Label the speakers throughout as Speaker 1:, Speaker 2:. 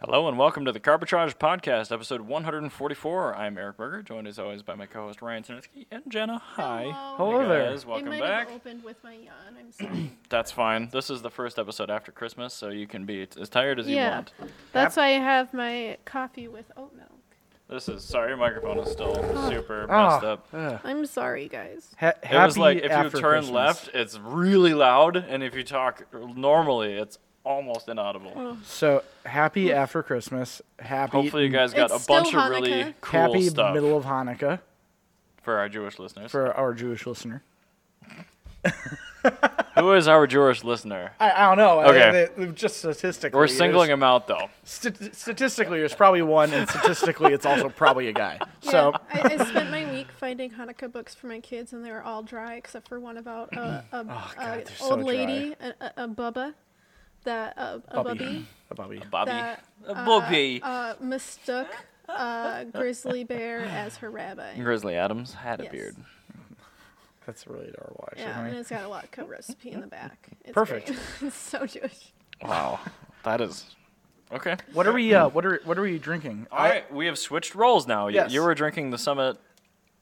Speaker 1: Hello and welcome to the Carbitrage Podcast, episode 144. I'm Eric Berger, joined as always by my co-host Ryan Sinitsky and Jenna. Hi.
Speaker 2: Hello. Hello there.
Speaker 1: guys.
Speaker 2: I
Speaker 1: Welcome
Speaker 2: might
Speaker 1: back.
Speaker 2: have opened with my yawn. I'm sorry.
Speaker 1: That's fine. This is the first episode after Christmas, so you can be t- as tired as you
Speaker 2: yeah,
Speaker 1: want.
Speaker 2: that's why I have my coffee with oat milk.
Speaker 1: This is sorry, your microphone is still super messed
Speaker 3: Ah,
Speaker 1: up.
Speaker 3: ugh.
Speaker 2: I'm sorry, guys.
Speaker 3: Ha-
Speaker 1: It was
Speaker 3: happy
Speaker 1: like if you
Speaker 3: after
Speaker 1: turn
Speaker 3: Christmas.
Speaker 1: left, it's really loud, and if you talk normally, it's almost inaudible.
Speaker 3: So happy after Christmas. Happy.
Speaker 1: Hmm. Hopefully, you guys got
Speaker 2: It's
Speaker 1: a bunch
Speaker 2: still
Speaker 1: of really
Speaker 2: Hanukkah.
Speaker 1: cool
Speaker 3: happy
Speaker 1: stuff
Speaker 3: middle of Hanukkah
Speaker 1: for our Jewish listeners.
Speaker 3: for our Jewish listener.
Speaker 1: Who is our Jewish listener?
Speaker 3: I, I don't know.
Speaker 1: Okay.
Speaker 3: I- I- just statistically,
Speaker 1: We're singling
Speaker 3: there's-
Speaker 1: him out though.
Speaker 3: st- statistically, there's probably one, and statistically, it's also probably a guy. So
Speaker 2: Yeah, I, I spent my week finding Hanukkah books for my kids, and they were all dry except for one about a, a, a
Speaker 3: they're
Speaker 2: old
Speaker 3: so
Speaker 2: lady, a, a, a bubba, that uh, a
Speaker 3: Bubby.
Speaker 2: bubby
Speaker 3: Bobby.
Speaker 1: Bobby.
Speaker 2: that
Speaker 1: Uh, Bobby.
Speaker 2: uh, mistook a grizzly bear as her rabbi.
Speaker 1: Grizzly Adams had a
Speaker 2: yes.
Speaker 1: beard.
Speaker 3: That's really adorable, actually.
Speaker 2: Yeah,
Speaker 3: honey.
Speaker 2: and it's got a latke recipe in the back. It's
Speaker 3: Perfect.
Speaker 2: great. it's so Jewish.
Speaker 1: Wow, that is okay.
Speaker 3: What are we? Uh, what are What are we drinking?
Speaker 1: All right, we have switched roles now. You-
Speaker 3: Yes.
Speaker 1: You were drinking the Summit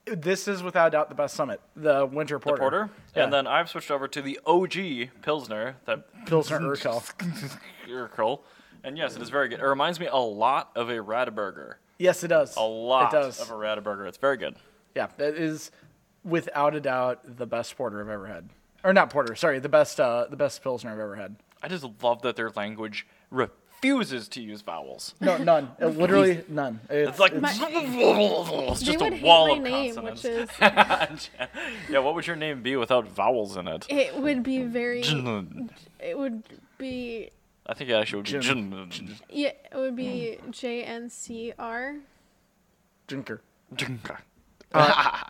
Speaker 3: I, this is without doubt the best summit, the winter porter,
Speaker 1: Porter,
Speaker 3: Yeah.
Speaker 1: and then I've switched over to the OG Pilsner, that
Speaker 3: Pilsner Urquell.
Speaker 1: Urkel. And yes, it is very good. It reminds me a lot of a Rataburger.
Speaker 3: Yes, it does.
Speaker 1: A lot
Speaker 3: It does.
Speaker 1: of a Rataburger. It's very good.
Speaker 3: Yeah, that is without a doubt the best porter I've ever had. Or not porter, sorry, the best uh, the best pilsner I've ever had.
Speaker 1: I just love that their language refuses to use vowels.
Speaker 3: No, none. Uh, literally none.
Speaker 1: It's like
Speaker 2: My-
Speaker 1: it's just
Speaker 2: they would
Speaker 1: a wall
Speaker 2: hate
Speaker 1: of
Speaker 2: my name,
Speaker 1: consonants.
Speaker 2: which is
Speaker 1: yeah, what would your name be without vowels in it?
Speaker 2: It would be very.
Speaker 1: Jun.
Speaker 2: It would be.
Speaker 1: I think it actually would be
Speaker 3: Jun.
Speaker 1: Jun. Jun.
Speaker 2: Yeah, it would be J N C R.
Speaker 3: drinker.
Speaker 1: Jun.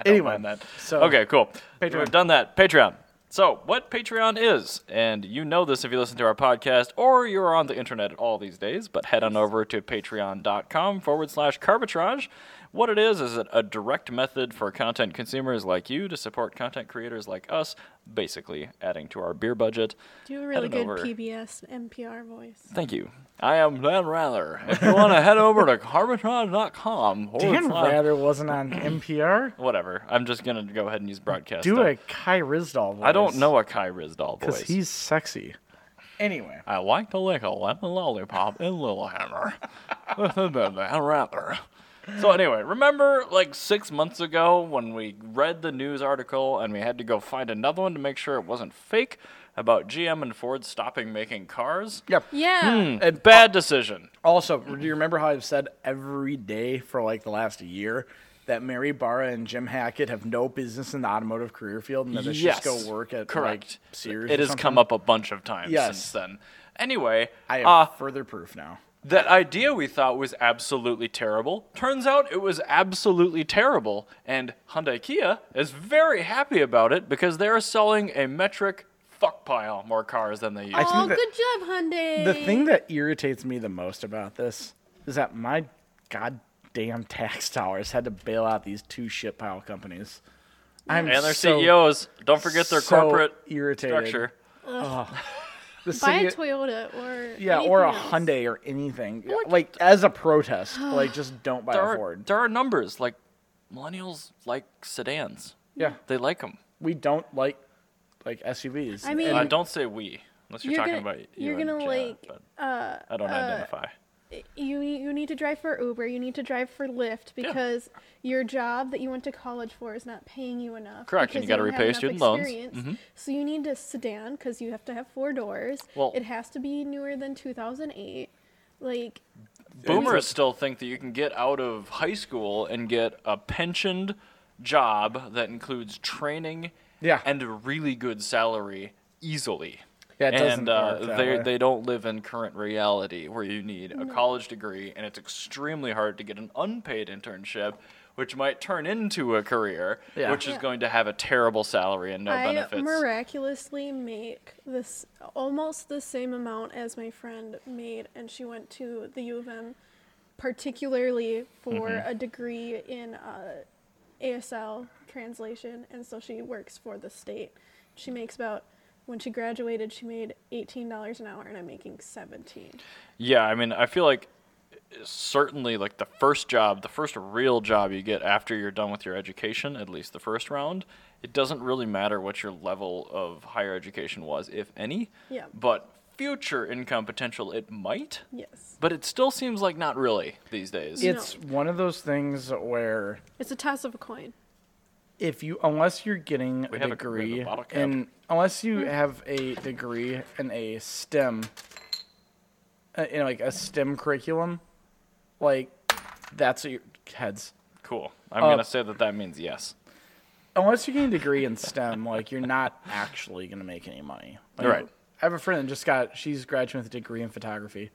Speaker 3: anyway,
Speaker 1: mind that.
Speaker 3: so
Speaker 1: Okay, cool.
Speaker 3: Patreon.
Speaker 1: We've done that. Patreon. So, what Patreon is, and you know this if you listen to our podcast or you're on the internet at all these days, but head on over to patreon.com forward slash carbitrage. What it is, is it a direct method for content consumers like you to support content creators like us, basically adding to our beer budget.
Speaker 2: Do a
Speaker 1: Head
Speaker 2: really
Speaker 1: on
Speaker 2: good
Speaker 1: over.
Speaker 2: PBS NPR voice.
Speaker 1: Thank you. I am Dan Rather. If you want to head over to carbitrage.com forward
Speaker 3: Dan
Speaker 1: slash-
Speaker 3: Rather wasn't on NPR.
Speaker 1: Whatever. I'm just going to go ahead and use broadcast.
Speaker 3: Do
Speaker 1: stuff.
Speaker 3: a Kai Rizdal voice.
Speaker 1: I don't know a Kai Rizdal voice.
Speaker 3: because he's sexy. Anyway,
Speaker 1: I like to lick a lemon lollipop in Littlehammer. I'd rather. So anyway, remember like six months ago when we read the news article and we had to go find another one to make sure it wasn't fake about GM and Ford stopping making cars?
Speaker 3: yep.
Speaker 2: Yeah.
Speaker 1: A bad decision.
Speaker 3: Also, do you remember how I've said every day for like the last year that Mary Barra and Jim Hackett have no business in the automotive career field and that they
Speaker 1: yes.
Speaker 3: should just go work at
Speaker 1: correct.
Speaker 3: like Sears?
Speaker 1: it
Speaker 3: or
Speaker 1: has come
Speaker 3: something?
Speaker 1: up a bunch of times
Speaker 3: Yes.
Speaker 1: since then. Anyway,
Speaker 3: I have
Speaker 1: uh,
Speaker 3: further proof now.
Speaker 1: That idea we thought was absolutely terrible. Turns out it was absolutely terrible, and Hyundai Kia is very happy about it because they are selling a metric fuck pile more cars than they used. to.
Speaker 3: think
Speaker 2: Oh,
Speaker 3: that-
Speaker 2: good job, Hyundai.
Speaker 3: The thing that irritates me the most about this is that my goddamn tax dollars had to bail out these two shit pile companies. I'm
Speaker 1: and their E
Speaker 3: so-
Speaker 1: CEOs don't forget their
Speaker 3: so
Speaker 1: corporate
Speaker 3: irritated.
Speaker 1: structure.
Speaker 3: The
Speaker 2: Buy a
Speaker 3: CEO
Speaker 2: Toyota or.
Speaker 3: yeah, or a
Speaker 2: anything else.
Speaker 3: Hyundai or anything. Yeah, Like as a protest, like just don't buy
Speaker 1: There
Speaker 3: a
Speaker 1: are,
Speaker 3: Ford.
Speaker 1: there are numbers like millennials like sedans.
Speaker 3: Yeah,
Speaker 1: They like them.
Speaker 3: we don't like like SUVs.
Speaker 2: I mean-
Speaker 1: Uh, don't say we unless you're,
Speaker 2: You're
Speaker 1: talking
Speaker 2: gonna-
Speaker 1: about you.
Speaker 2: you're
Speaker 1: and
Speaker 2: gonna,
Speaker 1: Jenna,
Speaker 2: like, uh,
Speaker 1: but I don't identify.
Speaker 2: You need, you need to drive for Uber. You need to drive for Lyft because your job that you went to college for is not paying you enough.
Speaker 1: Correct, and you
Speaker 2: because
Speaker 1: gotta
Speaker 2: don't have
Speaker 1: repay
Speaker 2: enough
Speaker 1: student loans.
Speaker 2: experience. So you need a sedan because you have to have four doors.
Speaker 1: Well-
Speaker 2: it has to be newer than 2008. Like,
Speaker 1: boomers still think that you can get out of high school and get a pensioned job that includes training
Speaker 3: Yeah.
Speaker 1: and a really good salary easily.
Speaker 3: Yeah, it doesn't
Speaker 1: and uh,
Speaker 3: work that
Speaker 1: they
Speaker 3: way.
Speaker 1: they don't live in current reality where you need
Speaker 2: Mm-hmm.
Speaker 1: a college degree and it's extremely hard to get an unpaid internship, which might turn into a career,
Speaker 3: Yeah.
Speaker 1: which is
Speaker 2: Yeah.
Speaker 1: going to have a terrible salary and no
Speaker 2: I
Speaker 1: benefits.
Speaker 2: miraculously make this almost the same amount as my friend made, and she went to the U of M, particularly for a degree in uh, ASL translation, and so she works for the state. She makes about when she graduated, she made eighteen dollars an hour, and I'm making seventeen.
Speaker 1: Yeah, I mean, I feel like uh, certainly like the first job, the first real job you get after you're done with your education, at least the first round, it doesn't really matter what your level of higher education was, if any.
Speaker 2: Yeah.
Speaker 1: But future income potential, it might.
Speaker 2: Yes.
Speaker 1: But it still seems like not really these days.
Speaker 2: Yeah.
Speaker 3: It's one of those things where
Speaker 2: It's a toss of a coin.
Speaker 3: if you unless you're getting
Speaker 1: We have a- we
Speaker 3: a
Speaker 1: have a
Speaker 3: degree
Speaker 1: bottle cap.
Speaker 3: and unless you have a degree in a STEM, uh, in like a STEM curriculum, like that's what your heads.
Speaker 1: Cool. I'm
Speaker 3: Uh,
Speaker 1: gonna say that that means yes.
Speaker 3: Unless you're getting a degree in STEM, like you're not actually gonna make any money. Like,
Speaker 1: Right.
Speaker 3: I have a friend that just got she's graduating with a degree in photography.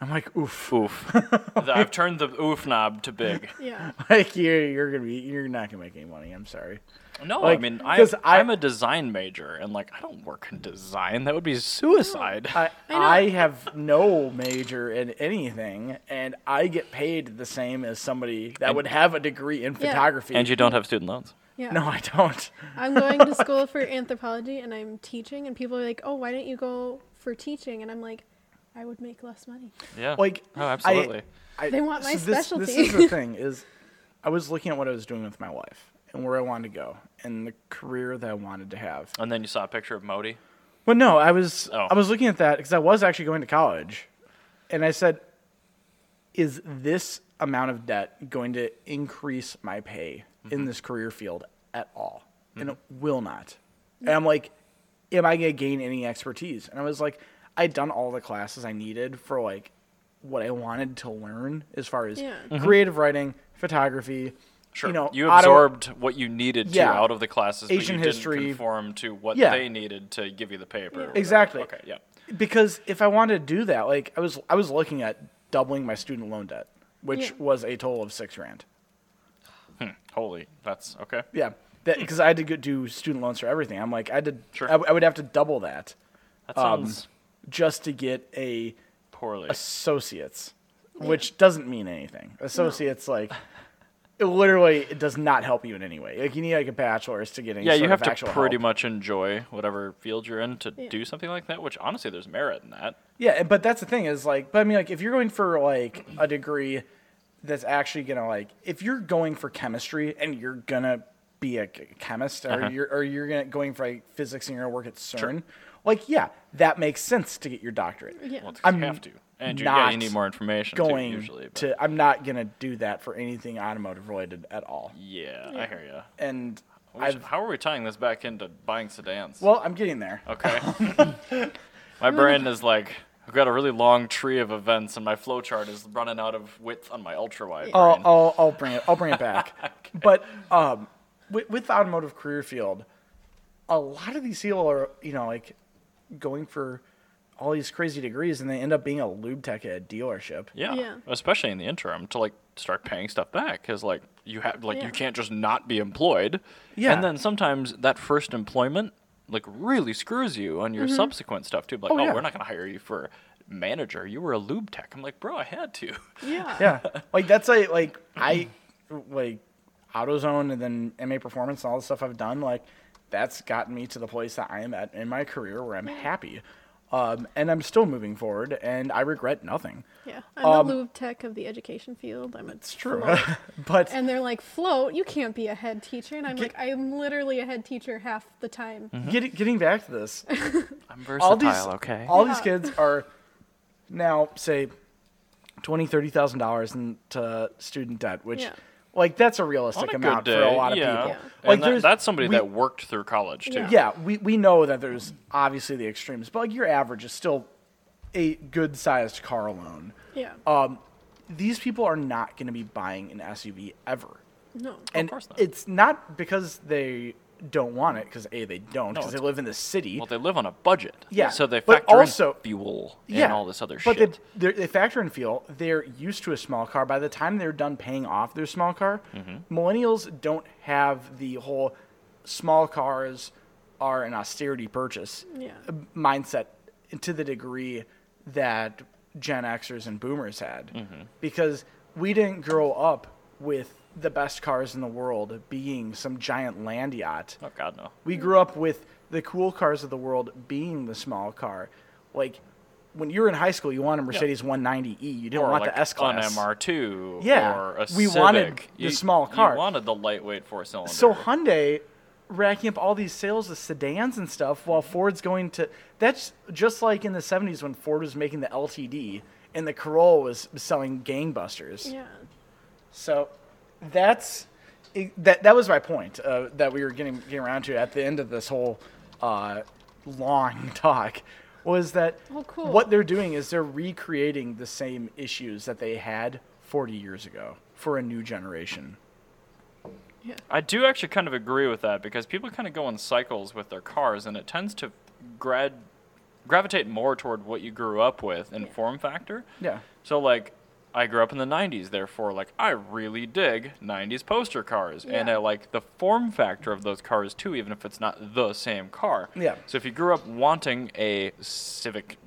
Speaker 3: I'm like, oof,
Speaker 1: Oof. I've turned the oof knob to big.
Speaker 2: Yeah.
Speaker 3: like you're you're gonna be you're not gonna make any money. I'm sorry.
Speaker 1: No, I
Speaker 3: Like,
Speaker 1: mean, I,
Speaker 3: 'cause I-
Speaker 1: I'm a design major, and like, I don't work in design. That would be suicide.
Speaker 3: I,
Speaker 2: I know.
Speaker 3: I, have no major in anything, and I get paid the same as somebody that would have a degree in
Speaker 2: Yeah.
Speaker 3: photography.
Speaker 1: and you don't have student loans.
Speaker 2: Yeah.
Speaker 3: No, I don't.
Speaker 2: I'm going to school for anthropology and I'm teaching, and people are like, oh, why don't you go for teaching? And I'm like, I would make less money.
Speaker 1: Yeah.
Speaker 3: Like,
Speaker 1: oh,
Speaker 3: I-
Speaker 1: absolutely.
Speaker 3: I,
Speaker 2: They want my
Speaker 3: so this, This
Speaker 2: specialty.
Speaker 3: is the thing: is I was looking at what I was doing with my life and where I wanted to go and the career that I wanted to have.
Speaker 1: and then you saw a picture of Modi.
Speaker 3: Well, no, I was
Speaker 1: Oh.
Speaker 3: I was looking at that because I was actually going to college, and I said, "Is this amount of debt going to increase my pay
Speaker 1: Mm-hmm.
Speaker 3: in this career field at all?" And it will not. And I'm like, "Am I going to gain any expertise?" And I was like, "I'd done all the classes I needed for like what I wanted to learn as far as
Speaker 2: Yeah.
Speaker 3: creative writing, photography."
Speaker 1: Mm-hmm. Sure.
Speaker 3: you
Speaker 1: You,
Speaker 3: know, auto-
Speaker 1: absorbed what you needed to
Speaker 3: Yeah.
Speaker 1: out of the classes, but
Speaker 3: Asian
Speaker 1: you didn't
Speaker 3: history.
Speaker 1: conform to what
Speaker 3: Yeah.
Speaker 1: they needed to give you the paper. or whatever.
Speaker 3: Exactly.
Speaker 1: Okay. Yeah.
Speaker 3: Because if I wanted to do that, like I was, I was looking at doubling my student loan debt, which
Speaker 2: Yeah.
Speaker 3: was a total of six grand.
Speaker 1: Hmm. Holy. That's okay.
Speaker 3: Yeah, because I had to go do student loans for everything. I'm like, I did.
Speaker 1: Sure.
Speaker 3: I, w- I would have to double that
Speaker 1: That
Speaker 3: Um,
Speaker 1: sounds
Speaker 3: just to get a
Speaker 1: poorly.
Speaker 3: associates, which doesn't mean anything. Associates like. It literally it does not help you in any way. Like you need like a bachelor's to get any.
Speaker 1: yeah, you
Speaker 3: sort
Speaker 1: have
Speaker 3: of
Speaker 1: to
Speaker 3: actual
Speaker 1: pretty
Speaker 3: help.
Speaker 1: much enjoy whatever field you're in to
Speaker 2: Yeah.
Speaker 1: do something like that. Which honestly, there's merit in that.
Speaker 3: Yeah, and- but that's the thing is like, but I mean, like, if you're going for like a degree that's actually gonna like, if you're going for chemistry and you're gonna be a ch- chemist, or
Speaker 1: Uh-huh.
Speaker 3: you're or you're gonna going for like physics and you're gonna work at CERN, like, yeah, that makes sense to get your doctorate.
Speaker 2: Yeah.
Speaker 1: Well, it's 'cause
Speaker 3: I'm
Speaker 1: you have to, and you, yeah, you
Speaker 3: not
Speaker 1: need more information too,
Speaker 3: Going
Speaker 1: usually. but-
Speaker 3: to, I'm not gonna do that for anything automotive related at all.
Speaker 1: Yeah, I
Speaker 2: Yeah.
Speaker 1: hear you.
Speaker 3: And
Speaker 1: We should-
Speaker 3: I've
Speaker 1: How are we tying this back into buying sedans?
Speaker 3: well, I'm getting there.
Speaker 1: okay. my brain is like, I've got a really long tree of events, and my flow chart is running out of width on my ultra wide.
Speaker 3: I'll,
Speaker 1: brain.
Speaker 3: I'll, I'll bring it. I'll bring it back. But um, with, with the automotive career field, a lot of these people are, you know, like going for all these crazy degrees, and they end up being a lube tech at a dealership.
Speaker 1: yeah.
Speaker 2: Yeah.
Speaker 1: especially in the interim to like start paying stuff back because like you have like
Speaker 2: Yeah.
Speaker 1: you can't just not be employed.
Speaker 3: Yeah.
Speaker 1: and then sometimes that first employment like really screws you on
Speaker 3: Mm-hmm.
Speaker 1: your subsequent stuff too. Like, oh,
Speaker 3: yeah.
Speaker 1: we're not gonna hire you for manager. You were a lube tech. I'm like, bro, I had to.
Speaker 2: Yeah.
Speaker 3: Yeah, like that's like like I like AutoZone and then MA Performance and all the stuff I've done. Like that's gotten me to the place that I am at in my career where I'm happy, um, and I'm still moving forward, and I regret nothing.
Speaker 2: Yeah. I'm the lube tech of the education field. I'm a it's
Speaker 3: Um, True, but
Speaker 2: And they're like, float, you can't be a head teacher. And I'm like, I'm literally a head teacher half the time.
Speaker 3: get, getting back to this,
Speaker 1: I'm versatile.
Speaker 3: all these
Speaker 1: okay.
Speaker 3: all these kids are now say twenty thirty thousand dollars into student debt which
Speaker 2: Yeah.
Speaker 3: like that's a realistic amount for a lot of
Speaker 1: yeah.
Speaker 3: people
Speaker 2: Yeah.
Speaker 3: like
Speaker 1: and that,
Speaker 3: there's-
Speaker 1: that's somebody
Speaker 3: we-
Speaker 1: that worked through college too.
Speaker 2: Yeah.
Speaker 3: yeah we, we know that there's obviously the extremes but like your average is still a good sized car loan
Speaker 2: Yeah.
Speaker 3: um, these people are not going to be buying an suv ever
Speaker 2: no.
Speaker 3: and
Speaker 1: course not.
Speaker 3: it's not because they don't want it because a they don't because they
Speaker 1: it's-
Speaker 3: live in the city
Speaker 1: Well, they live on a budget.
Speaker 3: Yeah,
Speaker 1: So they
Speaker 3: but
Speaker 1: factor
Speaker 3: also-
Speaker 1: in fuel
Speaker 3: yeah,
Speaker 1: and all this other
Speaker 3: but
Speaker 1: shit.
Speaker 3: But they, they factor in fuel. They're used to a small car. By the time they're done paying off their small car,
Speaker 1: Mm-hmm.
Speaker 3: millennials don't have the whole small cars are an austerity purchase uh,
Speaker 2: Yeah.
Speaker 3: mindset to the degree that Gen Xers and Boomers had,
Speaker 1: Mm-hmm.
Speaker 3: because we didn't grow up with the best cars in the world being some giant land yacht.
Speaker 1: oh God, no.
Speaker 3: We grew up with the cool cars of the world being the small car. Like when you were in high school, you wanted a Mercedes 190e. You didn't
Speaker 1: or
Speaker 3: want
Speaker 1: like
Speaker 3: the S
Speaker 1: an
Speaker 3: class.
Speaker 1: MR2
Speaker 3: Yeah,
Speaker 1: or a
Speaker 3: we wanted
Speaker 1: Civic.
Speaker 3: the
Speaker 1: You-
Speaker 3: small car.
Speaker 1: You wanted the lightweight four cylinder.
Speaker 3: So Hyundai racking up all these sales of sedans and stuff
Speaker 1: Mm-hmm.
Speaker 3: while Ford's going to that's just like in the 70s when Ford was making the LTD and the Corolla was selling gangbusters.
Speaker 2: Yeah.
Speaker 3: So that's it- that that was my point uh, that we were getting getting around to at the end of this whole uh, long talk was that
Speaker 2: Oh, cool.
Speaker 3: what they're doing is they're recreating the same issues that they had 40 years ago for a new generation.
Speaker 1: I do actually kind of agree with that because people kind of go in cycles with their cars, and it tends to grad gravitate more toward what you grew up with in form factor.
Speaker 3: Yeah.
Speaker 1: So like I grew up in the 90s, therefore like I really dig 90s poster cars and
Speaker 2: Yeah.
Speaker 1: I like the form factor of those cars too even if it's not the same car.
Speaker 3: Yeah.
Speaker 1: So if you grew up wanting a Civic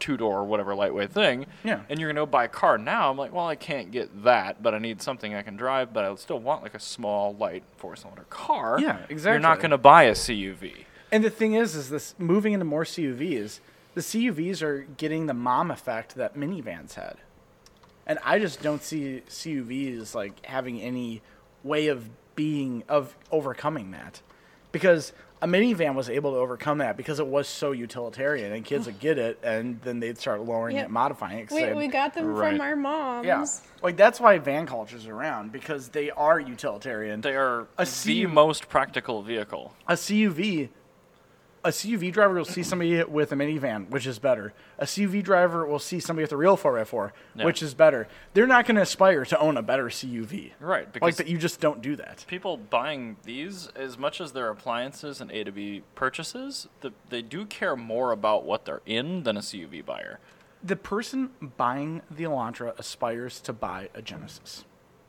Speaker 1: two-door whatever lightweight thing
Speaker 3: Yeah.
Speaker 1: and you're going to go buy a car now, I'm like, well I can't get that, but I need something I can drive, but I still want like a small light four-cylinder car.
Speaker 3: Yeah,
Speaker 1: You're not
Speaker 3: exactly.
Speaker 1: going to buy a CUV.
Speaker 3: And the thing is, is this moving into more CUVs, the CUVs are getting the mom effect that minivans had. And I just don't see CUVs like having any way of being of overcoming that. Because a minivan was able to overcome that because it was so utilitarian and kids would get it and then they'd start lowering
Speaker 2: Yeah.
Speaker 3: it, modifying it. 'cause
Speaker 2: We,
Speaker 3: they'd-
Speaker 2: we got them
Speaker 1: Right.
Speaker 2: from our moms.
Speaker 3: yeah. Like that's why van culture's around because they are utilitarian
Speaker 1: They are
Speaker 3: A
Speaker 1: the
Speaker 3: CUV
Speaker 1: most practical vehicle.
Speaker 3: a CUV, a CUV driver will see somebody with a minivan, which is better. A CUV driver will see somebody with a real 4x4,
Speaker 1: Yeah.
Speaker 3: which is better. They're not going to aspire to own a better CUV.
Speaker 1: Right,
Speaker 3: Like
Speaker 1: because-
Speaker 3: that you just don't do that.
Speaker 1: people buying these as much as their appliances and A to B purchases, the, they do care more about what they're in than a CUV buyer.
Speaker 3: The person buying the Elantra aspires to buy a Genesis.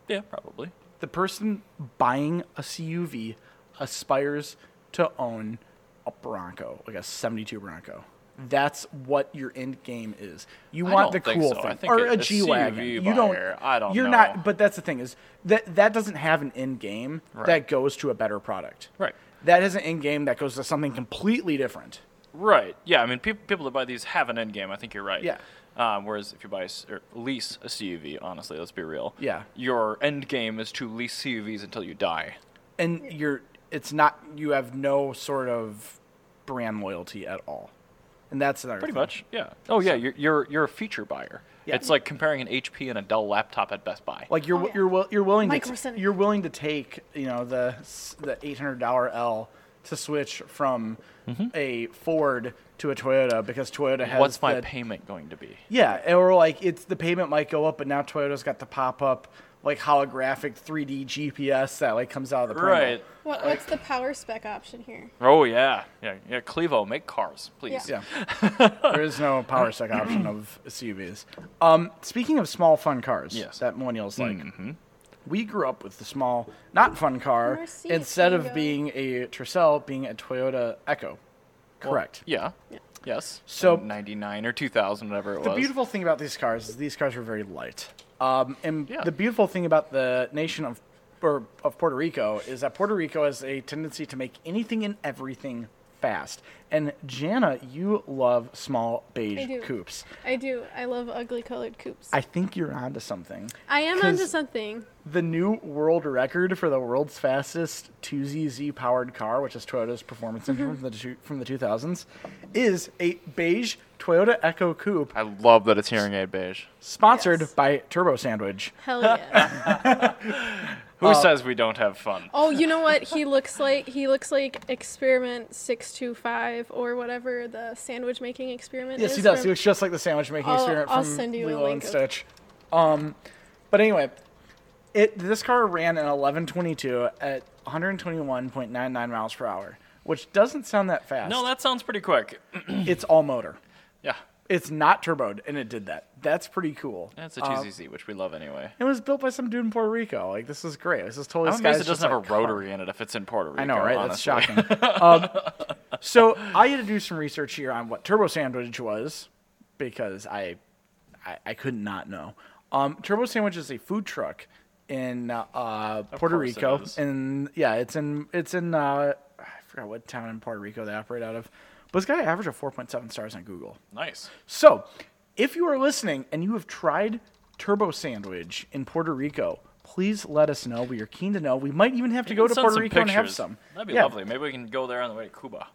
Speaker 1: Yeah, probably.
Speaker 3: The person buying a CUV aspires to own a Bronco, like a 72 Bronco. That's what your end game is. You
Speaker 1: I
Speaker 3: want the
Speaker 1: don't think
Speaker 3: cool
Speaker 1: so. I
Speaker 3: thing,
Speaker 1: think
Speaker 3: or
Speaker 1: a-
Speaker 3: a
Speaker 1: a
Speaker 3: G wagon.
Speaker 1: CUV
Speaker 3: You don't.
Speaker 1: buyer, I don't
Speaker 3: You're
Speaker 1: know.
Speaker 3: not. But that's the thing is that that doesn't have an end game
Speaker 1: Right.
Speaker 3: that goes to a better product.
Speaker 1: Right.
Speaker 3: That has an end game that goes to something completely different.
Speaker 1: Right. Yeah. I mean, people people that buy these have an end game. I think you're right.
Speaker 3: Yeah.
Speaker 1: Um, whereas if you buy a s- or lease a CUV, honestly, let's be real.
Speaker 3: Yeah.
Speaker 1: Your end game is to lease CUVs until you die.
Speaker 3: and you're it's not you have no sort of brand loyalty at all and that's another
Speaker 1: Pretty
Speaker 3: thing.
Speaker 1: much. Yeah. Oh yeah. You're you're you're a feature buyer.
Speaker 3: Yeah.
Speaker 1: It's like comparing an HP and a Dell laptop at Best Buy.
Speaker 3: like you're
Speaker 2: Oh, yeah.
Speaker 3: you're will, you're willing to
Speaker 2: Micro
Speaker 3: t-
Speaker 2: Center.
Speaker 3: you're willing to take you know the s- the eight hundred dollar L to switch from a Ford to a Toyota because Toyota has
Speaker 1: Mm-hmm. What's my
Speaker 3: the-
Speaker 1: payment going to be?
Speaker 3: yeah or like it's the payment might go up but now Toyota's got the pop up like holographic 3D GPS that like comes out of the promo.
Speaker 1: Right.
Speaker 2: What, what's the power spec option here?
Speaker 1: Oh yeah. Yeah. Yeah. Clevo, make cars, please.
Speaker 3: Yeah. there is no power sec option of CUVs. Um, speaking of small, fun cars
Speaker 1: Yes. Mm-hmm.
Speaker 3: that millennials like, we grew up with the small, not fun car
Speaker 2: Mercedes,
Speaker 3: instead of
Speaker 2: bingo.
Speaker 3: being a Tercel, being a Toyota Echo. Correct.
Speaker 1: Yeah. Yes.
Speaker 3: So-
Speaker 1: In 99 or 2000, whatever it
Speaker 3: the
Speaker 1: was.
Speaker 3: beautiful thing about these cars is these cars were very light. Um, and
Speaker 1: Yeah.
Speaker 3: the beautiful thing about the nation of or of Puerto Rico is that Puerto Rico has a tendency to make anything and everything fast. And Jana, you love small
Speaker 2: I
Speaker 3: beige
Speaker 2: do.
Speaker 3: coupes.
Speaker 2: I do. I love ugly colored coupes. I,
Speaker 3: I think you're onto something.
Speaker 2: am
Speaker 3: 'cause-
Speaker 2: onto something.
Speaker 3: The new world record for the world's fastest 2ZZ powered car, which is Toyota's performance engine
Speaker 2: Mm-hmm.
Speaker 3: from the two, from the 2000s, is a beige Toyota Echo Coupe
Speaker 1: I love that it's hearing aid beige.
Speaker 3: sponsored
Speaker 2: Yes.
Speaker 3: by Turbo Sandwich.
Speaker 2: Hell yeah.
Speaker 1: Who
Speaker 3: Uh,
Speaker 1: says we don't have fun?
Speaker 2: oh, you know what? He looks like he looks like experiment six two five or whatever the sandwich making experiment
Speaker 3: Yes,
Speaker 2: is.
Speaker 3: he does.
Speaker 2: from-
Speaker 3: he looks just like the sandwich making
Speaker 2: I'll-
Speaker 3: experiment
Speaker 2: I'll
Speaker 3: from
Speaker 2: send you a
Speaker 3: Lilo and
Speaker 2: link of-
Speaker 3: Stitch. Um, but anyway, it this car ran an 1122 at 121.99 miles per hour, which doesn't sound that fast.
Speaker 1: No, that sounds pretty quick.
Speaker 3: it's all motor.
Speaker 1: yeah.
Speaker 3: It's not turboed, and it did that. That's pretty cool.
Speaker 1: That's a GZZ, which we love anyway.
Speaker 3: It was built by some dude in Puerto Rico. Like this is great. This is totally.
Speaker 1: I'm
Speaker 3: this
Speaker 1: amazed
Speaker 3: guy's
Speaker 1: it doesn't
Speaker 3: just
Speaker 1: have a
Speaker 3: like, car.
Speaker 1: rotary in it if it's in Puerto Rico.
Speaker 3: I know, right? That's
Speaker 1: honestly.
Speaker 3: shocking. um, so I had to do some research here on what turbo sandwich was because I, I, I could not know. Um, turbo sandwich is a food truck in uh, uh, Puerto
Speaker 1: course it
Speaker 3: Rico,
Speaker 1: is.
Speaker 3: and yeah, it's in it's in uh, I forgot what town in Puerto Rico they operate out of, But it's got an average of 4.7 stars on Google.
Speaker 1: Nice.
Speaker 3: So, if you are listening and you have tried Turbo Sandwich in Puerto Rico, please let us know. We are keen to know. We might even have to go to
Speaker 1: Send
Speaker 3: Puerto
Speaker 1: some
Speaker 3: Rico and have
Speaker 1: pictures.
Speaker 3: some.
Speaker 1: That'd be
Speaker 3: Yeah.
Speaker 1: lovely. Maybe we can go there on the way to Cuba.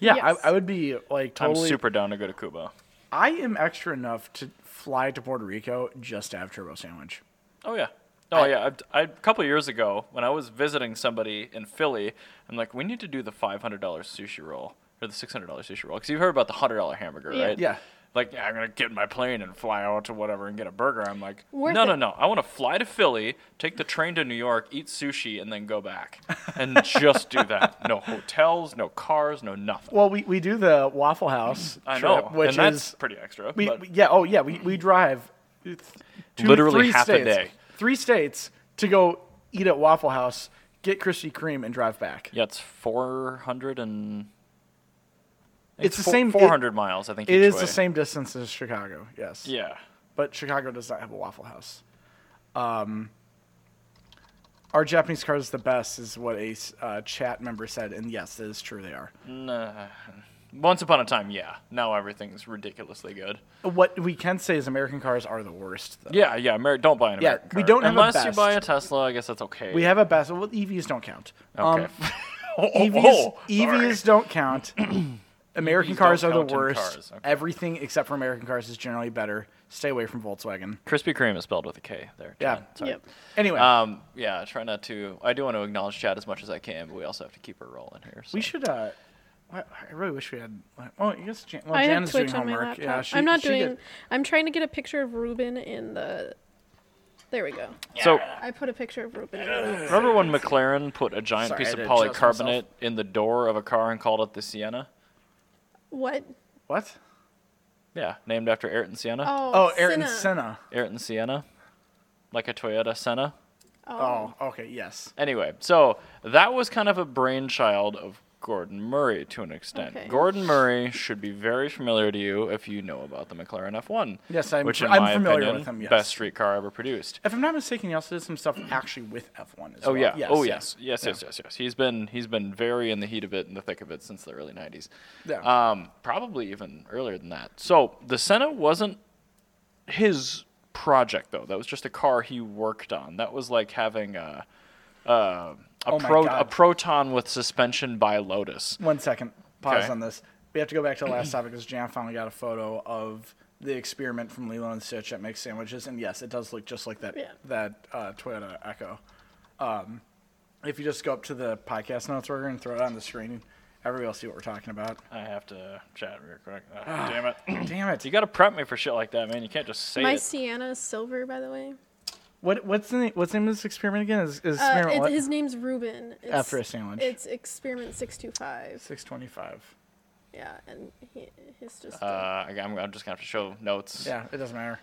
Speaker 3: Yeah,
Speaker 2: Yes.
Speaker 3: I, I would be like totally.
Speaker 1: I'm super down to go to Cuba.
Speaker 3: I am extra enough to fly to Puerto Rico just to have Turbo Sandwich.
Speaker 1: Oh yeah. Oh yeah. I, I, a couple years ago, when I was visiting somebody in Philly, I'm like, we need to do the $500 sushi roll or the $600 sushi roll because you've heard about the $100 hamburger,
Speaker 2: Yeah.
Speaker 1: right?
Speaker 3: Yeah.
Speaker 1: Like, yeah, I'm gonna get in my plane and fly out to whatever and get a burger. I'm like,
Speaker 2: Worth
Speaker 1: no, no,
Speaker 2: it.
Speaker 1: no. I want to fly to Philly, take the train to New York, eat sushi, and then go back, and just do that. No hotels, no cars, no nothing.
Speaker 3: Well, we, we do the Waffle House
Speaker 1: I know,
Speaker 3: trip, which
Speaker 1: and that's
Speaker 3: is
Speaker 1: pretty extra.
Speaker 3: we,
Speaker 1: but-
Speaker 3: we- yeah oh yeah we, we drive th- two,
Speaker 1: Literally
Speaker 3: three
Speaker 1: half a
Speaker 3: states-
Speaker 1: day.
Speaker 3: three states to go eat at Waffle House, get Krispy Kreme, and drive back.
Speaker 1: Yeah, it's 400 and.
Speaker 3: It's the same- it-
Speaker 1: 400 miles, I think.
Speaker 3: It
Speaker 1: each
Speaker 3: is
Speaker 1: way.
Speaker 3: the same distance as Chicago. Yes.
Speaker 1: Yeah.
Speaker 3: but Chicago does not have a Waffle House. Um, our Japanese car is the best, is what a uh, chat member said, and yes, that is true. They are.
Speaker 1: Nah. Once upon a time, yeah. Now everything's ridiculously good.
Speaker 3: What we can say is American cars are the worst. Though.
Speaker 1: Yeah, yeah. Amer- don't buy an
Speaker 3: Yeah,
Speaker 1: American
Speaker 3: we
Speaker 1: car.
Speaker 3: don't have a
Speaker 1: Unless you
Speaker 3: best.
Speaker 1: buy a Tesla, I guess that's okay.
Speaker 3: We have a best. Well, EVs don't count.
Speaker 1: Okay.
Speaker 3: Um,
Speaker 1: Oh, oh,
Speaker 3: EVs,
Speaker 1: oh, sorry.
Speaker 3: EVs don't count. American
Speaker 1: EVs
Speaker 3: cars
Speaker 1: don't
Speaker 3: are the
Speaker 1: count in
Speaker 3: worst.
Speaker 1: cars, okay.
Speaker 3: Everything except for American cars is generally better. Stay away from Volkswagen.
Speaker 1: Krispy Kreme is spelled with a K there.
Speaker 3: Yeah.
Speaker 1: John. Sorry.
Speaker 2: Yep.
Speaker 3: Anyway,
Speaker 1: Um, yeah, try not to. I do want to acknowledge chat as much as I can, but we also have to keep her rolling here. So.
Speaker 3: we should. Uh, I I really wish we had. Oh, I guess Jan, well,
Speaker 2: I
Speaker 3: Jan
Speaker 2: have
Speaker 3: is
Speaker 2: Twitch
Speaker 3: doing
Speaker 2: on my
Speaker 3: homework.
Speaker 2: laptop.
Speaker 3: Yeah, she,
Speaker 2: I'm not
Speaker 3: she
Speaker 2: doing.
Speaker 3: did-
Speaker 2: I'm trying to get a picture of Ruben in the. There we go.
Speaker 1: So,
Speaker 2: I put a picture of Ruben. in the-
Speaker 1: remember when McLaren put a giant
Speaker 3: Sorry, I
Speaker 1: piece of
Speaker 3: had to adjust
Speaker 1: polycarbonate
Speaker 3: myself.
Speaker 1: in the door of a car and called it the Sienna?
Speaker 2: What?
Speaker 3: What?
Speaker 1: Yeah, named after Ayrton Senna.
Speaker 2: Oh,
Speaker 3: Oh, Ayrton
Speaker 2: Senna.
Speaker 3: Senna.
Speaker 1: Ayrton Senna, like a Toyota Senna.
Speaker 3: Oh, okay, yes.
Speaker 1: Anyway, so that was kind of a brainchild of Gordon Murray to an extent.
Speaker 2: Okay.
Speaker 1: Gordon Murray should be very familiar to you if you know about the McLaren F1.
Speaker 3: Yes, I'm
Speaker 1: which
Speaker 3: fa-
Speaker 1: in
Speaker 3: I'm
Speaker 1: my
Speaker 3: familiar
Speaker 1: opinion,
Speaker 3: with him, yes.
Speaker 1: Best street car ever produced.
Speaker 3: If I'm not mistaken, he also did some stuff actually with F1 as
Speaker 1: Oh
Speaker 3: well.
Speaker 1: yeah.
Speaker 3: Yes,
Speaker 1: oh
Speaker 3: yeah.
Speaker 1: yes. Yes, yes, yes, yes. He's been he's been very in the heat of it and the thick of it since the early 90s.
Speaker 3: Yeah.
Speaker 1: Um, probably even earlier than that. So, the Senna wasn't his project though. That was just a car he worked on. That was like having a uh, a,
Speaker 3: Oh my
Speaker 1: pro-
Speaker 3: God.
Speaker 1: a proton with suspension by Lotus.
Speaker 3: One second. Pause
Speaker 1: Okay.
Speaker 3: on this. We have to go back to the last topic because Jan finally got a photo of the experiment from Lilo and Stitch that makes sandwiches, and yes, it does look just like that
Speaker 2: Yeah.
Speaker 3: that uh, Toyota Echo. Um, if you just go up to the podcast notes order and throw it on the screen, everybody will see what we're talking about.
Speaker 1: I have to chat real quick. Ah, damn it.
Speaker 3: Damn it!
Speaker 1: You got to prep me for shit like that, man. You can't just say
Speaker 2: My
Speaker 1: it.
Speaker 2: Sienna is silver, by the way.
Speaker 3: What what's the name, what's the name of this experiment again? Is, is
Speaker 2: Uh,
Speaker 3: experiment
Speaker 2: it,
Speaker 3: what?
Speaker 2: his name's Ruben. It's,
Speaker 3: After a sandwich.
Speaker 2: It's experiment six two five.
Speaker 3: Six twenty-five.
Speaker 2: Yeah, and he, he's just.
Speaker 1: uh,
Speaker 2: a-
Speaker 1: I, am I'm just going to have to show notes.
Speaker 3: Yeah, it doesn't matter.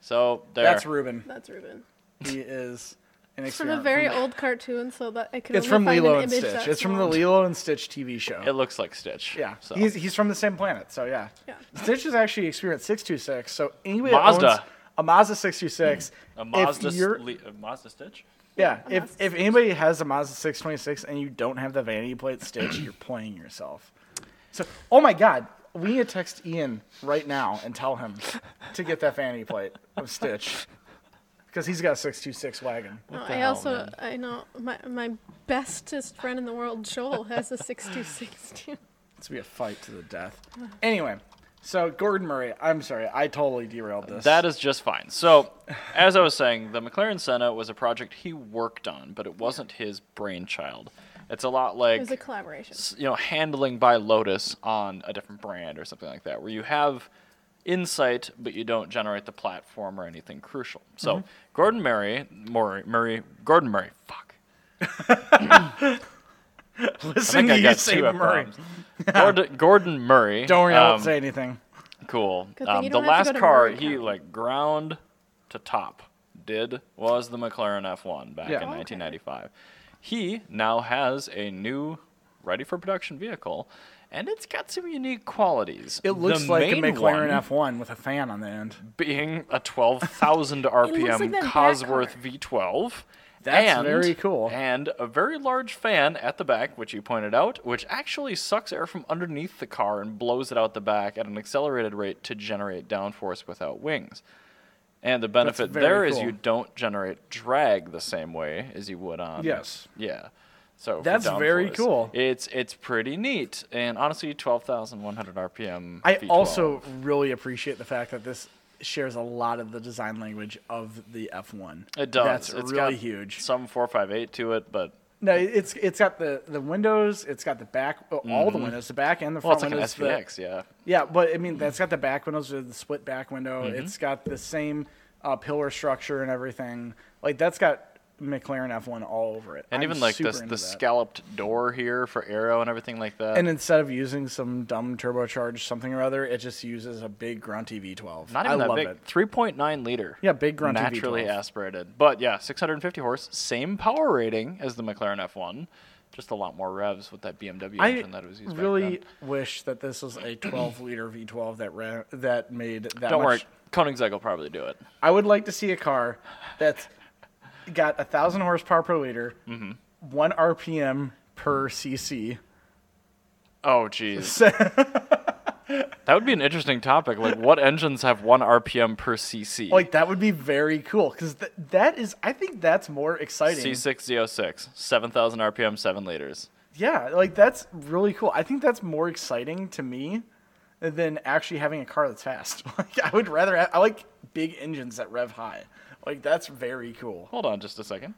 Speaker 1: So, there.
Speaker 3: That's Ruben.
Speaker 2: that's Ruben.
Speaker 3: He is an
Speaker 2: It's from a
Speaker 3: experiment.
Speaker 2: very old cartoon, so that I can.
Speaker 3: it's
Speaker 2: only
Speaker 3: from
Speaker 2: find
Speaker 3: Lilo
Speaker 2: an
Speaker 3: and
Speaker 2: image
Speaker 3: Stitch.
Speaker 2: that
Speaker 3: It's from the
Speaker 2: small.
Speaker 3: Lilo and Stitch TV show.
Speaker 1: It looks like Stitch.
Speaker 3: Yeah,
Speaker 1: So.
Speaker 3: he's he's from the same planet, so yeah.
Speaker 2: Yeah.
Speaker 3: Stitch is actually Experience six two six. So anyway,
Speaker 1: Mazda.
Speaker 3: a Mazda six two six.
Speaker 1: a Mazda, s- le- a Mazda Stitch?
Speaker 3: yeah,
Speaker 2: a
Speaker 3: if
Speaker 2: Mazda
Speaker 3: if anybody has a Mazda six twenty six and you don't have the vanity plate Stitch, you're playing yourself. So oh my God, we need to text Ian right now and tell him to get that vanity plate of Stitch because he's got a six two six wagon.
Speaker 2: No,
Speaker 1: the
Speaker 2: I
Speaker 1: hell,
Speaker 2: also
Speaker 1: man?
Speaker 2: I know my my bestest friend in the world, Joel, has a six two six two.
Speaker 3: It's gonna be a fight to the death. Anyway, so Gordon Murray, I'm sorry, I totally derailed this.
Speaker 1: That is just fine. So, as I was saying, the McLaren Senna was a project he worked on, but it wasn't his brainchild. It's a lot like
Speaker 2: It was a collaboration.
Speaker 1: s- you know handling by Lotus on a different brand or something like that, where you have insight but you don't generate the platform or anything crucial. So
Speaker 3: Mm-hmm.
Speaker 1: Gordon Murray, Murray, Murray, Gordon Murray, fuck.
Speaker 3: Listen to you say
Speaker 1: F
Speaker 3: Murray.
Speaker 1: bombs. Gordon, Gordon Murray.
Speaker 3: Don't worry, I won't
Speaker 1: um,
Speaker 3: say anything.
Speaker 1: Cool.
Speaker 2: Good thing
Speaker 1: Um,
Speaker 2: you
Speaker 1: the
Speaker 2: don't have
Speaker 1: last
Speaker 2: to go to
Speaker 1: car
Speaker 2: Murray
Speaker 1: he
Speaker 2: County.
Speaker 1: like ground to top did was the McLaren F1 back
Speaker 3: Yeah.
Speaker 1: in
Speaker 3: Okay.
Speaker 1: 1995. He now has a new ready for production vehicle, and it's got some unique qualities.
Speaker 3: It looks
Speaker 1: the
Speaker 3: like a
Speaker 1: main
Speaker 3: McLaren
Speaker 1: one
Speaker 3: F1 with a fan on the end.
Speaker 1: being a 12,000
Speaker 2: looks like
Speaker 1: RPM
Speaker 2: that
Speaker 1: Cosworth V12.
Speaker 3: That's
Speaker 1: and,
Speaker 3: very cool.
Speaker 1: And a very large fan at the back, which you pointed out, which actually sucks air from underneath the car and blows it out the back at an accelerated rate to generate downforce without wings. And the benefit
Speaker 3: very
Speaker 1: there is
Speaker 3: cool.
Speaker 1: you don't generate drag the same way as you would on.
Speaker 3: Yes.
Speaker 1: Yeah. So for
Speaker 3: That's very
Speaker 1: downforce,
Speaker 3: cool.
Speaker 1: It's it's pretty neat, and honestly, twelve thousand one hundred RPM.
Speaker 3: I
Speaker 1: V12.
Speaker 3: also really appreciate the fact that this shares a lot of the design language of the F1.
Speaker 1: It does.
Speaker 3: That's
Speaker 1: It's
Speaker 3: really
Speaker 1: got
Speaker 3: huge.
Speaker 1: Some four five eight to it, but
Speaker 3: No, it's it's got the the windows. It's got the back, oh, all the windows, the back and the
Speaker 1: Mm-hmm. well,
Speaker 3: front
Speaker 1: it's like an
Speaker 3: windows. the-
Speaker 1: SVX, yeah.
Speaker 3: yeah, but I mean, that's got the back windows with the split back window.
Speaker 1: Mm-hmm.
Speaker 3: It's got the same uh, pillar structure and everything. Like that's got McLaren F1 all over it.
Speaker 1: And
Speaker 3: I'm
Speaker 1: even like
Speaker 3: super
Speaker 1: this the
Speaker 3: into that.
Speaker 1: scalloped door here for aero and everything like that.
Speaker 3: And instead of using some dumb turbocharged something or other, it just uses a big grunty V12.
Speaker 1: not even
Speaker 3: I
Speaker 1: that
Speaker 3: love
Speaker 1: big.
Speaker 3: it.
Speaker 1: Three point nine liter.
Speaker 3: Yeah, big grunty
Speaker 1: Naturally
Speaker 3: V12.
Speaker 1: aspirated. But yeah, six hundred and fifty horse, same power rating as the McLaren F one. Just a lot more revs with that BMW
Speaker 3: I
Speaker 1: engine that was used
Speaker 3: really
Speaker 1: back then.
Speaker 3: wish that this was a 12 liter V12 that ran, that made that
Speaker 1: Don't worry,
Speaker 3: much.
Speaker 1: Koenigsegg will probably do it.
Speaker 3: I would like to see a car that's got a thousand horsepower per liter,
Speaker 1: Mm-hmm.
Speaker 3: one RPM per cc.
Speaker 1: Oh jeez. that would be an interesting topic. Like what engines have one RPM per CC?
Speaker 3: Like that would be very cool because th- that is, I think that's more exciting.
Speaker 1: C6Z06, 7,000 RPM, 7 liters.
Speaker 3: Yeah, like that's really cool. I think that's more exciting to me than actually having a car that's fast. like I would rather have, I like big engines that rev high. Like that's very cool.
Speaker 1: Hold on just a second.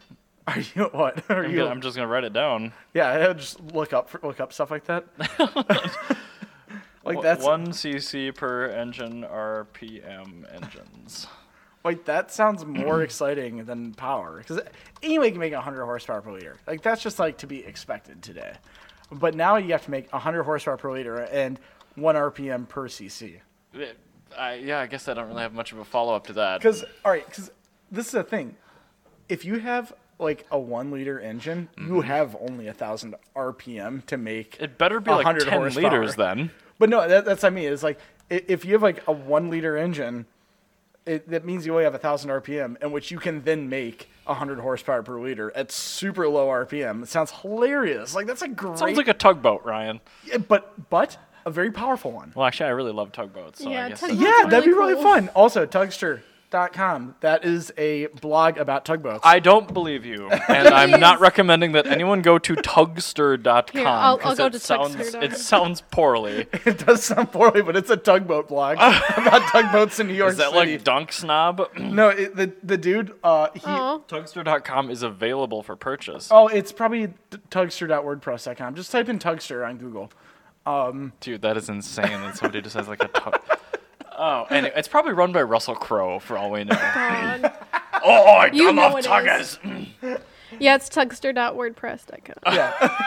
Speaker 3: Are you what? Are
Speaker 1: I'm,
Speaker 3: you?
Speaker 1: gonna- I'm just going to write it down.
Speaker 3: yeah, I would just look up for, look up stuff like that. like
Speaker 1: Wh-
Speaker 3: that's
Speaker 1: 1 cc per engine RPM engines.
Speaker 3: like that sounds more exciting than power because anybody can make 100 horsepower per liter. Like that's just like to be expected today. But now you have to make 100 horsepower per liter and one RPM per cc.
Speaker 1: Eh, I, yeah, I guess I don't really have much of a follow up to that.
Speaker 3: Because all right, because this is the thing. If you have like a one liter engine, you have only a thousand RPM to make.
Speaker 1: Mm-hmm. It better be like
Speaker 3: 100
Speaker 1: 10
Speaker 3: horsepower.
Speaker 1: liters then.
Speaker 3: But no, that, that's what I mean. It's like i- if you have like a one liter engine, it, that means you only have a thousand RPM, in which you can then make hundred horsepower per liter at super low RPM. It sounds hilarious. Like that's a great,
Speaker 1: Sounds like a tugboat, Ryan.
Speaker 3: Yeah, but but a very powerful one.
Speaker 1: Well, actually, I really love tugboats. So I
Speaker 2: Yeah,
Speaker 1: guess
Speaker 2: tug-
Speaker 1: that-
Speaker 3: Yeah,
Speaker 2: That's
Speaker 3: that'd be
Speaker 2: really
Speaker 3: really
Speaker 2: cool.
Speaker 3: fun. Also, Tugster.com. That is a blog about tugboats.
Speaker 1: I don't believe you, and I'm not recommending that anyone go to tugster.com
Speaker 2: Here, I'll- I'll
Speaker 1: 'cause
Speaker 2: go
Speaker 1: it
Speaker 2: to
Speaker 1: sounds
Speaker 2: tugster.com.
Speaker 1: it sounds poorly.
Speaker 3: It does sound poorly, but it's a tugboat blog about tugboats in New York
Speaker 1: Is that
Speaker 3: City.
Speaker 1: like Dunk Snob?
Speaker 3: no, it, the the dude. Uh, he.
Speaker 2: Oh,
Speaker 1: Tugster.com is available for purchase.
Speaker 3: Oh, it's probably t- tugster.wordpress.com. Just type in tugster on Google.
Speaker 1: Dude, that is insane. And somebody just has like a tug. Oh, and it's probably run by Russell Crowe for all we know.
Speaker 2: God.
Speaker 1: oh, I
Speaker 2: You
Speaker 1: dumb
Speaker 2: know
Speaker 1: off
Speaker 2: it is.
Speaker 1: tuggers.
Speaker 2: yeah, it's tugster.wordpress.com.
Speaker 3: Yeah,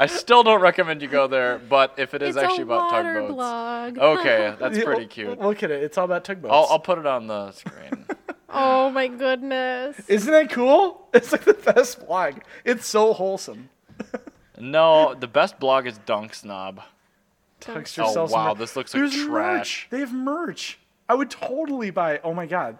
Speaker 1: I still don't recommend you go there, but if it is
Speaker 2: It's
Speaker 1: actually
Speaker 2: a
Speaker 1: about
Speaker 2: water
Speaker 1: tugboats.
Speaker 2: blog.
Speaker 1: Okay, that's
Speaker 3: Yeah,
Speaker 1: pretty
Speaker 3: l-
Speaker 1: cute.
Speaker 3: Look at it. It's all about tugboats.
Speaker 1: I'll, I'll put it on the screen.
Speaker 2: Oh my goodness.
Speaker 3: Isn't that cool? It's like the best blog. It's so wholesome.
Speaker 1: No, the best blog is Dunk Snob.
Speaker 3: Tugster
Speaker 1: Oh,
Speaker 3: sells
Speaker 1: wow,
Speaker 3: merch.
Speaker 1: this looks like
Speaker 3: There's
Speaker 1: trash.
Speaker 3: Merch. They have merch. I would totally buy. Oh my god.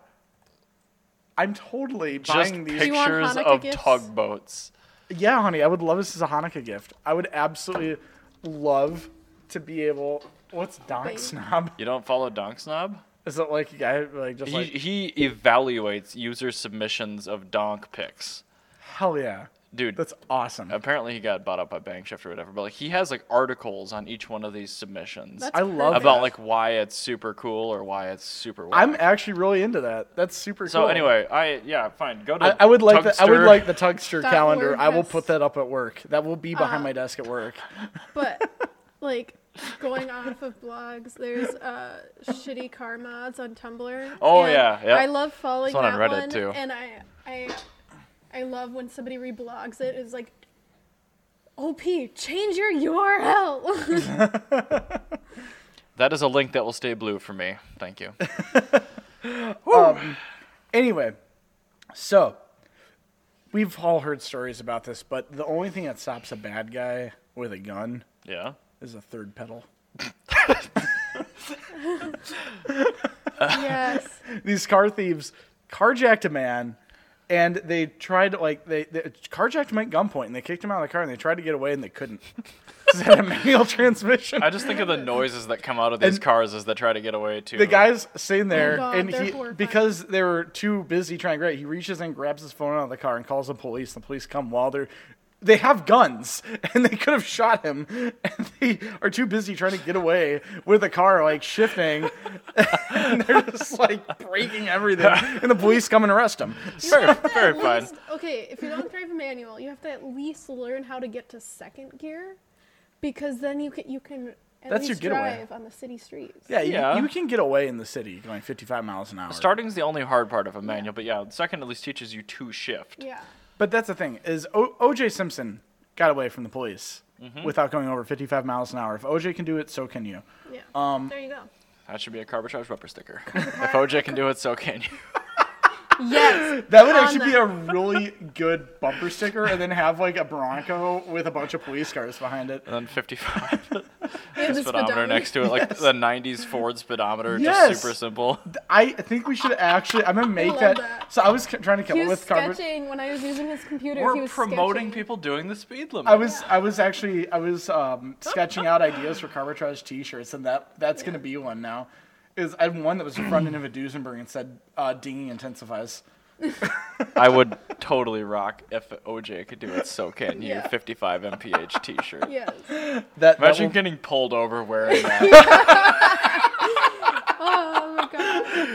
Speaker 3: I'm totally
Speaker 1: Just
Speaker 3: buying these.
Speaker 2: you want
Speaker 1: pictures
Speaker 2: Hanukkah
Speaker 1: of
Speaker 2: gifts?
Speaker 1: tugboats.
Speaker 3: Yeah, honey, I would love this as a Hanukkah gift. I would absolutely love to be able. What's Donk
Speaker 2: Wait.
Speaker 3: Snob?
Speaker 1: You don't follow Dunk Snob?
Speaker 3: Is it like a guy like just
Speaker 1: He,
Speaker 3: like
Speaker 1: he evaluates user submissions of donk pics.
Speaker 3: hell yeah,
Speaker 1: Dude,
Speaker 3: that's awesome.
Speaker 1: apparently he got bought up by Bankshift or whatever, but like he has like articles on each one of these submissions
Speaker 2: That's
Speaker 3: I love
Speaker 2: perfect.
Speaker 1: about like why it's super cool or why it's super. Whack.
Speaker 3: I'm actually really into that. That's super
Speaker 1: so
Speaker 3: cool.
Speaker 1: anyway. I yeah, fine. Go to.
Speaker 3: I, I would like the, I would
Speaker 1: Tugster.
Speaker 3: like the Tugster
Speaker 2: Dot
Speaker 3: calendar. I will
Speaker 2: WordPress.
Speaker 3: put that up at work. That will be behind my desk at work.
Speaker 2: But like going off of blogs, there's uh, shitty car mods on Tumblr.
Speaker 1: Oh,
Speaker 2: and
Speaker 1: yeah, yep.
Speaker 2: I love following
Speaker 1: There's one on
Speaker 2: that
Speaker 1: Reddit,
Speaker 2: one,
Speaker 1: too.
Speaker 2: And I I I love when somebody reblogs it. It's like OP, change your URL.
Speaker 1: That is a link that will stay blue for me. Thank you.
Speaker 3: Anyway, so we've all heard stories about this, but the only thing that stops a bad guy with a gun
Speaker 1: Yeah.
Speaker 3: is a third pedal.
Speaker 2: yes.
Speaker 3: These car thieves carjacked a man, and they tried to like they, they carjacked him at gunpoint, and they kicked him out of the car, and they tried to get away, and they couldn't. 'Cause it had a manual transmission.
Speaker 1: I just think of the noises that come out of these
Speaker 3: And-
Speaker 1: cars as they try to get away too.
Speaker 3: the guy's sitting there,
Speaker 2: Oh God,
Speaker 3: and
Speaker 2: they're
Speaker 3: he
Speaker 2: horrifying.
Speaker 3: because they were too busy trying to get, he reaches and grabs his phone out of the car and calls the police. The police come while they're they have guns and they could have shot him, and they are too busy trying to get away with the car like shifting. and they're just like breaking everything, and the police come and arrest him.
Speaker 1: very,
Speaker 2: At
Speaker 1: very fine.
Speaker 2: least- okay, if you don't drive a manual, you have to at least learn how to get to second gear, because then you can you can at
Speaker 3: That's your
Speaker 2: least
Speaker 3: getaway.
Speaker 2: drive on the city streets.
Speaker 3: Yeah, you,
Speaker 1: Yeah.
Speaker 3: you can get away in the city going 55 miles an hour.
Speaker 1: Starting's the only hard part of a manual, but yeah, the second at least teaches you to shift.
Speaker 2: Yeah.
Speaker 3: But that's the thing is o- OJ Simpson got away from the police without going over 55 miles an hour. If OJ can do it, so can you.
Speaker 2: Yeah. Um, there you go.
Speaker 1: That should be a carbitrage bumper sticker. if OJ can do it, so can you.
Speaker 2: Yes.
Speaker 3: That would
Speaker 2: On
Speaker 3: actually be
Speaker 2: the-
Speaker 3: a really good bumper sticker, and then have like a Bronco with a bunch of police cars behind it.
Speaker 1: And then 55
Speaker 2: We have the
Speaker 1: speedometer next to it, like the 90s Ford speedometer,
Speaker 3: Yes.
Speaker 1: just super simple.
Speaker 3: I think we should actually. I'm gonna make
Speaker 2: love
Speaker 3: that,
Speaker 2: that.
Speaker 3: So I was c- trying to come
Speaker 2: He
Speaker 3: up
Speaker 2: was
Speaker 3: with coverage.
Speaker 2: sketching when I was using his computer. he
Speaker 1: We're
Speaker 2: was
Speaker 1: promoting
Speaker 2: sketching.
Speaker 1: people doing the speed limit.
Speaker 3: I was I was actually I was um, sketching out ideas for carbitrage T-shirts, and that that's gonna be one now. Is I had one that was the front end of a Duesenberg and said uh, "dinging intensifies."
Speaker 1: I would totally rock if OJ could do it, so can you.
Speaker 2: Yeah.
Speaker 1: 55 mph T-shirt.
Speaker 2: Yes.
Speaker 3: That, that
Speaker 1: Imagine
Speaker 3: will-
Speaker 1: getting pulled over wearing that.
Speaker 2: Oh my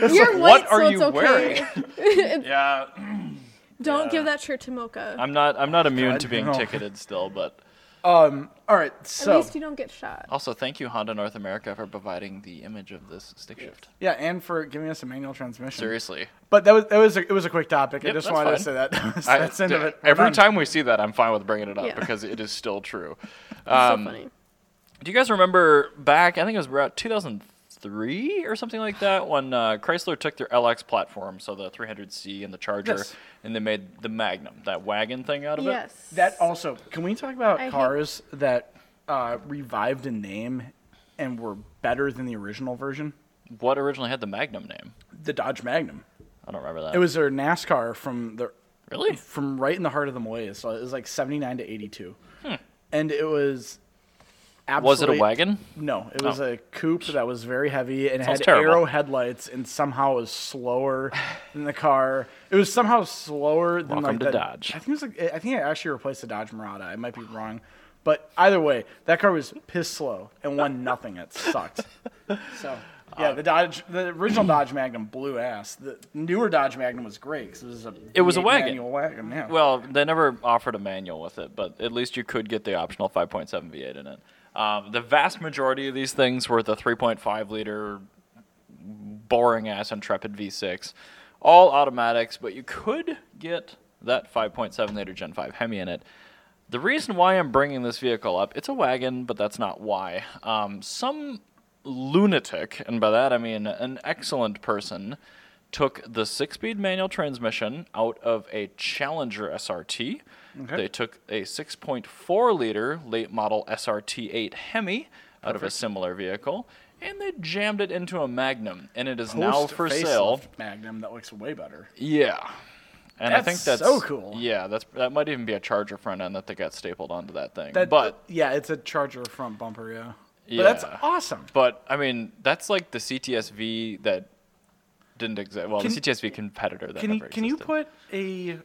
Speaker 2: god. You're white,
Speaker 1: what
Speaker 2: so
Speaker 1: are
Speaker 2: it's
Speaker 1: you
Speaker 2: okay.
Speaker 1: wearing? yeah,
Speaker 2: Don't give that shirt to Mocha.
Speaker 1: I'm not. I'm not immune
Speaker 3: God,
Speaker 1: to being
Speaker 3: no.
Speaker 1: ticketed still, but
Speaker 3: Um. All right.
Speaker 2: At
Speaker 3: So
Speaker 2: least you don't get shot.
Speaker 1: also thank you Honda North America for providing the image of this stick shift.
Speaker 3: yeah, and for giving us a manual transmission.
Speaker 1: Seriously,
Speaker 3: But that was that was a, it was a quick topic. I
Speaker 1: Yep,
Speaker 3: just
Speaker 1: that's
Speaker 3: wanted
Speaker 1: fine.
Speaker 3: to say that. that's
Speaker 1: I-
Speaker 3: the end of it. We're
Speaker 1: every
Speaker 3: done.
Speaker 1: time we see that, I'm fine with bringing it up
Speaker 2: Yeah.
Speaker 1: because it is still true. Um,
Speaker 2: so funny.
Speaker 1: Do you guys remember back? I think it was about 2003 or something like that when uh, Chrysler took their LX platform, so the 300C and the Charger,
Speaker 3: Yes.
Speaker 1: and they made the Magnum, that wagon thing out of it.
Speaker 2: Yes.
Speaker 3: That also, can we talk about
Speaker 2: I hate-
Speaker 3: cars that uh, revived a name and were better than the original version?
Speaker 1: What originally had the Magnum name?
Speaker 3: The Dodge Magnum.
Speaker 1: I don't remember that.
Speaker 3: It was their NASCAR from the
Speaker 1: really
Speaker 3: from right in the heart of the Malays. So it was like 79 to 82. And it was
Speaker 1: was it a
Speaker 3: absolutely-
Speaker 1: wagon?
Speaker 3: No, it was
Speaker 1: Oh.
Speaker 3: a coupe that was very heavy and it had
Speaker 1: Sounds terrible.
Speaker 3: arrow headlights and somehow was slower than the car. It was somehow slower than
Speaker 1: Welcome
Speaker 3: like
Speaker 1: to
Speaker 3: the
Speaker 1: Dodge.
Speaker 3: I think it was like I think it actually replaced the Dodge Murata. I might be wrong, but either way, that car was piss slow and won nothing. It sucked. So yeah, the Dodge, the original Dodge Magnum blew ass. The newer Dodge Magnum was great 'cause it was a
Speaker 1: It was a
Speaker 3: V8
Speaker 1: wagon.
Speaker 3: manual wagon. Yeah.
Speaker 1: Well, they never offered a manual with it, but at least you could get the optional 5.7 V8 in it. Um, the vast majority of these things were the 3.5 liter boring ass Intrepid V6, all automatics, but you could get that 5.7 liter Gen 5 Hemi in it. The reason why I'm bringing this vehicle up, it's a wagon, but that's not why. Um, some lunatic, and by that I mean an excellent person, took the six speed manual transmission out of a Challenger SRT.
Speaker 3: Okay.
Speaker 1: They took a 6.4 liter late model SRT 8 Hemi out of a similar vehicle and they jammed it into a Magnum and it is now for
Speaker 3: Post-facelift
Speaker 1: sale.
Speaker 3: Magnum that looks way better.
Speaker 1: Yeah. And I think
Speaker 3: That's
Speaker 1: that's
Speaker 3: so cool.
Speaker 1: Yeah, that's that might even be a Charger front end that they got stapled onto that thing.
Speaker 3: That,
Speaker 1: but
Speaker 3: yeah, it's a Charger front bumper. Yeah,
Speaker 1: Yeah.
Speaker 3: but that's awesome.
Speaker 1: But I mean, that's like the CTSV that didn't exist. Well,
Speaker 3: Can-
Speaker 1: the CTSV competitor that
Speaker 3: Can you
Speaker 1: never
Speaker 3: can you
Speaker 1: existed.
Speaker 3: put a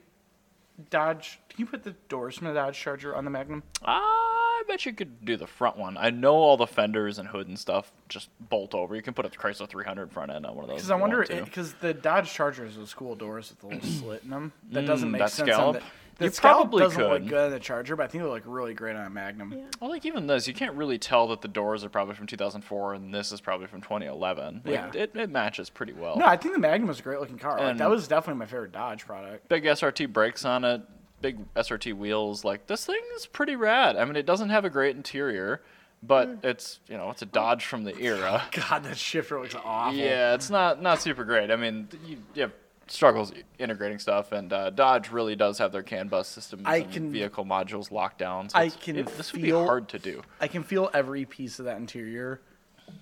Speaker 3: Dodge? Can you put the doors from the Dodge Charger on the Magnum?
Speaker 1: I bet you could do the front one. I know all the fenders and hood and stuff just bolt over. You can put a Chrysler 300 front end on one of those.
Speaker 3: Because
Speaker 1: if
Speaker 3: I
Speaker 1: you want
Speaker 3: wonder
Speaker 1: to.
Speaker 3: because the Dodge Charger has those cool doors with the little slit in them. That doesn't make
Speaker 1: Mm, that
Speaker 3: sense.
Speaker 1: scallop?
Speaker 3: On the, the
Speaker 1: You
Speaker 3: scallop
Speaker 1: probably
Speaker 3: doesn't look
Speaker 1: could.
Speaker 3: good on the Charger, but I think they look really great on a Magnum.
Speaker 2: Yeah.
Speaker 1: Well, like even this, you can't really tell that the doors are probably from 2004 and this is probably from 2011. Like,
Speaker 3: Yeah.
Speaker 1: it, it matches pretty well.
Speaker 3: No, I think the Magnum was a great looking car. Like,
Speaker 1: And-
Speaker 3: that was definitely my favorite Dodge product.
Speaker 1: Big SRT brakes on it, big SRT wheels. Like this thing is pretty rad. I mean, it doesn't have a great interior,
Speaker 3: Mm.
Speaker 1: but it's you know it's a Dodge from the era.
Speaker 3: God, that shifter looks awful.
Speaker 1: Yeah, it's not not super great. I mean, th- you, you have struggles integrating stuff, and uh, Dodge really does have their CAN bus systems
Speaker 3: I
Speaker 1: and
Speaker 3: can-
Speaker 1: vehicle modules locked down. So
Speaker 3: I
Speaker 1: it's-
Speaker 3: can
Speaker 1: it- this would be
Speaker 3: feel-
Speaker 1: hard to do.
Speaker 3: I can feel every piece of that interior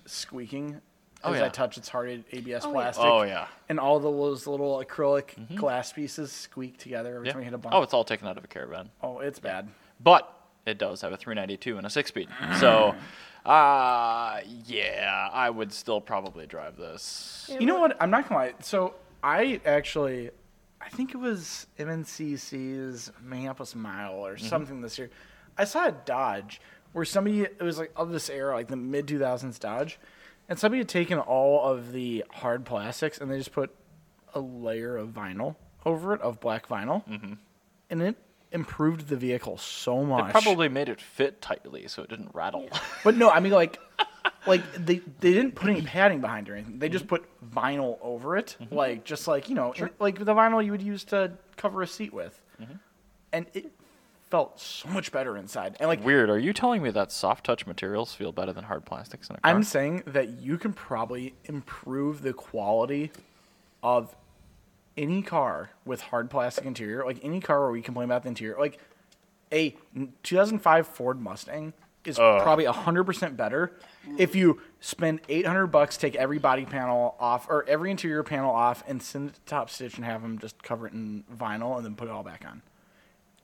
Speaker 3: squeaking
Speaker 1: Oh,
Speaker 3: as
Speaker 1: yeah.
Speaker 3: I touch its hard ABS
Speaker 2: Oh, yeah.
Speaker 3: plastic.
Speaker 1: Oh, yeah. Mm-hmm.
Speaker 3: And all the, those little acrylic glass pieces squeak together every
Speaker 1: Yeah.
Speaker 3: time you hit a bump.
Speaker 1: Oh, it's all taken out of a caravan.
Speaker 3: oh, it's bad.
Speaker 1: but it does have a 392 and a six speed. So, uh, yeah, I would still probably drive this.
Speaker 2: It
Speaker 3: You know
Speaker 2: would-
Speaker 3: what? I'm not gonna lie. So I actually, I think it was MNCC's Minneapolis Mile or something this year. I saw a Dodge where somebody it was like of this era, like the mid 2000s Dodge, and somebody had taken all of the hard plastics and they just put a layer of vinyl over it of black vinyl, and it improved the vehicle so much.
Speaker 1: Probably made it fit tightly so it didn't rattle.
Speaker 3: But no, I mean like like they they didn't put any padding behind or anything. They just put vinyl over it, like just like you know, in- like the vinyl you would use to cover a seat with, and it felt so much better inside. And like
Speaker 1: Weird. Are you telling me that soft touch materials feel better than hard plastics in a car?
Speaker 3: I'm saying that you can probably improve the quality of any car with hard plastic interior, like any car where we complain about the interior, like a 2005 Ford Mustang is probably 100% better if you spend 800 bucks, take every body panel off or every interior panel off and send it to Top Stitch and have them just cover it in vinyl and then put it all back on.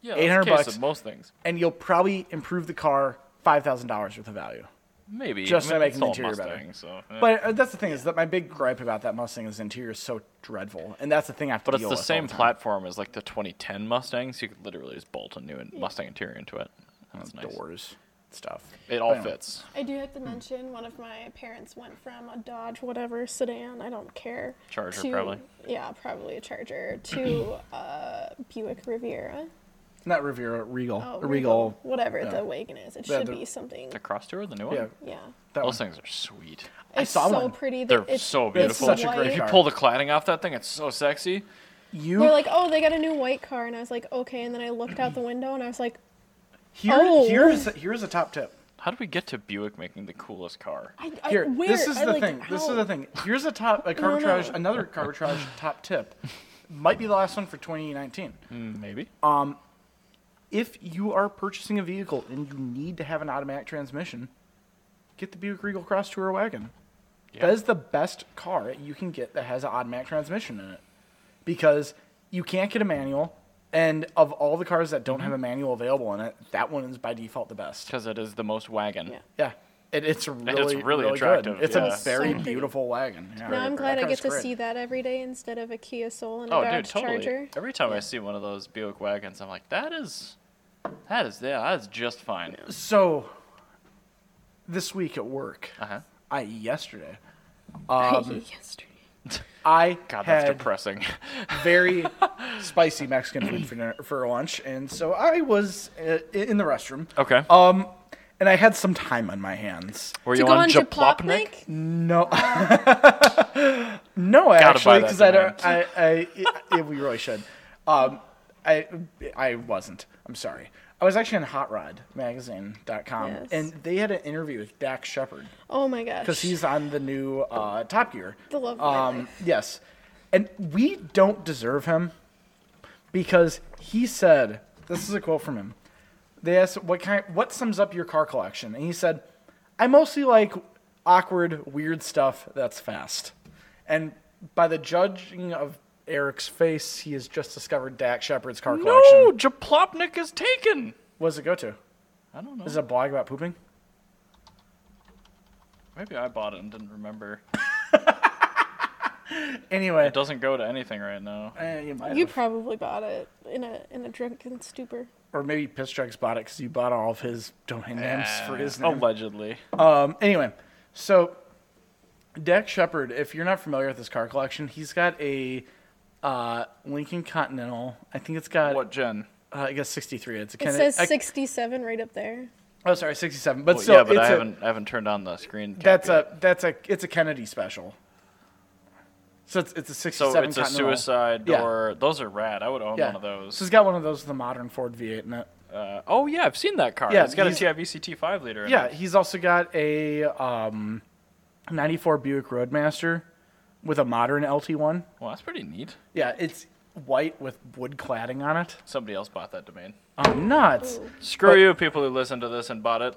Speaker 1: yeah, that's the
Speaker 3: 800
Speaker 1: case
Speaker 3: bucks.
Speaker 1: of most things.
Speaker 3: And you'll probably improve the car $5,000 worth of value.
Speaker 1: Maybe.
Speaker 3: Just
Speaker 1: I mean,
Speaker 3: to make
Speaker 1: it's
Speaker 3: an
Speaker 1: still a
Speaker 3: interior better.
Speaker 1: Mustang, So, eh.
Speaker 3: But uh, that's the thing is that my big gripe about that Mustang is the interior is so dreadful, and that's the thing I have to
Speaker 1: But it's
Speaker 3: deal
Speaker 1: the
Speaker 3: with all
Speaker 1: same
Speaker 3: time.
Speaker 1: platform as like the 2010 Mustang, so you could literally just bolt a new in- Mustang interior into it. That's nice.
Speaker 3: doors stuff.
Speaker 1: It all
Speaker 3: But anyway.
Speaker 1: fits.
Speaker 2: I do have to mention one of my parents went from a Dodge whatever sedan, I don't care.
Speaker 1: Charger,
Speaker 2: to,
Speaker 1: probably.
Speaker 2: Yeah, probably a Charger to uh, Buick Riviera.
Speaker 3: Not Riviera, Regal,
Speaker 2: Oh,
Speaker 3: Regal.
Speaker 2: Whatever
Speaker 3: yeah.
Speaker 2: the wagon is. It
Speaker 3: Yeah,
Speaker 2: should
Speaker 3: the-
Speaker 2: be something.
Speaker 1: The Cross Tour, the new one.
Speaker 3: Yeah,
Speaker 2: Yeah.
Speaker 3: that
Speaker 1: Those
Speaker 3: one.
Speaker 1: things are sweet.
Speaker 3: I
Speaker 2: it's
Speaker 3: saw
Speaker 2: so
Speaker 3: one.
Speaker 2: pretty. that
Speaker 1: They're
Speaker 2: it's,
Speaker 1: so
Speaker 2: it's
Speaker 1: beautiful.
Speaker 3: such a great
Speaker 2: white.
Speaker 1: If you
Speaker 3: car.
Speaker 1: pull the cladding off that thing, it's so sexy.
Speaker 3: You
Speaker 2: They're like, oh, they got a new white car, and I was like, okay. And then I looked out the window, and I was like,
Speaker 3: here,
Speaker 2: oh.
Speaker 3: here's here's a top tip.
Speaker 1: How did we get to Buick making the coolest car?
Speaker 2: I, I
Speaker 3: Here,
Speaker 2: where?
Speaker 3: this is
Speaker 2: I,
Speaker 3: the
Speaker 2: like,
Speaker 3: thing. This is
Speaker 2: how?
Speaker 3: the thing. Here's a top a
Speaker 2: No, no.
Speaker 3: carbitrage, another carbitrage top tip. Might be the last one for 2019.
Speaker 1: Maybe.
Speaker 3: If you are purchasing a vehicle and you need to have an automatic transmission, get the Buick Regal Cross Tour wagon.
Speaker 1: Yeah.
Speaker 3: That is the best car you can get that has an automatic transmission in it. Because you can't get a manual, and of all the cars that don't
Speaker 1: Mm-hmm.
Speaker 3: have a manual available in it, that one is by default the best.
Speaker 1: Because it is the most wagon.
Speaker 2: Yeah.
Speaker 3: Yeah. It, it's really,
Speaker 1: really
Speaker 3: good.
Speaker 1: attractive,
Speaker 3: It's
Speaker 1: yeah.
Speaker 3: a very
Speaker 2: So pretty.
Speaker 3: beautiful wagon. Yeah.
Speaker 2: Now I'm glad I
Speaker 3: That
Speaker 2: get
Speaker 3: car's
Speaker 2: to
Speaker 3: great.
Speaker 2: see that every day instead of a Kia Soul and a
Speaker 1: Oh, dude,
Speaker 2: Dodge
Speaker 1: totally.
Speaker 2: Charger.
Speaker 1: Every time I see one of those Buick wagons, I'm like, that is, that is, yeah, that is just fine.
Speaker 3: So, this week at work,
Speaker 1: Uh huh.
Speaker 3: I yesterday,
Speaker 2: Yesterday.
Speaker 3: I
Speaker 1: God, that's
Speaker 3: had
Speaker 1: depressing.
Speaker 3: very spicy Mexican food for, dinner, for lunch, and so I was uh, in the restroom.
Speaker 1: okay.
Speaker 3: Um, and I had some time on my hands.
Speaker 1: Were
Speaker 2: To
Speaker 1: you
Speaker 2: go
Speaker 1: on
Speaker 2: on to
Speaker 1: Japlopnik?
Speaker 2: Plopnik?
Speaker 3: No, no, actually,
Speaker 1: that
Speaker 3: because I
Speaker 1: domain.
Speaker 3: don't. I, I, I- we really should. Um, I, I wasn't. I'm sorry. I was actually on HotRodMagazine.com,
Speaker 2: Yes.
Speaker 3: and they had an interview with Dak Shepard
Speaker 2: Oh my gosh.
Speaker 3: because he's on the new uh, Top Gear.
Speaker 2: The love of my
Speaker 3: Um, yes, and we don't deserve him because he said, "This is a quote from him." They asked what kind, what sums up your car collection, and he said, "I mostly like awkward, weird stuff that's fast." And by the judging of Eric's face, he has just discovered Dak Shepard's car
Speaker 1: No,
Speaker 3: collection.
Speaker 1: Japlopnik is taken.
Speaker 3: What does it go to?
Speaker 1: I don't know.
Speaker 3: Is it a blog about pooping?
Speaker 1: Maybe I bought it and didn't remember.
Speaker 3: Anyway,
Speaker 1: It doesn't go to anything right now.
Speaker 3: eh, you might
Speaker 2: You
Speaker 3: have.
Speaker 2: probably bought it in a in a drunken stupor.
Speaker 3: or maybe Piss Drugs bought it because you bought all of his domain names
Speaker 1: Ah.
Speaker 3: for his name.
Speaker 1: Uh, Oh, Allegedly.
Speaker 3: Um, anyway, so Dak Shepard, if you're not familiar with his car collection, he's got a uh, Lincoln Continental. I think it's got,
Speaker 1: What gen?
Speaker 3: Uh, I guess 63. It's a
Speaker 2: It
Speaker 3: kind
Speaker 2: says
Speaker 3: of.
Speaker 2: 67 right up there.
Speaker 3: Oh, sorry, 67. But
Speaker 1: Well,
Speaker 3: still,
Speaker 1: yeah, but
Speaker 3: it's
Speaker 1: I
Speaker 3: a-
Speaker 1: haven't, I haven't turned on the screen. tap
Speaker 3: That's
Speaker 1: yet.
Speaker 3: a that's a it's a Kennedy special. So it's it's a 67
Speaker 1: So it's a
Speaker 3: Continental.
Speaker 1: suicide
Speaker 3: Yeah.
Speaker 1: door. Those are rad. I would own
Speaker 3: Yeah.
Speaker 1: one of those.
Speaker 3: So he's got one of those with a modern Ford V8 in it.
Speaker 1: Uh, oh yeah, I've seen that car.
Speaker 3: Yeah,
Speaker 1: it's got a
Speaker 3: he's-
Speaker 1: CIVCT five liter. In
Speaker 3: Yeah,
Speaker 1: it.
Speaker 3: he's also got a um, 94 Buick Roadmaster with a modern LT one.
Speaker 1: Well, that's pretty neat.
Speaker 3: Yeah, it's white with wood cladding on it.
Speaker 1: Somebody else bought that domain.
Speaker 3: I'm Um, nuts.
Speaker 2: Ooh.
Speaker 1: Screw
Speaker 3: But-
Speaker 1: you, people who listen to this and bought it.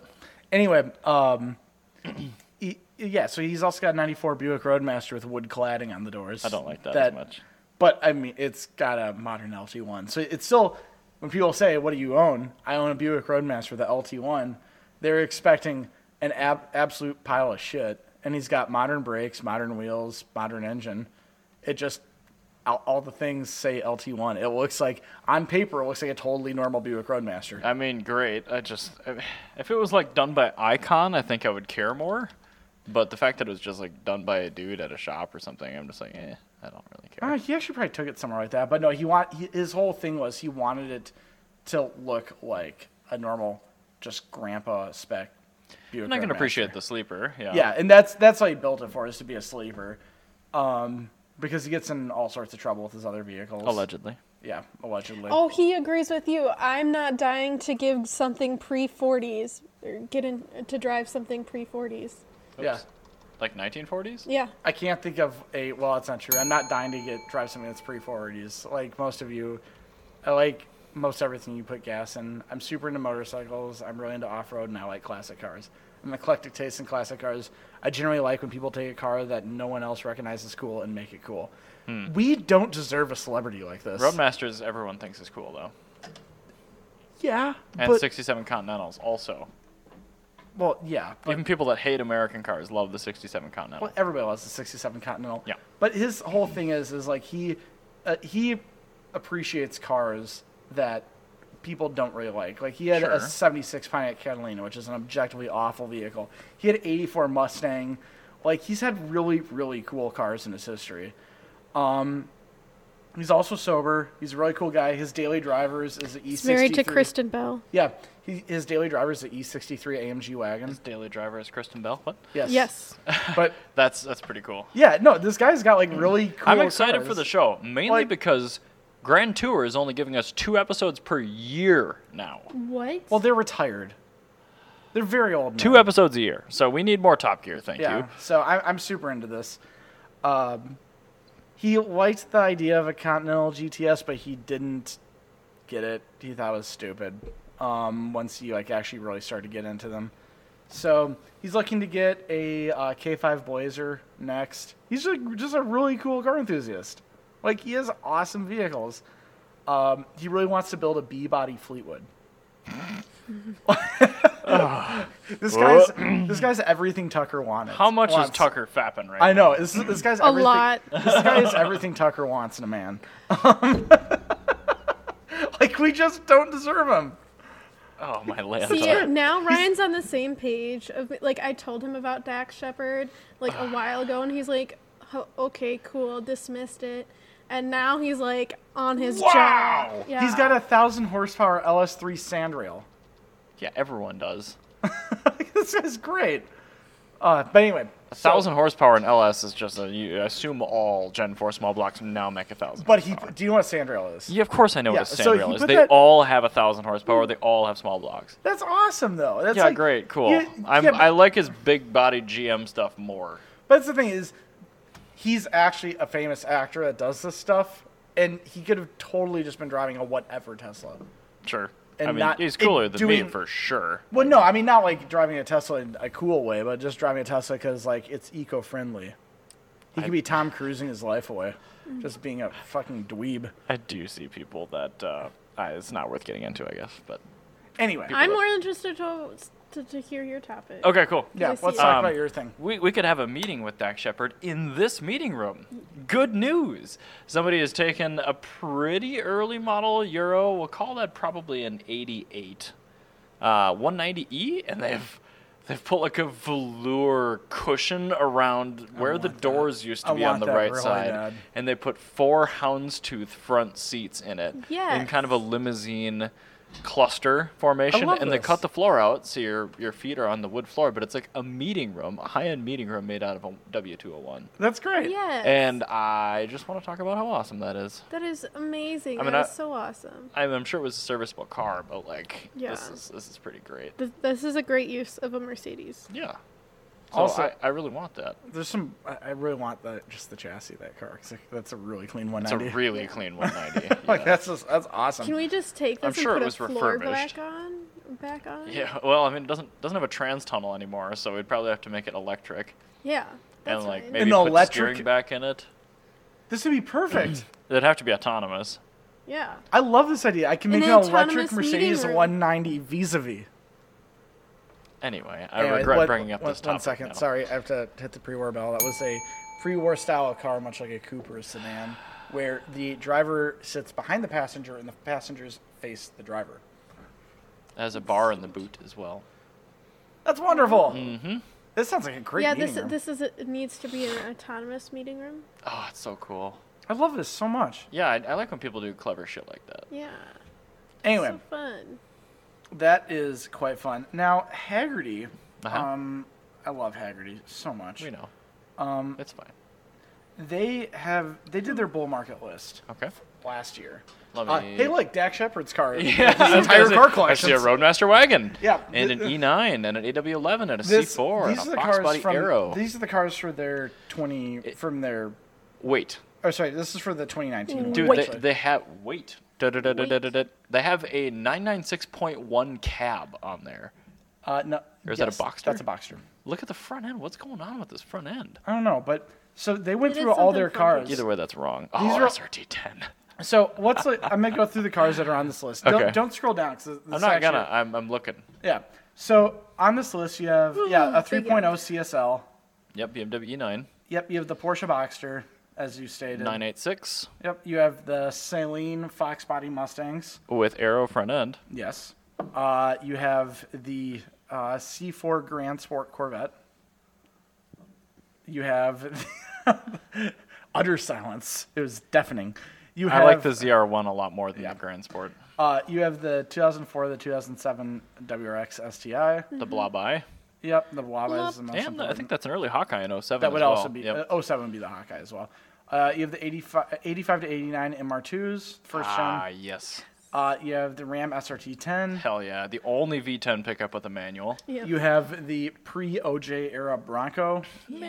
Speaker 3: Anyway, um, he- yeah, so he's also got 94 Buick Roadmaster with wood cladding on the doors.
Speaker 1: I don't like that, as much.
Speaker 3: But I mean, it's got a modern LT1, so it's still. When people say, "What do you own?" I own a Buick Roadmaster, the LT1. They're expecting an ab- absolute pile of shit, and he's got modern brakes, modern wheels, modern engine. It just all, all the things say LT1. It looks like on paper, it looks like a totally normal Buick Roadmaster.
Speaker 1: I mean, great. I just if it was like done by Icon, I think I would care more. But the fact that it was just like done by a dude at a shop or something, I'm just like, eh, I don't really care.
Speaker 3: Uh, he actually probably took it somewhere like that, but no, he want he, his whole thing was he wanted it to look like a normal, just grandpa spec. Buick
Speaker 1: I'm not gonna
Speaker 3: Roadmaster.
Speaker 1: appreciate the sleeper. Yeah.
Speaker 3: Yeah, and that's that's why he built it for is to be a sleeper, um, because he gets in all sorts of trouble with his other vehicles.
Speaker 1: Allegedly.
Speaker 3: Yeah, allegedly.
Speaker 2: Oh, he agrees with you. I'm not dying to give something pre 40s or get in to drive something pre 40s.
Speaker 3: yeah.
Speaker 1: Oops. Like 1940s.
Speaker 2: Yeah.
Speaker 3: I can't think of a well. That's not true. I'm not dying to get drive something that's pre forties. Like most of you, I like most everything you put gas in. I'm super into motorcycles. I'm really into off road, and I like classic cars. I'm eclectic taste in classic cars. I generally like when people take a car that no one else recognizes cool and make it cool. We don't deserve a celebrity like this.
Speaker 1: Roadmasters, everyone thinks is cool though,
Speaker 3: Yeah,
Speaker 1: and
Speaker 3: but
Speaker 1: 67 Continentals also.
Speaker 3: well, yeah, but
Speaker 1: Even people that hate American cars love the 67 Continental.
Speaker 3: Well, everybody loves the '67 Continental.
Speaker 1: Yeah.
Speaker 3: But his whole thing is is like he uh, he appreciates cars that people don't really like. Like he had
Speaker 1: Sure.
Speaker 3: a '76 Pontiac Catalina, which is an objectively awful vehicle. He had '84 Mustang. Like he's had really really cool cars in his history. Um, he's also sober. He's a really cool guy. His daily drivers is the E63.
Speaker 2: He's married to Kristen Bell.
Speaker 3: Yeah. He, his daily E driver is the E63 AMG wagon.
Speaker 1: Daily driver is Kristen Bell. What?
Speaker 3: Yes.
Speaker 2: Yes.
Speaker 3: But
Speaker 1: That's that's pretty cool.
Speaker 3: yeah, no, this guy's got like really cool
Speaker 1: I'm excited for
Speaker 3: cars.
Speaker 1: the show, mainly
Speaker 3: Like-
Speaker 1: because Grand Tour is only giving us two episodes per year now.
Speaker 2: What?
Speaker 3: Well, they're retired. They're very old. Now.
Speaker 1: Two episodes a year, so we need more Top Gear. Thank
Speaker 3: Yeah.
Speaker 1: you.
Speaker 3: So I, I'm super into this. Um, he liked the idea of a Continental GTS, but he didn't get it. He thought it was stupid. Um, once he like actually really started to get into them. So he's looking to get a uh, K5 Blazer next. He's like just a really cool car enthusiast. Like he has awesome vehicles. Um, he really wants to build a B-body Fleetwood. this guy's this guy's everything Tucker wanted.
Speaker 1: How much is
Speaker 3: wants.
Speaker 1: Tucker fapping right
Speaker 3: I
Speaker 1: now?
Speaker 3: know this is this guy's
Speaker 2: A
Speaker 3: everything,
Speaker 2: lot.
Speaker 3: This guy is everything Tucker wants in a man. like we just don't deserve him.
Speaker 1: Oh my land.
Speaker 2: See, now Ryan's on the same page of like I told him about Dax Shepard like a while ago, and he's like, "Ho- "Okay, cool," dismissed it, and now he's like on his
Speaker 1: Wow!
Speaker 2: job. Yeah.
Speaker 3: He's got a thousand horsepower LS3 sandrail.
Speaker 1: Yeah, everyone does.
Speaker 3: this guy's great. Uh, but anyway,
Speaker 1: A thousand horsepower in LS is just a. You assume all Gen 4 small blocks now make a thousand.
Speaker 3: but he do you know what sandrail is?
Speaker 1: yeah, of course I know
Speaker 3: Yeah,
Speaker 1: what a
Speaker 3: so he
Speaker 1: sandrail is.
Speaker 3: put
Speaker 1: They
Speaker 3: that-
Speaker 1: all have a thousand horsepower. They all have small blocks.
Speaker 3: That's awesome though. That's
Speaker 1: yeah,
Speaker 3: like-
Speaker 1: great, cool.
Speaker 3: you-
Speaker 1: I'm,
Speaker 3: yeah,
Speaker 1: I like his big body GM stuff more.
Speaker 3: But that's the thing is, he's actually a famous actor that does this stuff, and he could have totally just been driving a whatever Tesla.
Speaker 1: Sure.
Speaker 3: And
Speaker 1: I mean,
Speaker 3: not-
Speaker 1: he's
Speaker 3: and
Speaker 1: cooler than me
Speaker 3: doing-
Speaker 1: for sure.
Speaker 3: Well, no, I mean not like driving a Tesla in a cool way, but just driving a Tesla because like it's eco-friendly. He could be Tom Cruising his life away, just being a fucking dweeb.
Speaker 1: I do see people that uh, I, it's not worth getting into, I guess. But
Speaker 3: Anyway,
Speaker 2: I'm more interested to, to to hear your topic.
Speaker 1: okay, cool.
Speaker 3: yeah,
Speaker 2: I
Speaker 3: let's
Speaker 2: see.
Speaker 3: talk
Speaker 1: Um,
Speaker 3: about your thing.
Speaker 1: We, we could have a meeting with Dak Shepard in this meeting room. Good news! Somebody has taken a pretty early model Euro. We'll call that probably an 88, uh, 190e, and they've they've put like a velour cushion around where the
Speaker 3: want that.
Speaker 1: doors used to
Speaker 3: I
Speaker 1: be on
Speaker 3: want
Speaker 1: the
Speaker 3: that
Speaker 1: right
Speaker 3: really
Speaker 1: side,
Speaker 3: bad.
Speaker 1: and they put four houndstooth front seats in it in kind of a
Speaker 2: Yes.
Speaker 1: limousine cluster formation
Speaker 3: love
Speaker 1: and they
Speaker 3: this.
Speaker 1: cut the floor out so your your feet are on the wood floor but it's like a meeting room a high-end meeting room made out of a w201
Speaker 3: That's great.
Speaker 2: Yes.
Speaker 1: and i just want to talk about how awesome that is
Speaker 2: that is amazing.
Speaker 1: I mean,
Speaker 2: that
Speaker 1: I-
Speaker 2: is so awesome.
Speaker 1: I mean, i'm sure it was a serviceable car but like
Speaker 2: Yeah.
Speaker 1: this is this is pretty great
Speaker 2: Th- this is a great use of a Mercedes.
Speaker 1: yeah So
Speaker 3: Also-
Speaker 1: I, I really want that.
Speaker 3: There's some. I- I really want the just the chassis of that car. 'cause that's a really clean
Speaker 1: It's a
Speaker 3: 190.
Speaker 1: really clean 190.
Speaker 3: like
Speaker 1: yeah.
Speaker 3: that's just, that's awesome.
Speaker 2: Can we just take this
Speaker 1: I'm
Speaker 2: and
Speaker 1: sure
Speaker 2: put
Speaker 1: it was
Speaker 2: a floor
Speaker 1: refurbished.
Speaker 2: back on? Back on?
Speaker 1: Yeah, well, I mean, it doesn't doesn't have a trans tunnel anymore, so we'd probably have to make it electric
Speaker 2: Yeah. That's
Speaker 1: and like
Speaker 2: fine.
Speaker 1: maybe
Speaker 3: An
Speaker 1: put
Speaker 3: electric-
Speaker 1: steering back in it.
Speaker 3: this would be perfect.
Speaker 1: It'd have to be autonomous.
Speaker 2: Yeah.
Speaker 3: I love this idea. I can
Speaker 2: An
Speaker 3: make an electric
Speaker 2: autonomous meeting
Speaker 3: Mercedes
Speaker 2: room.
Speaker 3: 190 vis-a-vis.
Speaker 1: Anyway, I
Speaker 3: Anyway,
Speaker 1: regret
Speaker 3: what-
Speaker 1: bringing up
Speaker 3: one-
Speaker 1: this topic.
Speaker 3: One second,
Speaker 1: now.
Speaker 3: sorry, I have to hit the pre-war bell. That was a pre-war style of car, much like a Cooper sedan, where the driver sits behind the passenger and the passengers face the driver.
Speaker 1: It has a bar in the boot as well.
Speaker 3: That's wonderful. Mm-hmm. This sounds like a great
Speaker 2: yeah,
Speaker 3: meeting
Speaker 2: this
Speaker 3: room.
Speaker 2: this is it needs to be an autonomous meeting room.
Speaker 1: Oh, it's so cool.
Speaker 3: I love this so much.
Speaker 1: Yeah, I, I like when people do clever shit like that.
Speaker 2: Yeah.
Speaker 3: Anyway,
Speaker 2: So fun.
Speaker 3: that is quite fun. Now Haggerty,
Speaker 1: Uh-huh.
Speaker 3: um, I love Haggerty so much.
Speaker 1: We know.
Speaker 3: Um,
Speaker 1: It's fine.
Speaker 3: They have they did their bull market list
Speaker 1: Okay.
Speaker 3: last year.
Speaker 1: Let
Speaker 3: Uh,
Speaker 1: me-
Speaker 3: hey, look, Dak Shepard's car.
Speaker 1: Yeah,
Speaker 3: His
Speaker 1: I was gonna
Speaker 3: entire
Speaker 1: say,
Speaker 3: car
Speaker 1: I
Speaker 3: collection.
Speaker 1: see a Roadmaster wagon.
Speaker 3: Yeah,
Speaker 1: And an
Speaker 3: th-
Speaker 1: E9 and an AW11 and a
Speaker 3: This-
Speaker 1: C4 and a Fox Body
Speaker 3: from
Speaker 1: Arrow.
Speaker 3: these are the cars for their 20 from their
Speaker 1: Wait,
Speaker 3: oh sorry this is for the 2019 one,
Speaker 1: dude,
Speaker 3: actually.
Speaker 1: they, they have wait. Da, da, da, da, da, da, da. They have a 996.1 cab on there.
Speaker 3: uh, no,
Speaker 1: Or is that a
Speaker 3: yes,
Speaker 1: Boxster?
Speaker 3: that's a Boxster
Speaker 1: Look at the front end. What's going on with this front end?
Speaker 3: I don't know but so they went
Speaker 2: They did
Speaker 3: through all
Speaker 2: something
Speaker 3: their
Speaker 2: funky.
Speaker 3: cars
Speaker 1: Either way, that's wrong. Oh,
Speaker 3: These are-
Speaker 1: SRT10.
Speaker 3: so what's the, I'm gonna go through the cars that are on this list
Speaker 1: Okay.
Speaker 3: don't, don't scroll down 'cause this
Speaker 1: I'm
Speaker 3: is
Speaker 1: not
Speaker 3: actually-
Speaker 1: gonna. I'm, I'm looking.
Speaker 3: yeah so on this list you have yeah a
Speaker 2: big
Speaker 3: 3.0 CSL
Speaker 1: Yep, BMW E9,
Speaker 3: yep you have the Porsche Boxster as you stated
Speaker 1: 986
Speaker 3: yep you have the Saline Fox Body Mustangs
Speaker 1: with arrow front end.
Speaker 3: Yes. Uh, you have the uh, C4 Grand Sport Corvette. You have utter silence. It was deafening. You have
Speaker 1: I like the ZR1 a lot more than
Speaker 3: Yeah.
Speaker 1: the Grand Sport.
Speaker 3: Uh, you have the 2004, the 2007 WRX STI.
Speaker 1: The blob eye.
Speaker 3: Yep, the Wabba is the
Speaker 1: And
Speaker 3: most
Speaker 1: I
Speaker 3: important.
Speaker 1: think that's an early Hawkeye in 07.
Speaker 3: that would
Speaker 1: as well.
Speaker 3: also be
Speaker 1: Yep.
Speaker 3: uh, 07 would be the Hawkeye as well. Uh, you have the 85, 85 to 89 MR2s, first
Speaker 1: ah,
Speaker 3: gen.
Speaker 1: yes.
Speaker 3: Uh, you have the Ram SRT10.
Speaker 1: Hell yeah. The only V10 pickup with a manual.
Speaker 2: Yeah.
Speaker 3: You have the pre OJ era Bronco,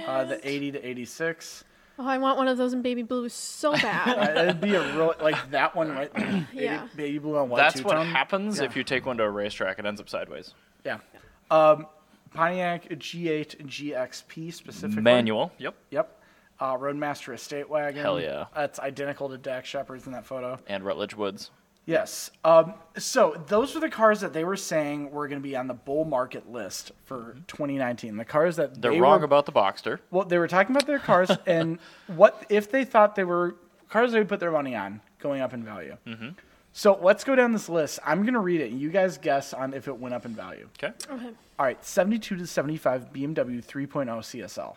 Speaker 3: uh, the 80 to 86.
Speaker 2: oh, I want one of those in baby blue so
Speaker 3: Uh,
Speaker 2: bad.
Speaker 3: it'd be a real, like that one right there.
Speaker 2: Yeah.
Speaker 3: 80 Baby blue on white.
Speaker 1: That's
Speaker 3: two-tone.
Speaker 1: what happens
Speaker 3: Yeah.
Speaker 1: if you take one to a racetrack. It ends up sideways.
Speaker 3: Yeah. Um, Pontiac G8 GXP specifically.
Speaker 1: Manual. Yep.
Speaker 3: Yep. Uh, Roadmaster Estate Wagon.
Speaker 1: Hell yeah.
Speaker 3: That's identical to Dak Shepard's in that photo.
Speaker 1: And Rutledge Woods.
Speaker 3: Yes. Um, so those were the cars that they were saying were going to be on the bull market list for 2019. The cars that
Speaker 1: They're
Speaker 3: they
Speaker 1: wrong
Speaker 3: were
Speaker 1: about the Boxster.
Speaker 3: Well, they were talking about their cars and what if they thought they were cars they would put their money on going up in value. Mm-hmm. So let's go down this list. I'm going to read it. and You guys guess on if it went up in value.
Speaker 1: Okay.
Speaker 2: okay.
Speaker 3: All right, 72 to 75 BMW 3.0 CSL.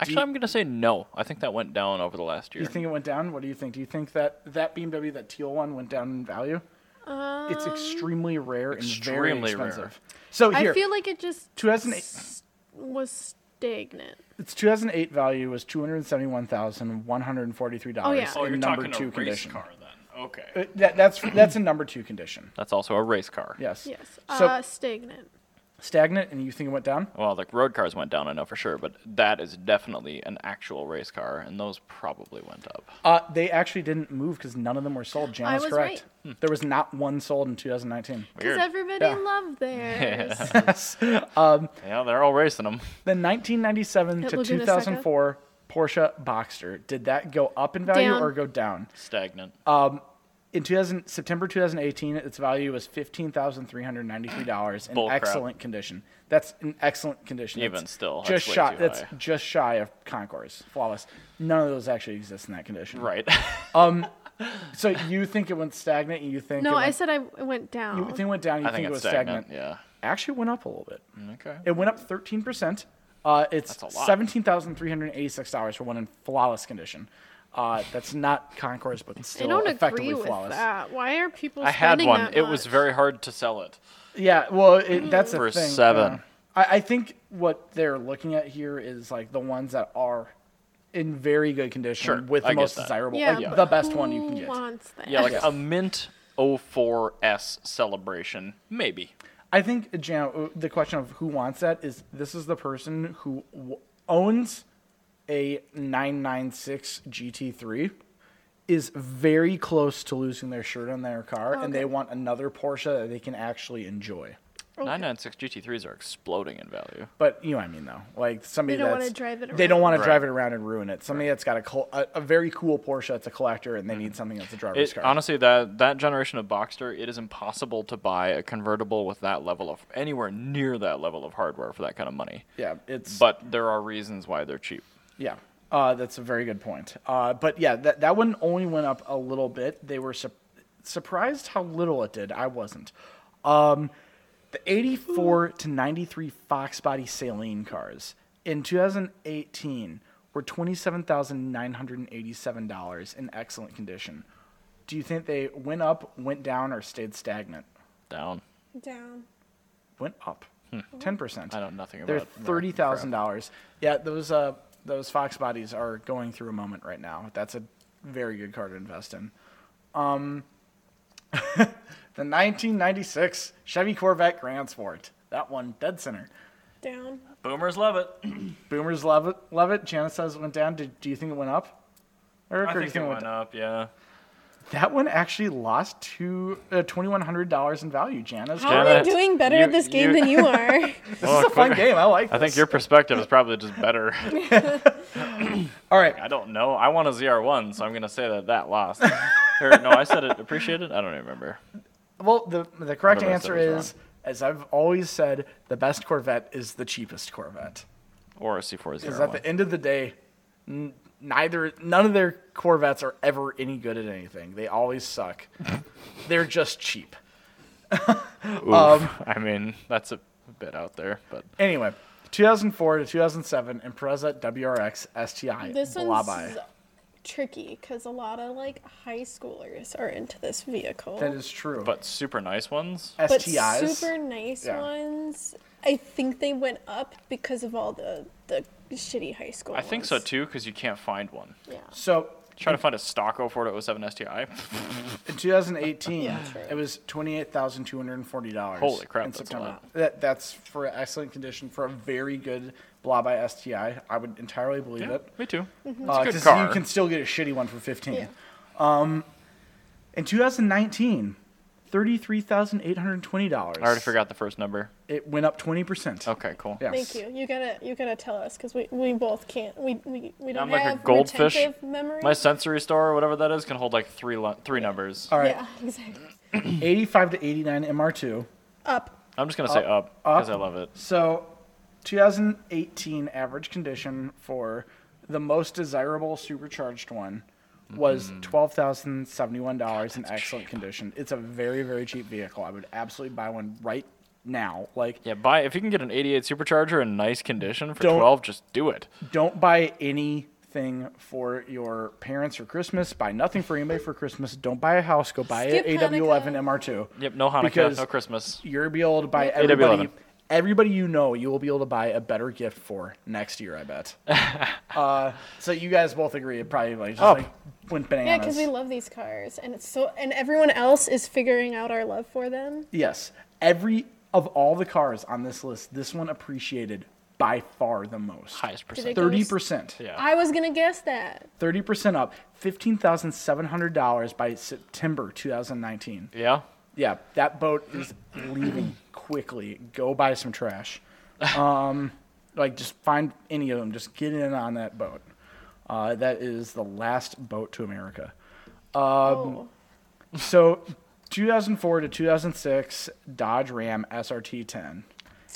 Speaker 1: Actually, I'm going to say no. I think that went down over the last year.
Speaker 3: Do you think it went down? What do you think? Do you think that that BMW, that teal one, went down in value?
Speaker 2: Um,
Speaker 3: it's extremely rare and very
Speaker 1: Um, Extremely rare.
Speaker 3: expensive. So here,
Speaker 2: I feel like it just
Speaker 3: 2008.
Speaker 2: s- was stagnant.
Speaker 3: its 2008 value was 271,143 dollars
Speaker 2: Oh, yeah.
Speaker 1: oh,
Speaker 3: in
Speaker 1: you're
Speaker 3: number
Speaker 1: talking
Speaker 3: two
Speaker 1: a race
Speaker 3: condition.
Speaker 1: car then. Okay.
Speaker 3: Uh, That, that's that's a number two condition.
Speaker 1: That's also a race car.
Speaker 3: Yes.
Speaker 2: Yes.
Speaker 3: So
Speaker 2: uh, stagnant.
Speaker 3: stagnant, and you think it went down?
Speaker 1: Well, the road cars went down, I know for sure, but that is definitely an actual race car, and those probably went up.
Speaker 3: Uh, they actually didn't move because none of them were sold. Jan
Speaker 2: I
Speaker 3: was
Speaker 2: was
Speaker 3: correct.
Speaker 1: Hmm.
Speaker 3: There was not one sold in 2019.
Speaker 2: Because
Speaker 1: Weird.
Speaker 2: everybody
Speaker 3: Yeah.
Speaker 2: loved theirs.
Speaker 3: Yes. um,
Speaker 1: yeah, they're all racing them.
Speaker 3: the 1997
Speaker 2: At
Speaker 3: to
Speaker 2: Laguna
Speaker 3: 2004 Porsche Boxster. Did that go up in value
Speaker 2: Down.
Speaker 3: or go down?
Speaker 1: Stagnant.
Speaker 3: Uh, In 2000, September 2018, its value was $15,393 in
Speaker 1: Bull crap.
Speaker 3: excellent condition. That's an excellent condition.
Speaker 1: Even
Speaker 3: That's
Speaker 1: still, that's
Speaker 3: just
Speaker 1: way
Speaker 3: shy.
Speaker 1: too
Speaker 3: That's
Speaker 1: high.
Speaker 3: just shy of Concourse, flawless. None of those actually exist in that condition.
Speaker 1: right.
Speaker 3: So you think it went stagnant? You think it
Speaker 2: no,
Speaker 3: went,
Speaker 2: I said I it went down.
Speaker 3: you think it went down? You
Speaker 1: I think
Speaker 3: think, it
Speaker 1: it's
Speaker 3: was
Speaker 1: stagnant.
Speaker 3: stagnant?
Speaker 1: Yeah.
Speaker 3: Actually, it went up a little bit.
Speaker 1: Okay.
Speaker 3: It went up thirteen percent. Uh, it's
Speaker 1: That's a lot.
Speaker 3: seventeen thousand three hundred eighty-six dollars for one in flawless condition. Uh, that's not Concourse, but it's
Speaker 2: I
Speaker 3: still
Speaker 2: don't
Speaker 3: effectively
Speaker 2: agree with
Speaker 3: flawless.
Speaker 2: that. Why are people?
Speaker 1: I had
Speaker 2: spending
Speaker 1: one.
Speaker 2: that
Speaker 1: It was
Speaker 2: much?
Speaker 1: very hard to sell it.
Speaker 3: Yeah, well,
Speaker 2: Mm.
Speaker 3: it, that's the
Speaker 1: For
Speaker 3: thing.
Speaker 1: seven.
Speaker 3: yeah. I, I think what they're looking at here is like the ones that are in very good condition
Speaker 1: Sure,
Speaker 3: with the
Speaker 1: I get
Speaker 3: most
Speaker 1: that.
Speaker 3: desirable,
Speaker 2: yeah,
Speaker 3: like
Speaker 2: but
Speaker 3: the best one you can
Speaker 2: who
Speaker 3: get.
Speaker 2: Wants that?
Speaker 1: Yeah, like a mint 04S celebration, maybe.
Speaker 3: I think you know, the question of who wants that is this is the person who w- owns a 996 GT3 is very close to losing their shirt on their car and
Speaker 2: Okay.
Speaker 3: they want another Porsche that they can actually enjoy.
Speaker 1: 996 GT3s are exploding in value.
Speaker 3: But you know what I mean though. Like somebody
Speaker 2: They don't wanna
Speaker 3: that's
Speaker 2: drive it
Speaker 3: they don't
Speaker 2: around.
Speaker 3: want
Speaker 1: Right.
Speaker 3: to drive it around and ruin it. Somebody that's got a, col- a a very cool Porsche that's a collector and they need something that's a driver's
Speaker 1: Mm-hmm. It,
Speaker 3: car.
Speaker 1: honestly, that that generation of Boxster, it is impossible to buy a convertible with that level of anywhere near that level of hardware for that kind of money.
Speaker 3: yeah, it's
Speaker 1: But there are reasons why they're cheap.
Speaker 3: Yeah, uh, that's a very good point. Uh, but yeah, that that one only went up a little bit. They were sup surprised how little it did. I wasn't. Um, the 84 to 93 Fox Body Saline cars in 2018 were $27,987 in excellent condition. Do you think they went up, went down, or stayed stagnant?
Speaker 1: Down.
Speaker 2: down.
Speaker 3: Went up.
Speaker 1: Hmm.
Speaker 3: 10%.
Speaker 1: I know nothing
Speaker 3: They're
Speaker 1: about that
Speaker 3: thirty thousand dollars. Yeah, those uh those Fox bodies are going through a moment right now. That's a very good car to invest in. Um, the nineteen ninety six Chevy Corvette Grand Sport. That one dead center.
Speaker 2: Down.
Speaker 1: Boomers love it.
Speaker 3: Boomers love it. Love it. Janice says it went down. Did, do you think it went up? Eric,
Speaker 1: I
Speaker 3: or do you
Speaker 1: think it went up, yeah.
Speaker 3: That one actually lost to uh, twenty one hundred dollars in value. Janice,
Speaker 2: How am I
Speaker 1: Janet,
Speaker 2: doing better
Speaker 1: you-
Speaker 2: at this game
Speaker 1: you-
Speaker 2: than you are?
Speaker 3: this is a fun game. I like.
Speaker 1: Oh, I think
Speaker 3: this.
Speaker 1: your perspective is probably just better.
Speaker 3: All right.
Speaker 1: I don't know. I want a ZR1, so I'm going to say that that lost. or, no, I said it appreciated. I don't even remember.
Speaker 3: Well, the the correct
Speaker 1: Whatever I
Speaker 3: answer
Speaker 1: said was
Speaker 3: is, as I've always said, the best Corvette is the cheapest Corvette.
Speaker 1: Or a C4
Speaker 3: Because at
Speaker 1: ZR1.
Speaker 3: the end of the day, n- neither none of their Corvettes are ever any good at anything. They always suck. They're just cheap.
Speaker 1: Oof.
Speaker 3: Um,
Speaker 1: I mean, that's a bit out there, but
Speaker 3: Anyway, 2004 to 2007 Impreza WRX STI
Speaker 2: This
Speaker 3: Blobby.
Speaker 2: one's tricky because a lot of like high schoolers are into this vehicle.
Speaker 3: That is true.
Speaker 1: but super nice ones.
Speaker 2: but
Speaker 3: STIs.
Speaker 2: super nice
Speaker 3: Yeah.
Speaker 2: ones. I think they went up because of all the the shitty high school.
Speaker 1: I think so
Speaker 2: ones.
Speaker 1: too, because you can't find one.
Speaker 2: Yeah.
Speaker 3: so
Speaker 1: Trying to find a stock 04 to 07 STI.
Speaker 3: in 2018,
Speaker 2: Yeah, true.
Speaker 3: it was twenty-eight thousand two hundred and forty dollars.
Speaker 1: Holy crap,
Speaker 3: In
Speaker 1: that's a
Speaker 3: September,
Speaker 1: lot.
Speaker 3: that that's for excellent condition for a very good blob by STI. I would entirely believe
Speaker 1: yeah,
Speaker 3: it.
Speaker 1: me too. It's
Speaker 3: Uh,
Speaker 1: a good
Speaker 3: 'cause
Speaker 1: car.
Speaker 3: You can still get a shitty one for fifteen.
Speaker 2: Yeah.
Speaker 3: Um, in 2019, thirty-three thousand eight hundred twenty dollars.
Speaker 1: I already forgot the first number.
Speaker 3: It went up twenty percent.
Speaker 1: Okay, cool.
Speaker 3: Yes.
Speaker 2: Thank you. You gotta you gotta tell us because we, we both can't. We we, we don't
Speaker 1: I'm like a
Speaker 2: have
Speaker 1: goldfish.
Speaker 2: retentive memory.
Speaker 1: My sensory store, or whatever that is, can hold like three lu- three numbers.
Speaker 3: All right,
Speaker 2: Yeah, exactly.
Speaker 3: 85 to 89 MR2.
Speaker 2: Up.
Speaker 1: I'm just gonna say
Speaker 3: uh,
Speaker 1: up because I love it.
Speaker 3: So, 2018 average condition for the most desirable supercharged one was
Speaker 1: Mm-hmm.
Speaker 3: twelve thousand seventy-one dollars in excellent condition. It's a very very cheap vehicle. I would absolutely buy one right now. Like,
Speaker 1: Yeah, buy if you can get an 88 supercharger in nice condition for
Speaker 3: Don't-
Speaker 1: 12, just do it.
Speaker 3: don't buy anything for your parents for Christmas. Buy nothing for anybody for Christmas. Don't buy a house. Go buy
Speaker 2: Skip
Speaker 3: an AW11
Speaker 2: Hanukkah.
Speaker 3: MR2.
Speaker 1: Yep, no Hanukkah,
Speaker 3: Because
Speaker 1: no Christmas.
Speaker 3: You're be able to buy
Speaker 1: AW11.
Speaker 3: everybody. Everybody you know, you will be able to buy a better gift for next year. I bet. uh, so you guys both agree, it probably like just
Speaker 1: Up.
Speaker 3: like went
Speaker 2: Yeah,
Speaker 3: bananas.
Speaker 2: because we love these cars, and it's so, and everyone else is figuring out our love for them.
Speaker 3: yes, every of all the cars on this list, this one appreciated by far the most.
Speaker 1: Highest
Speaker 2: they
Speaker 1: percent.
Speaker 2: go-
Speaker 3: Thirty percent.
Speaker 1: Yeah.
Speaker 2: I was gonna guess that.
Speaker 3: Thirty percent up. Fifteen thousand seven hundred dollars by September two thousand nineteen.
Speaker 1: yeah.
Speaker 3: Yeah, that boat is leaving quickly. Go buy some trash. Um, like just find any of them. Just get in on that boat. Uh, that is the last boat to America.
Speaker 2: Oh,
Speaker 3: Um, So, 2004 to 2006 Dodge Ram SRT10.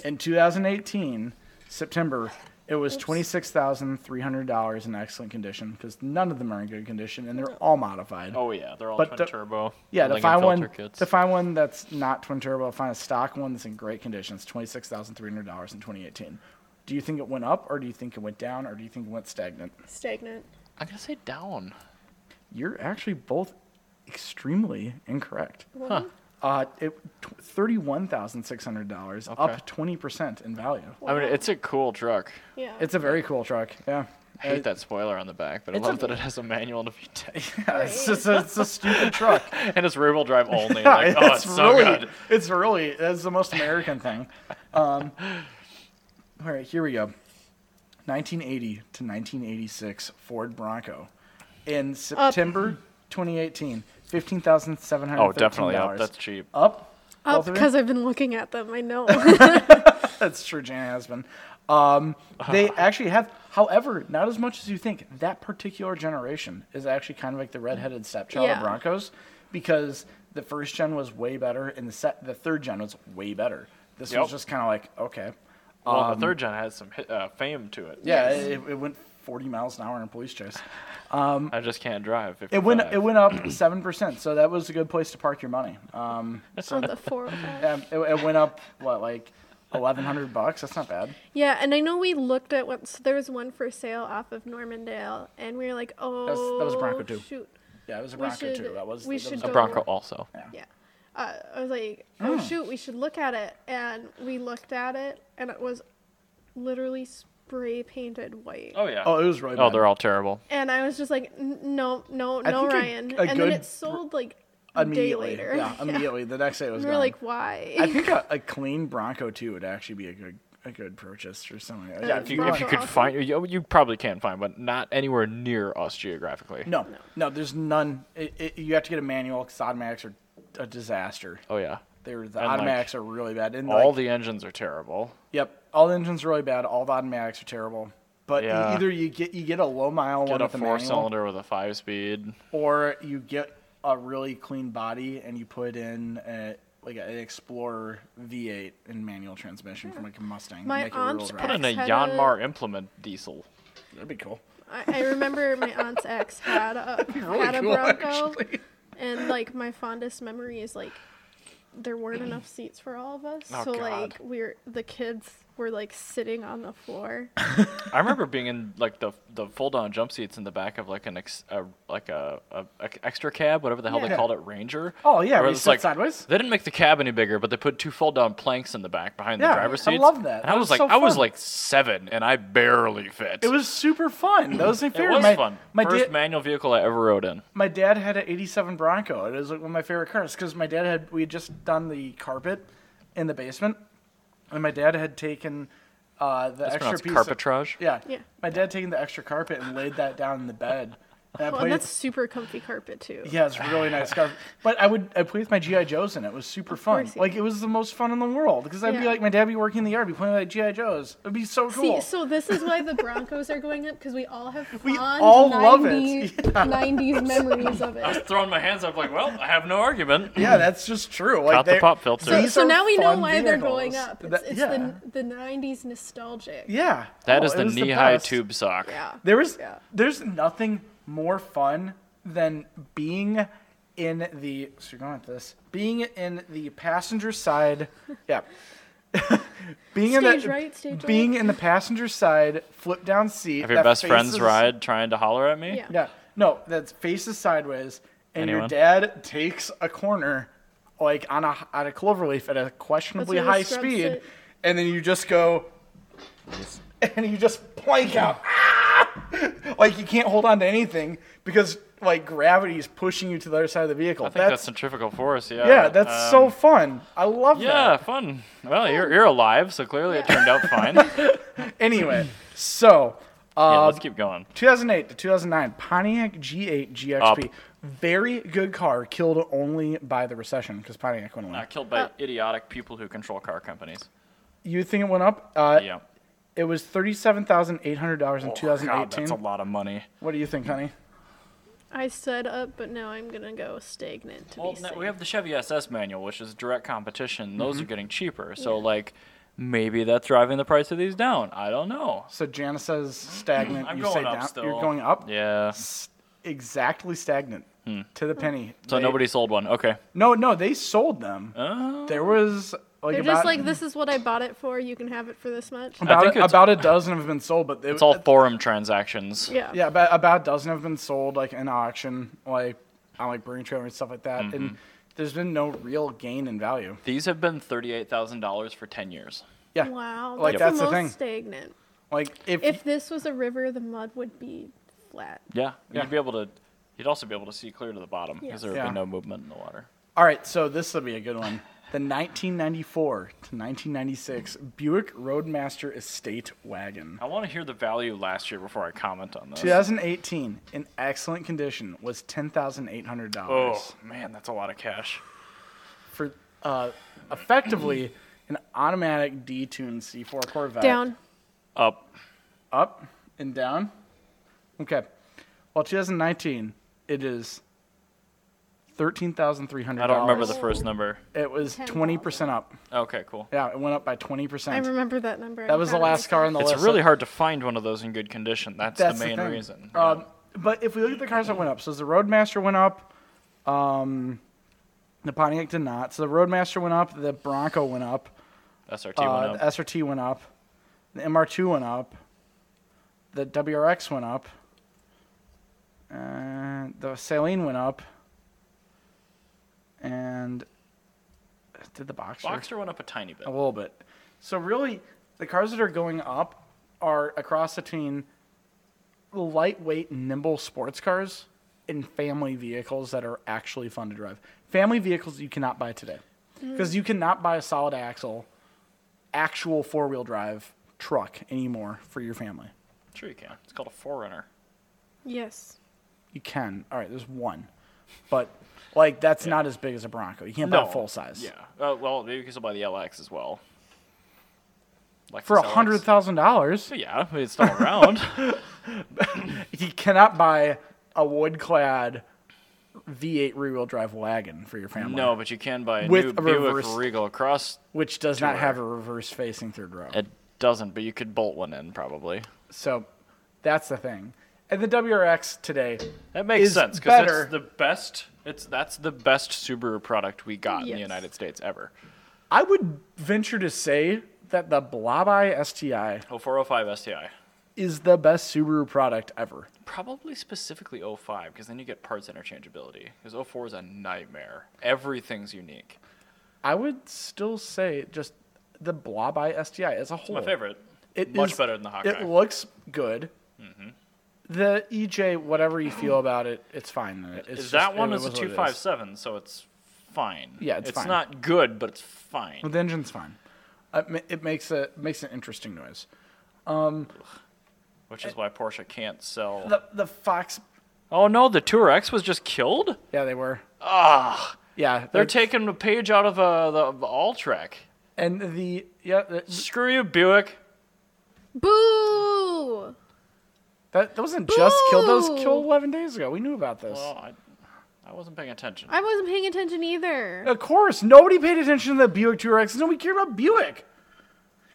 Speaker 3: In 2018 September, it was twenty-six thousand three hundred dollars in excellent condition because none of them are in good condition and they're all modified.
Speaker 1: Oh yeah, they're all
Speaker 3: But
Speaker 1: twin
Speaker 3: the-
Speaker 1: turbo.
Speaker 3: Yeah, to
Speaker 1: Lincoln
Speaker 3: find
Speaker 1: filter
Speaker 3: one,
Speaker 1: kits.
Speaker 3: to find one that's not twin turbo, find a stock one that's in great condition. It's twenty six thousand three hundred dollars in twenty eighteen. Do you think it went up, or do you think it went down, or do you think it went stagnant?
Speaker 2: stagnant.
Speaker 1: I'm gonna say down.
Speaker 3: You're actually both extremely incorrect.
Speaker 1: Huh.
Speaker 3: Uh, it thirty one thousand six hundred dollars,
Speaker 1: Okay.
Speaker 3: up twenty percent in value.
Speaker 1: I mean, it's a cool truck.
Speaker 2: Yeah.
Speaker 3: It's a very cool truck. Yeah,
Speaker 1: I hate that spoiler on the back, but I
Speaker 3: It's
Speaker 1: love
Speaker 3: a-
Speaker 1: that it has a manual and a VTEC.
Speaker 3: Yeah, it's just a, it's a stupid truck.
Speaker 1: and it's rear wheel drive only. Like, oh, it's, so
Speaker 3: really,
Speaker 1: good.
Speaker 3: It's really that's the most American thing. Um, all right, here we go. 1980 to 1986 Ford Bronco. In September 2018, fifteen thousand seven hundred.
Speaker 1: Oh, definitely up. That's cheap.
Speaker 3: up.
Speaker 2: Up
Speaker 3: both of you?
Speaker 2: Oh, because I've been looking at them. I know.
Speaker 3: That's true, Janet has been. Um, they actually have, however, not as much as you think. That particular generation is actually kind of like the redheaded stepchild
Speaker 2: Yeah.
Speaker 3: of Broncos, because the first gen was way better, and the set, the third gen was way better. This
Speaker 1: Yep.
Speaker 3: was just kind of like okay,
Speaker 1: Well,
Speaker 3: Um,
Speaker 1: the third gen has some hit, uh, fame to it.
Speaker 3: yeah, it, it went 40 miles an hour in a police chase.
Speaker 1: I just can't drive.
Speaker 3: It went
Speaker 1: 55.
Speaker 3: it went up seven percent, so that was a good place to park your money. Um,
Speaker 2: On the 405.
Speaker 3: yeah, it, it went up what like 1,100 bucks. That's not bad.
Speaker 2: Yeah, and I know we looked at one. So there was one for sale off of Normandale, and we were like, oh,
Speaker 3: was- that was Bronco too.
Speaker 2: Shoot.
Speaker 3: Yeah, it was a
Speaker 2: We
Speaker 3: Bronco
Speaker 2: should-
Speaker 3: too. That was
Speaker 2: we
Speaker 3: that
Speaker 2: should
Speaker 3: was
Speaker 1: a
Speaker 2: go-
Speaker 1: Bronco also.
Speaker 2: Yeah. Uh, I was like,
Speaker 3: Hmm.
Speaker 2: oh, shoot, we should look at it. And we looked at it, and it was literally spray painted white.
Speaker 1: Oh yeah.
Speaker 3: Oh, it was really.
Speaker 1: Oh,
Speaker 3: bad.
Speaker 1: they're all terrible.
Speaker 2: And I was just like, "N- no, no,
Speaker 3: I
Speaker 2: no,
Speaker 3: think a-
Speaker 2: Ryan.
Speaker 3: a
Speaker 2: and then
Speaker 3: good
Speaker 2: it sold like a day
Speaker 3: immediately.
Speaker 2: later.
Speaker 3: Yeah, immediately. The next day it was
Speaker 2: And we were
Speaker 3: gone.
Speaker 2: like, why?
Speaker 3: I think a, a clean Bronco too would actually be a good a good purchase for someone.
Speaker 2: Yeah,
Speaker 1: If you, if you could
Speaker 2: Bronco.
Speaker 1: find, you, you probably can find, but not anywhere near us geographically.
Speaker 3: no, no, there's none. It, it, you have to get a manual because automatics are a disaster.
Speaker 1: Oh yeah.
Speaker 3: They're, the
Speaker 1: And, like,
Speaker 3: automatics are really bad. And
Speaker 1: All
Speaker 3: like,
Speaker 1: the engines are terrible.
Speaker 3: yep, all the engines are really bad. All the automatics are terrible. But e-
Speaker 1: Yeah.
Speaker 3: either you get you get a low mile
Speaker 1: Get
Speaker 3: one
Speaker 1: a
Speaker 3: with a manual,
Speaker 1: four cylinder with a five speed.
Speaker 3: or you get a really clean body and you put in a, like an Explorer V8 and manual transmission from like a Mustang.
Speaker 2: My
Speaker 3: make it real
Speaker 2: aunt's
Speaker 3: rad.
Speaker 1: Put in a
Speaker 2: Had a-
Speaker 1: Yanmar implement diesel.
Speaker 3: That'd be cool.
Speaker 2: I, I remember my aunt's ex had a had a
Speaker 3: cool,
Speaker 2: Bronco,
Speaker 3: Oh, actually.
Speaker 2: and like my fondest memory is like there weren't enough seats for all of us,
Speaker 1: Oh,
Speaker 2: so
Speaker 1: God.
Speaker 2: like we're the kids were like sitting on the floor.
Speaker 1: I remember being in like the the fold down jump seats in the back of like an ex, a, like a, a, a extra cab, whatever the hell they
Speaker 3: Yeah.
Speaker 1: called it, Ranger.
Speaker 3: Oh, yeah,
Speaker 1: Where
Speaker 3: where
Speaker 1: it
Speaker 3: you
Speaker 1: was,
Speaker 3: sit sideways.
Speaker 1: They didn't make the cab any bigger, but they put two fold down planks in the back behind
Speaker 3: Yeah,
Speaker 1: the driver's
Speaker 3: I
Speaker 1: seats.
Speaker 3: love that.
Speaker 1: And I
Speaker 3: That
Speaker 1: was like,
Speaker 3: was so
Speaker 1: I was
Speaker 3: fun.
Speaker 1: like seven, and I barely fit.
Speaker 3: It was super fun. That was my
Speaker 1: It
Speaker 3: favorite.
Speaker 1: was
Speaker 3: my,
Speaker 1: fun.
Speaker 3: My,
Speaker 1: First
Speaker 3: da-
Speaker 1: manual vehicle I ever rode in.
Speaker 3: my dad had an '87 Bronco. and It was like one of my favorite cars because my dad had we had just done the carpet in the basement, and my dad had taken uh, the extra
Speaker 1: pronounced
Speaker 3: piece.
Speaker 1: carpetrage?
Speaker 3: Of, yeah,
Speaker 2: Yeah.
Speaker 3: My dad taken the extra carpet and laid that down in the bed. And I
Speaker 2: Well,
Speaker 3: played-
Speaker 2: and that's super comfy carpet too.
Speaker 3: yeah, it's a really nice carpet. But I would I played with my GI Joes in it. It was super fun.
Speaker 2: course you
Speaker 3: Like it was the most fun in the world because I'd be
Speaker 2: Yeah.
Speaker 3: like my dad would be working in the yard, be playing with my GI Joes. It'd be so cool.
Speaker 2: See, so this is why the Broncos are going up because we all have fond
Speaker 3: We all love it.
Speaker 2: 90s, 90s memories of it.
Speaker 1: Throwing my hands up, like, well, I have no argument.
Speaker 3: yeah, that's just true. Like
Speaker 1: Caught the
Speaker 3: they're-
Speaker 1: pop filter.
Speaker 2: So,
Speaker 3: These
Speaker 2: so
Speaker 3: are
Speaker 2: now we know
Speaker 3: fun
Speaker 2: why they're going
Speaker 3: vehicles.
Speaker 2: up.
Speaker 3: That-
Speaker 2: It's, it's
Speaker 3: yeah.
Speaker 2: the, the 90s nostalgic.
Speaker 3: Yeah.
Speaker 1: That
Speaker 3: Oh,
Speaker 1: is
Speaker 3: it
Speaker 1: the
Speaker 3: was
Speaker 1: knee high
Speaker 3: best.
Speaker 1: tube sock.
Speaker 2: Yeah.
Speaker 3: There was
Speaker 2: Yeah.
Speaker 3: there's nothing more fun than being in the so you're going with this. Being in the passenger side yeah. being in
Speaker 2: Stage
Speaker 3: the
Speaker 2: right, stage
Speaker 3: being
Speaker 2: right.
Speaker 3: in the passenger side flip down seat.
Speaker 1: Have your
Speaker 3: that
Speaker 1: best friends
Speaker 3: faces-
Speaker 1: ride trying to holler at me?
Speaker 2: Yeah.
Speaker 3: Yeah. No, that's faces sideways and
Speaker 1: Anyone?
Speaker 3: your dad takes a corner like on a on a cloverleaf at a questionably
Speaker 2: where the
Speaker 3: high
Speaker 2: scrubs
Speaker 3: speed
Speaker 2: sit.
Speaker 3: and then you just go and you just plank out. Ah! Like you can't hold on to anything because like gravity is pushing you to the other side of the vehicle.
Speaker 1: I think that's, centrifugal force, yeah.
Speaker 3: yeah, that's so fun. I love
Speaker 1: Yeah,
Speaker 3: that.
Speaker 1: fun. Well, you're, you're alive, so clearly it turned out fine. yeah,
Speaker 3: Anyway, so uh,
Speaker 1: let's keep going.
Speaker 3: 2008 to 2009 Pontiac G8 GXP,
Speaker 1: Up.
Speaker 3: very good car, killed only by the recession because Pontiac went away.
Speaker 1: Not Uh, killed by idiotic people who control car companies.
Speaker 3: You think it went up? Uh,
Speaker 1: Yeah.
Speaker 3: It was thirty-seven thousand eight hundred dollars in
Speaker 1: Oh, God,
Speaker 3: 2018.
Speaker 1: that's a lot of money.
Speaker 3: What do you think, honey?
Speaker 2: I said up, but now I'm gonna go stagnant to
Speaker 1: Well,
Speaker 2: be
Speaker 1: no,
Speaker 2: safe.
Speaker 1: we have the Chevy SS manual, which is direct competition.
Speaker 3: Mm-hmm.
Speaker 1: Those are getting cheaper. So, like, maybe that's driving the price of these down. I don't know.
Speaker 3: So Janice says stagnant.
Speaker 1: I'm
Speaker 3: you
Speaker 1: going
Speaker 3: say
Speaker 1: up
Speaker 3: down.
Speaker 1: still.
Speaker 3: You're going up.
Speaker 1: Yeah. Hmm.
Speaker 3: S- Exactly stagnant to the penny.
Speaker 1: So
Speaker 3: They-
Speaker 1: nobody sold one. Okay.
Speaker 3: No, no, they sold them. There was like
Speaker 2: They're
Speaker 3: about,
Speaker 2: just like, this is what I bought it for. You can have it for this much.
Speaker 1: I
Speaker 3: about,
Speaker 1: think
Speaker 3: a,
Speaker 1: it's-
Speaker 3: about a dozen have been sold, but they,
Speaker 1: It's all forum transactions.
Speaker 2: Yeah.
Speaker 3: yeah, about, about a dozen have been sold like in auction, like on like Burning Trailer and stuff like that. And there's been no real gain in value.
Speaker 1: These have been thirty-eight thousand dollars for ten years.
Speaker 3: Yeah,
Speaker 2: Wow.
Speaker 3: like
Speaker 2: that's,
Speaker 3: that's
Speaker 2: the
Speaker 3: the
Speaker 2: most
Speaker 3: thing.
Speaker 2: stagnant.
Speaker 3: Like if,
Speaker 2: If this was a river, the mud would be flat.
Speaker 1: Yeah,
Speaker 3: Yeah.
Speaker 1: you'd be able to. You'd also be able to see clear to the bottom because
Speaker 2: Yes.
Speaker 1: there would
Speaker 3: Yeah.
Speaker 1: be no movement in the water.
Speaker 3: all right, so this will be a good one. The 1994 to 1996 Buick Roadmaster Estate Wagon.
Speaker 1: I want to hear the value last year before I comment on this.
Speaker 3: 2018 in excellent condition was ten thousand eight hundred dollars.
Speaker 1: Oh man, that's a lot of cash.
Speaker 3: for uh, effectively an automatic detuned C4 Corvette.
Speaker 2: Down.
Speaker 1: Up.
Speaker 3: Up and down. Okay. Well, 2019, it is $13,300.
Speaker 1: I don't remember the first number.
Speaker 3: It was 20% up.
Speaker 1: Okay, cool.
Speaker 3: Yeah, it went up by
Speaker 2: I
Speaker 3: 20%.
Speaker 2: remember that number.
Speaker 3: That was the last car on the
Speaker 1: It's
Speaker 3: list.
Speaker 1: really hard to find one of those in good condition. That's,
Speaker 3: That's
Speaker 1: the main
Speaker 3: thing.
Speaker 1: reason.
Speaker 3: Um, but if we look at the cars that went up, so the Roadmaster went up. Um, the Pontiac did not. So the Roadmaster went up. The Bronco went up.
Speaker 1: SRT
Speaker 3: Uh,
Speaker 1: went
Speaker 3: The
Speaker 1: up.
Speaker 3: SRT went up. The MR2 went up. The WRX went up. Uh, the Saline went up. And did the Boxer?
Speaker 1: Boxster went up a tiny bit.
Speaker 3: A little bit. So really, the cars that are going up are a cross between lightweight, nimble sports cars and family vehicles that are actually fun to drive. Family vehicles you cannot buy today because you cannot buy a solid axle, actual four wheel drive truck anymore for your family.
Speaker 1: Sure you can. It's called a Forerunner.
Speaker 2: Yes.
Speaker 3: You can. All right, there's one, but like that's not as big as a Bronco. You can't buy a full size.
Speaker 1: Yeah. Uh, well, maybe you can still buy the LX as well. Like
Speaker 3: For
Speaker 1: the
Speaker 3: a
Speaker 1: LX.
Speaker 3: hundred thousand dollars,
Speaker 1: Yeah, it's still around.
Speaker 3: You cannot buy a wood clad V8 rear wheel drive wagon for your family.
Speaker 1: no, but you can buy a
Speaker 3: With
Speaker 1: new
Speaker 3: a
Speaker 1: Buick
Speaker 3: reversed-
Speaker 1: Regal Cross.
Speaker 3: Which does not have a reverse facing third row.
Speaker 1: It doesn't, but you could bolt one in probably.
Speaker 3: So that's the thing. And the WRX today,
Speaker 1: That makes
Speaker 3: Is
Speaker 1: sense because
Speaker 3: better.
Speaker 1: it's the best. It's that's the best Subaru product we got in the
Speaker 2: Yes.
Speaker 1: United States ever.
Speaker 3: I would venture to say that the Blobeye STI
Speaker 1: 0405 STI.
Speaker 3: is the best Subaru product ever.
Speaker 1: Probably specifically 05 because then you get parts interchangeability. Because 04 is a nightmare. Everything's unique.
Speaker 3: I would still say just the Blobeye STI as a
Speaker 1: It's
Speaker 3: whole.
Speaker 1: my favorite.
Speaker 3: It
Speaker 1: Much
Speaker 3: is-
Speaker 1: better than the Hawkeye. Mm-hmm.
Speaker 3: It looks good. The EJ, whatever you feel about it, it's fine. It's
Speaker 1: is
Speaker 3: just-
Speaker 1: that
Speaker 3: it
Speaker 1: one
Speaker 3: was
Speaker 1: is a
Speaker 3: what it
Speaker 1: two five seven, so it's fine.
Speaker 3: Yeah, it's fine.
Speaker 1: not good, but it's fine.
Speaker 3: Well, the engine's fine. Uh, ma- It makes a makes an interesting noise.
Speaker 1: which is why Porsche can't sell.
Speaker 3: The the fox.
Speaker 1: oh no, the Tour X was just killed.
Speaker 3: Yeah, they were.
Speaker 1: Ah,
Speaker 3: Yeah,
Speaker 1: they're
Speaker 3: they're
Speaker 1: taking a page out of uh, the, the All Track.
Speaker 3: and the yeah the,
Speaker 1: Screw you, Buick.
Speaker 2: Boo!
Speaker 3: that that wasn't just killed. That was
Speaker 2: Boo!
Speaker 3: killed eleven days ago. We knew about this.
Speaker 1: Well, I, I wasn't paying attention.
Speaker 2: I wasn't paying attention either.
Speaker 3: of course, nobody paid attention to the Buick Touaregs. Nobody cared about Buick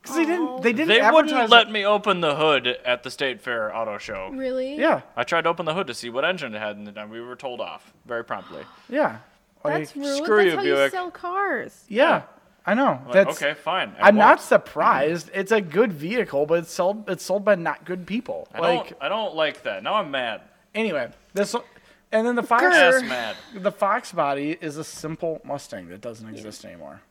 Speaker 3: because they
Speaker 2: Oh.
Speaker 3: didn't. They didn't.
Speaker 1: They
Speaker 3: advertise
Speaker 1: wouldn't
Speaker 3: it.
Speaker 1: let me open the hood at the State Fair auto show.
Speaker 2: Really?
Speaker 3: Yeah,
Speaker 1: I tried to open the hood to see what engine it had, and we were told off very promptly.
Speaker 3: yeah.
Speaker 2: That's
Speaker 3: Like,
Speaker 2: rude.
Speaker 1: screw
Speaker 2: That's
Speaker 1: you,
Speaker 2: how you
Speaker 1: Buick.
Speaker 2: sell cars.
Speaker 3: yeah. I know.
Speaker 1: I'm like,
Speaker 3: That's
Speaker 1: okay, fine. I
Speaker 3: I'm
Speaker 1: won't.
Speaker 3: not surprised. It's a good vehicle, but it's sold. It's sold by not good people.
Speaker 1: I don't,
Speaker 3: like
Speaker 1: I don't like that. Now I'm mad.
Speaker 3: anyway, this and then the fox.
Speaker 1: Ass mad.
Speaker 3: The Fox body is a simple Mustang that doesn't exist anymore.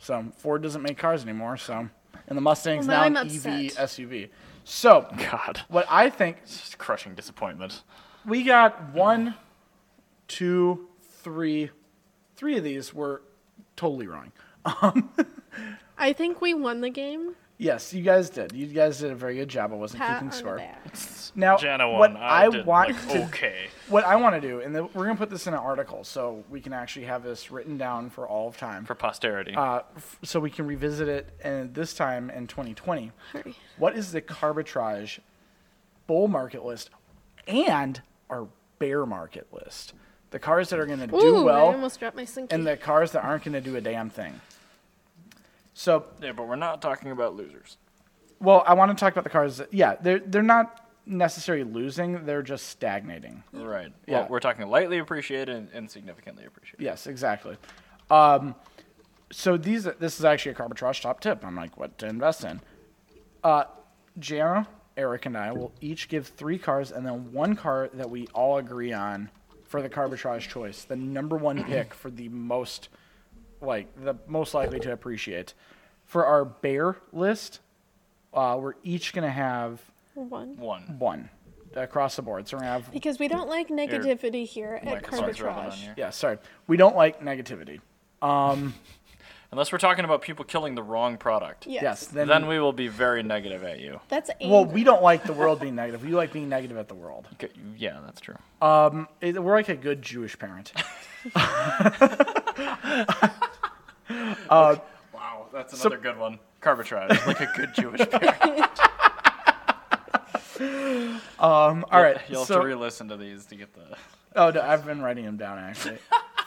Speaker 3: So Ford doesn't make cars anymore. So and the Mustang's
Speaker 2: Well, now
Speaker 3: now,
Speaker 2: I'm
Speaker 3: an E EV
Speaker 2: upset.
Speaker 3: SUV. So
Speaker 1: God.
Speaker 3: what I think
Speaker 1: Just crushing disappointment.
Speaker 3: we got one, two, three, three of these were totally wrong.
Speaker 2: I think we won the game.
Speaker 3: Yes, you guys did. You guys did a very good job. I wasn't
Speaker 2: Pat
Speaker 3: keeping
Speaker 2: on
Speaker 3: score.
Speaker 2: the back.
Speaker 3: Now
Speaker 1: Jana
Speaker 3: what
Speaker 1: won.
Speaker 3: I,
Speaker 1: I, did
Speaker 3: want
Speaker 1: like,
Speaker 3: to
Speaker 1: okay.
Speaker 3: what I want to do, and then we're gonna put this in an article so we can actually have this written down for all of time.
Speaker 1: For posterity.
Speaker 3: uh, f- so we can revisit it and this time in 2020.
Speaker 2: Hurry.
Speaker 3: What is the Carbitrage bull market list and our bear market list? The cars that are going to do
Speaker 2: Ooh, I
Speaker 3: well
Speaker 2: almost dropped my sinky.
Speaker 3: and the cars that aren't going to do a damn thing. So,
Speaker 1: yeah, but we're not talking about losers.
Speaker 3: well, I want to talk about the cars. That, yeah, they're they're not necessarily losing; they're just stagnating.
Speaker 1: Right.
Speaker 3: Yeah.
Speaker 1: Well, we're talking lightly appreciated and, and significantly appreciated.
Speaker 3: Yes, exactly. Um, so these this is actually a Carbitrage top tip. I'm like, what to invest in? Uh, Jana, Eric, and I will each give three cars and then one car that we all agree on for the Carbitrage choice, the number one pick for the most like the most likely to appreciate. For our bear list, uh, we're each going to have
Speaker 2: One.
Speaker 1: One.
Speaker 3: one across the board. So we're going to have.
Speaker 2: Because we don't like negativity here
Speaker 3: Mm.
Speaker 2: at
Speaker 1: Microsoft's rubbing on
Speaker 2: Carbitrage.
Speaker 1: you.
Speaker 3: Yeah, sorry. We don't like negativity.
Speaker 1: Unless we're talking about people killing the wrong product.
Speaker 2: Yes.
Speaker 3: Yes. Then,
Speaker 1: Then we will be very negative at you.
Speaker 2: That's anger.
Speaker 3: well, we don't like the world being negative. We like being negative at the world.
Speaker 1: Okay, Yeah, that's true.
Speaker 3: It- we're like a good Jewish parent.
Speaker 1: Wow, that's another good one. Carbitrage, like a good Jewish parent.
Speaker 3: Um, all right.
Speaker 1: You'll have
Speaker 3: so,
Speaker 1: to re-listen to these to get the.
Speaker 3: oh, no, I've been writing them down actually.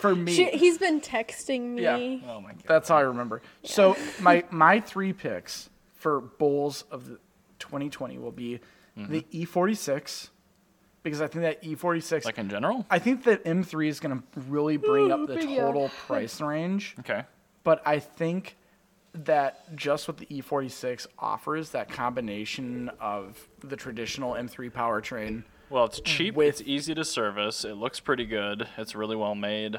Speaker 3: For me,
Speaker 2: She, he's been texting me.
Speaker 3: Yeah.
Speaker 1: Oh my god.
Speaker 3: That's how I remember. So my my three picks for bowls of the 2020 will be the E46 because I think that E46
Speaker 1: Like in general.
Speaker 3: I think that M3 is going to really bring
Speaker 2: Ooh,
Speaker 3: up the
Speaker 2: big yeah.
Speaker 3: total price range,
Speaker 1: Okay.
Speaker 3: but I think that just what the E46 offers that combination of the traditional M3 powertrain
Speaker 1: Well, it's cheap.
Speaker 3: With-
Speaker 1: It's easy to service. It looks pretty good. It's really well made.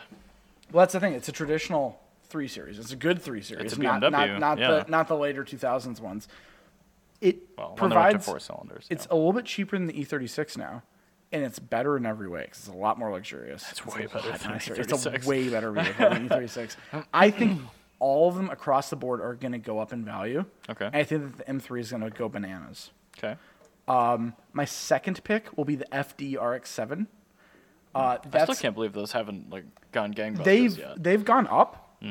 Speaker 3: Well, that's the thing. It's a traditional three series. It's a good three series.
Speaker 1: It's a
Speaker 3: Not, not,
Speaker 1: BMW,
Speaker 3: not
Speaker 1: yeah.
Speaker 3: the not the later two thousands ones. It
Speaker 1: Well, when they went to
Speaker 3: provides.
Speaker 1: four cylinders.
Speaker 3: It's
Speaker 1: yeah.
Speaker 3: a little bit cheaper than the E thirty six now, and it's better in every way because it's a lot more luxurious. It's
Speaker 1: way
Speaker 3: a
Speaker 1: better
Speaker 3: lot
Speaker 1: than the E
Speaker 3: nicer. It's
Speaker 1: E36.
Speaker 3: a way better vehicle than E thirty six. I think all of them across the board are going to go up in value.
Speaker 1: Okay.
Speaker 3: And I think that the M three is going to go bananas.
Speaker 1: okay.
Speaker 3: My second pick will be the FD RX seven. Uh,
Speaker 1: Hmm. I
Speaker 3: that's
Speaker 1: still can't believe those haven't like gone gangbusters
Speaker 3: they've
Speaker 1: yet. Mm-hmm.
Speaker 3: they've gone up,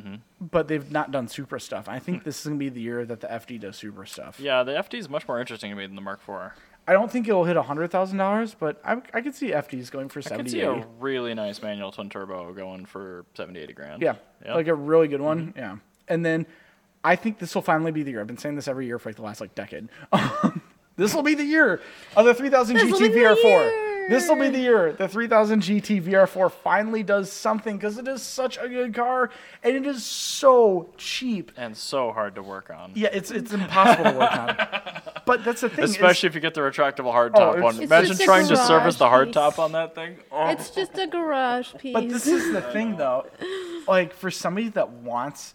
Speaker 3: but they've not done super stuff. I think this is gonna be the year that the FD does super stuff.
Speaker 1: Hmm. Yeah, the FD is much more interesting to me than the Mark IV.
Speaker 3: I don't think it'll hit hundred thousand dollars, but I, I could see FDs going for
Speaker 1: I could
Speaker 3: seventy.
Speaker 1: see a really nice manual twin turbo going for 70, 80 grand.
Speaker 3: yeah,
Speaker 1: Yeah. Mm-hmm.
Speaker 3: like a really good one. Yeah, and then I think this will finally be the year. I've been saying this every year for like the last like decade. this will be the year of the three thousand
Speaker 2: This'll be
Speaker 3: GT
Speaker 2: the
Speaker 3: VR4. This will be
Speaker 2: year.
Speaker 3: the year the 3000 GT VR4 finally does something because it is such a good car and it is so cheap
Speaker 1: and so hard to work on.
Speaker 3: Yeah, it's it's impossible to work on. But that's the thing. is- Oh,
Speaker 1: Especially if you get the retractable hardtop
Speaker 3: it's-
Speaker 1: one.
Speaker 3: It's
Speaker 1: Imagine
Speaker 2: just a
Speaker 1: trying to
Speaker 2: garage
Speaker 1: service the
Speaker 2: piece.
Speaker 1: hardtop on that thing. Oh.
Speaker 2: It's just a garage piece.
Speaker 3: but this is the thing though. Like for somebody that wants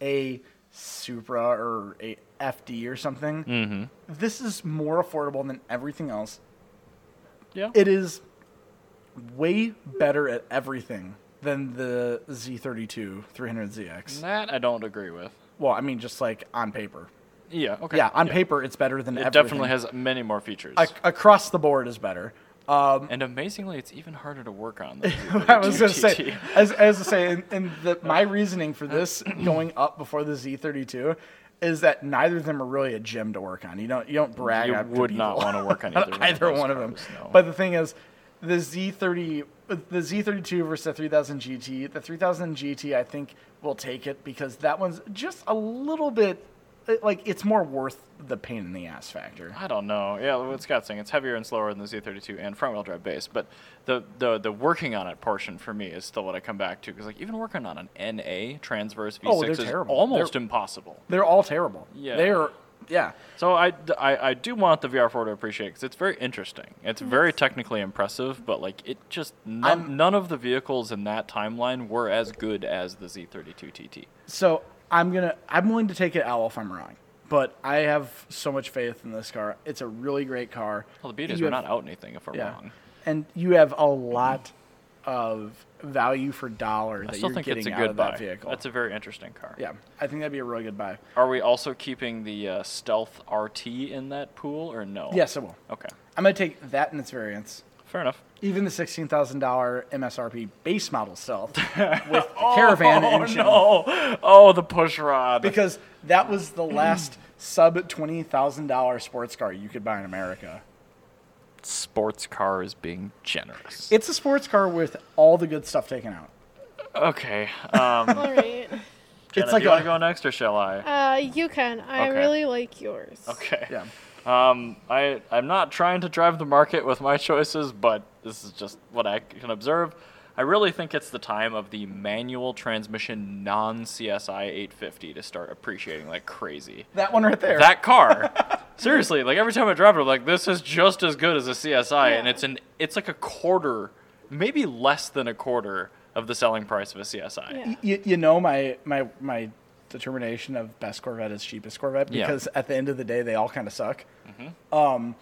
Speaker 3: a Supra or a FD or something,
Speaker 1: Mm-hmm.
Speaker 3: this is more affordable than everything else.
Speaker 1: yeah.
Speaker 3: It is way better at everything than the Z32 300ZX.
Speaker 1: that I don't agree with.
Speaker 3: Well, I mean, just like on paper.
Speaker 1: Yeah. Okay.
Speaker 3: Yeah, on paper it's better than
Speaker 1: It
Speaker 3: everything.
Speaker 1: definitely has many more features.
Speaker 3: Ac- across the board is better. Um,
Speaker 1: and amazingly, it's even harder to work on. Than
Speaker 3: I was gonna
Speaker 1: GT.
Speaker 3: say, as, as I say, and, and the, my reasoning for this going up before the Z32 is that neither of them are really a gem to work on. You don't you don't brag.
Speaker 1: You
Speaker 3: out to
Speaker 1: would not
Speaker 3: people
Speaker 1: want to work on either,
Speaker 3: on either
Speaker 1: of those
Speaker 3: one of them.
Speaker 1: cars, no.
Speaker 3: But the thing is, the Z30, the Z32 versus the 3000 GT. The 3000 GT, I think, will take it because that one's just a little bit it- like it's more worth the pain in the ass factor.
Speaker 1: I don't know. Yeah,
Speaker 3: Um,
Speaker 1: what Scott's saying, it's heavier and slower than the Z32 and front-wheel drive base, but the, the the working on it portion for me is still what I come back to because like even working on an NA transverse V6
Speaker 3: Oh, they're
Speaker 1: is
Speaker 3: terrible.
Speaker 1: almost
Speaker 3: They're-
Speaker 1: impossible.
Speaker 3: They're all terrible.
Speaker 1: Yeah.
Speaker 3: They're yeah.
Speaker 1: So I, I, I do want the VR4 to appreciate because it's very interesting. It's very technically impressive, but like it just none,
Speaker 3: I'm-
Speaker 1: none of the vehicles in that timeline were as good as the Z32 TT.
Speaker 3: So I'm gonna I'm willing to take it out if I'm wrong, but I have so much faith in this car. It's a really great car.
Speaker 1: Well, the beauty is
Speaker 3: You
Speaker 1: we're
Speaker 3: have-
Speaker 1: not out anything if we're
Speaker 3: yeah,
Speaker 1: wrong.
Speaker 3: and you have a lot of value for dollar
Speaker 1: I
Speaker 3: that
Speaker 1: still
Speaker 3: you're
Speaker 1: think
Speaker 3: getting
Speaker 1: it's a
Speaker 3: out
Speaker 1: good
Speaker 3: of
Speaker 1: buy.
Speaker 3: that vehicle.
Speaker 1: That's a very interesting car.
Speaker 3: yeah, I think that'd be a really good buy.
Speaker 1: Are we also keeping the uh, Stealth RT in that pool or no?
Speaker 3: Yes, it will.
Speaker 1: Okay.
Speaker 3: I'm gonna take that and its variants.
Speaker 1: Fair enough.
Speaker 3: Even the sixteen thousand dollar MSRP base model stealth with the caravan engine,
Speaker 1: Oh, no! Oh, the push rod.
Speaker 3: because that was the last sub twenty thousand dollar sports car you could buy in America.
Speaker 1: sports car is being generous.
Speaker 3: It's a sports car with all the good stuff taken out.
Speaker 1: okay. Um,
Speaker 2: All right.
Speaker 1: Jenna,
Speaker 3: like
Speaker 1: do you want
Speaker 3: a-
Speaker 1: to go next, or shall I?
Speaker 2: Uh, you can. I
Speaker 1: Okay.
Speaker 2: really like yours.
Speaker 1: Okay.
Speaker 3: Yeah.
Speaker 1: Um, I I'm not trying to drive the market with my choices, but this is just what I can observe. I really think it's the time of the manual transmission non CSI 850 to start appreciating like crazy.
Speaker 3: That one right there.
Speaker 1: That car, seriously, like every time I drive it, I'm like, this is just as good as a CSI, and
Speaker 2: Yeah.
Speaker 1: it's an it's like a quarter, maybe less than a quarter of the selling price of a CSI.
Speaker 2: Yeah.
Speaker 3: Y- you, know my my my determination of best Corvette is cheapest Corvette
Speaker 1: Yeah. Mm-hmm.
Speaker 3: because at the end of the day they all kind of suck. Um,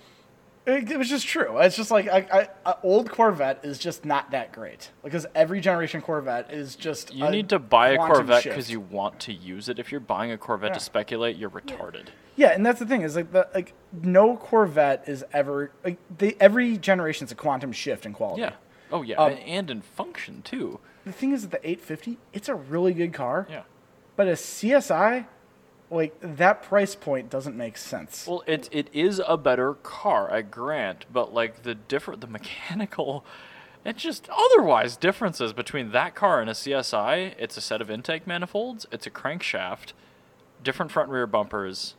Speaker 3: it, it was just true. It's just like I, I, a old Corvette is just not that great because every generation Corvette is just
Speaker 1: You
Speaker 3: a
Speaker 1: need to buy a
Speaker 3: quantum
Speaker 1: Corvette
Speaker 3: shift.
Speaker 1: because you want to use it. If you're buying a Corvette
Speaker 3: Yeah.
Speaker 1: to speculate, you're retarded.
Speaker 3: Yeah, and that's the thing is like the like no Corvette is ever like they every generation's a quantum shift in quality.
Speaker 1: Yeah. Oh yeah,
Speaker 3: Um,
Speaker 1: and, and in function too.
Speaker 3: The thing is that the 850, it's a really good car.
Speaker 1: Yeah.
Speaker 3: But a CSI, like that price point doesn't make sense.
Speaker 1: Well, it it is a better car, I grant, but like the different the mechanical and just otherwise differences between that car and a CSI, it's a set of intake manifolds, it's a crankshaft, different front and rear bumpers,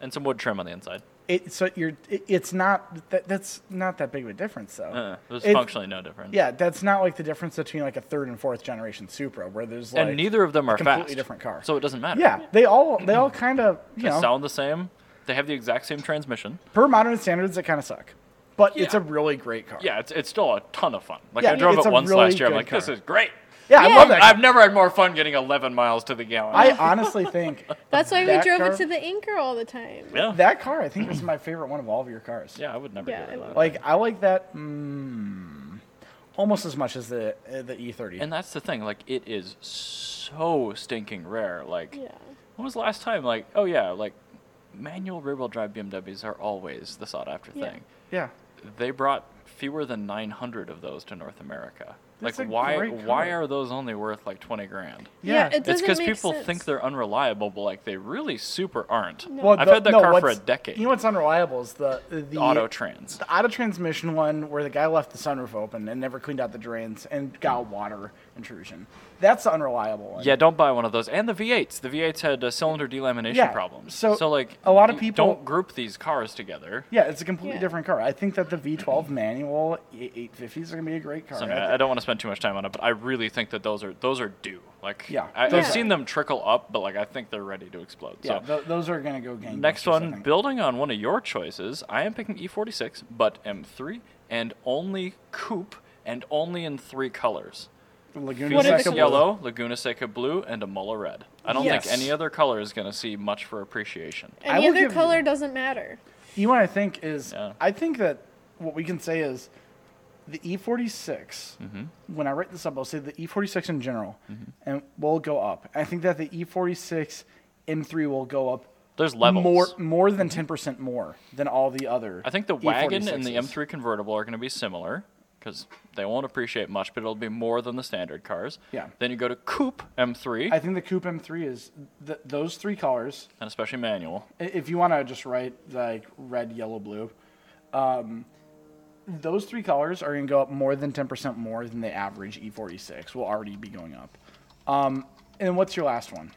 Speaker 1: and some wood trim on the inside.
Speaker 3: It, so you're it, it's not that, that's not that big of a difference though.
Speaker 1: Uh, there's
Speaker 3: It-
Speaker 1: functionally no difference.
Speaker 3: Uh-huh. Yeah, that's not like the difference between like a third and fourth generation Supra where there's like
Speaker 1: and neither of them are
Speaker 3: completely
Speaker 1: fast.
Speaker 3: different car.
Speaker 1: So it doesn't matter.
Speaker 3: Yeah, they all they all kind of, you
Speaker 1: They
Speaker 3: know,
Speaker 1: sound the same. They have the exact same transmission.
Speaker 3: per modern standards they kind of suck. But it's
Speaker 1: Yeah.
Speaker 3: a really great car.
Speaker 1: Yeah, it's, it's still a ton of fun. Like
Speaker 3: Yeah,
Speaker 1: I drove
Speaker 3: it's
Speaker 1: it
Speaker 3: a
Speaker 1: once
Speaker 3: really
Speaker 1: last year. I'm
Speaker 3: good
Speaker 1: like, this
Speaker 3: car.
Speaker 1: is great.
Speaker 3: Yeah, I love that. car.
Speaker 1: I've never had more fun getting 11 miles to the gallon.
Speaker 3: I honestly think
Speaker 2: That's why we
Speaker 3: That
Speaker 2: drove
Speaker 3: car-
Speaker 2: it to the anchor all the time.
Speaker 1: yeah.
Speaker 3: that car, I think, is my favorite one of all of your cars.
Speaker 1: yeah, I would never.
Speaker 2: Yeah,
Speaker 1: get rid
Speaker 2: I
Speaker 1: of
Speaker 2: love
Speaker 1: that.
Speaker 3: Like I like that mm, almost as much as the uh, the E30.
Speaker 1: And that's the thing. Like it is so stinking rare. Like
Speaker 2: Yeah.
Speaker 1: when was the last time? Like oh yeah, like manual rear-wheel drive BMWs are always the sought-after
Speaker 2: Yeah.
Speaker 1: thing.
Speaker 3: yeah,
Speaker 1: They brought fewer than 900 of those to North America.
Speaker 3: That's
Speaker 1: like
Speaker 3: a
Speaker 1: why?
Speaker 3: great
Speaker 1: Why
Speaker 3: car.
Speaker 1: are those only worth like 20 grand?
Speaker 3: Yeah.
Speaker 2: Yeah,
Speaker 3: It's
Speaker 2: it
Speaker 1: It's
Speaker 2: doesn't
Speaker 1: because
Speaker 2: make
Speaker 1: people
Speaker 2: sense.
Speaker 1: think they're unreliable, but like they really super aren't.
Speaker 2: No.
Speaker 3: Well,
Speaker 1: I've
Speaker 3: the-
Speaker 1: had that
Speaker 3: no,
Speaker 1: car for a
Speaker 3: what's-
Speaker 1: decade.
Speaker 3: You know what's unreliable is the the
Speaker 1: Auto trans.
Speaker 3: the auto transmission one where the guy left the sunroof open and never cleaned out the drains and got water intrusion. That's the unreliable one.
Speaker 1: Yeah, don't buy one of those. And the V8s. The V8s had uh, cylinder delamination
Speaker 3: Yeah,
Speaker 1: problems.
Speaker 3: so
Speaker 1: like
Speaker 3: a lot of
Speaker 1: you
Speaker 3: people-
Speaker 1: don't group these cars together.
Speaker 3: Yeah, it's a completely
Speaker 2: Yeah.
Speaker 3: different car. I think that the V12 manual 850s are gonna be a great car.
Speaker 1: So, I,
Speaker 3: I
Speaker 1: mean,
Speaker 3: think-
Speaker 1: I- I don't want to spend too much time on it, but I really think that those are those are due. Like
Speaker 3: Yeah,
Speaker 1: I,
Speaker 3: those
Speaker 1: I've
Speaker 2: are.
Speaker 1: seen them trickle up, but like I think they're ready to explode.
Speaker 3: yeah,
Speaker 1: so
Speaker 3: th- those are gonna go gangbusters.
Speaker 1: next
Speaker 3: I
Speaker 1: one,
Speaker 3: think.
Speaker 1: building on one of your choices, I am picking E46, but M3 and only coupe and only in three colors.
Speaker 3: Laguna
Speaker 2: What are the
Speaker 1: Phoenix
Speaker 3: Seca
Speaker 2: colors?
Speaker 3: Blue.
Speaker 1: yellow, Laguna Seca blue, and a Mola red. I don't
Speaker 3: Yes.
Speaker 1: think any other color is going to see much for appreciation.
Speaker 3: I
Speaker 2: Any
Speaker 3: will give
Speaker 2: other
Speaker 3: you-
Speaker 2: color doesn't matter.
Speaker 3: You know what I think is
Speaker 1: Yeah.
Speaker 3: I think that what we can say is the E46.
Speaker 1: Mm-hmm.
Speaker 3: When I write this up, I'll say the E46 in general, and will go up. I think that the E E46 M3 will go up
Speaker 1: There's levels. Mm-hmm.
Speaker 3: more more than 10 percent more than all the other. E
Speaker 1: I think the wagon and the
Speaker 3: E46s.
Speaker 1: M3 convertible are going to be similar because they won't appreciate much, but it'll be more than the standard cars.
Speaker 3: Yeah.
Speaker 1: Then you go to coupe M3,
Speaker 3: I think the coupe M3 is th- those three colors.
Speaker 1: and especially manual.
Speaker 3: I- If you want to just write like red, yellow, blue, um, those three colors are going to go up more than 10% more than the average E E46 will already be going up. Um, and what's your last one?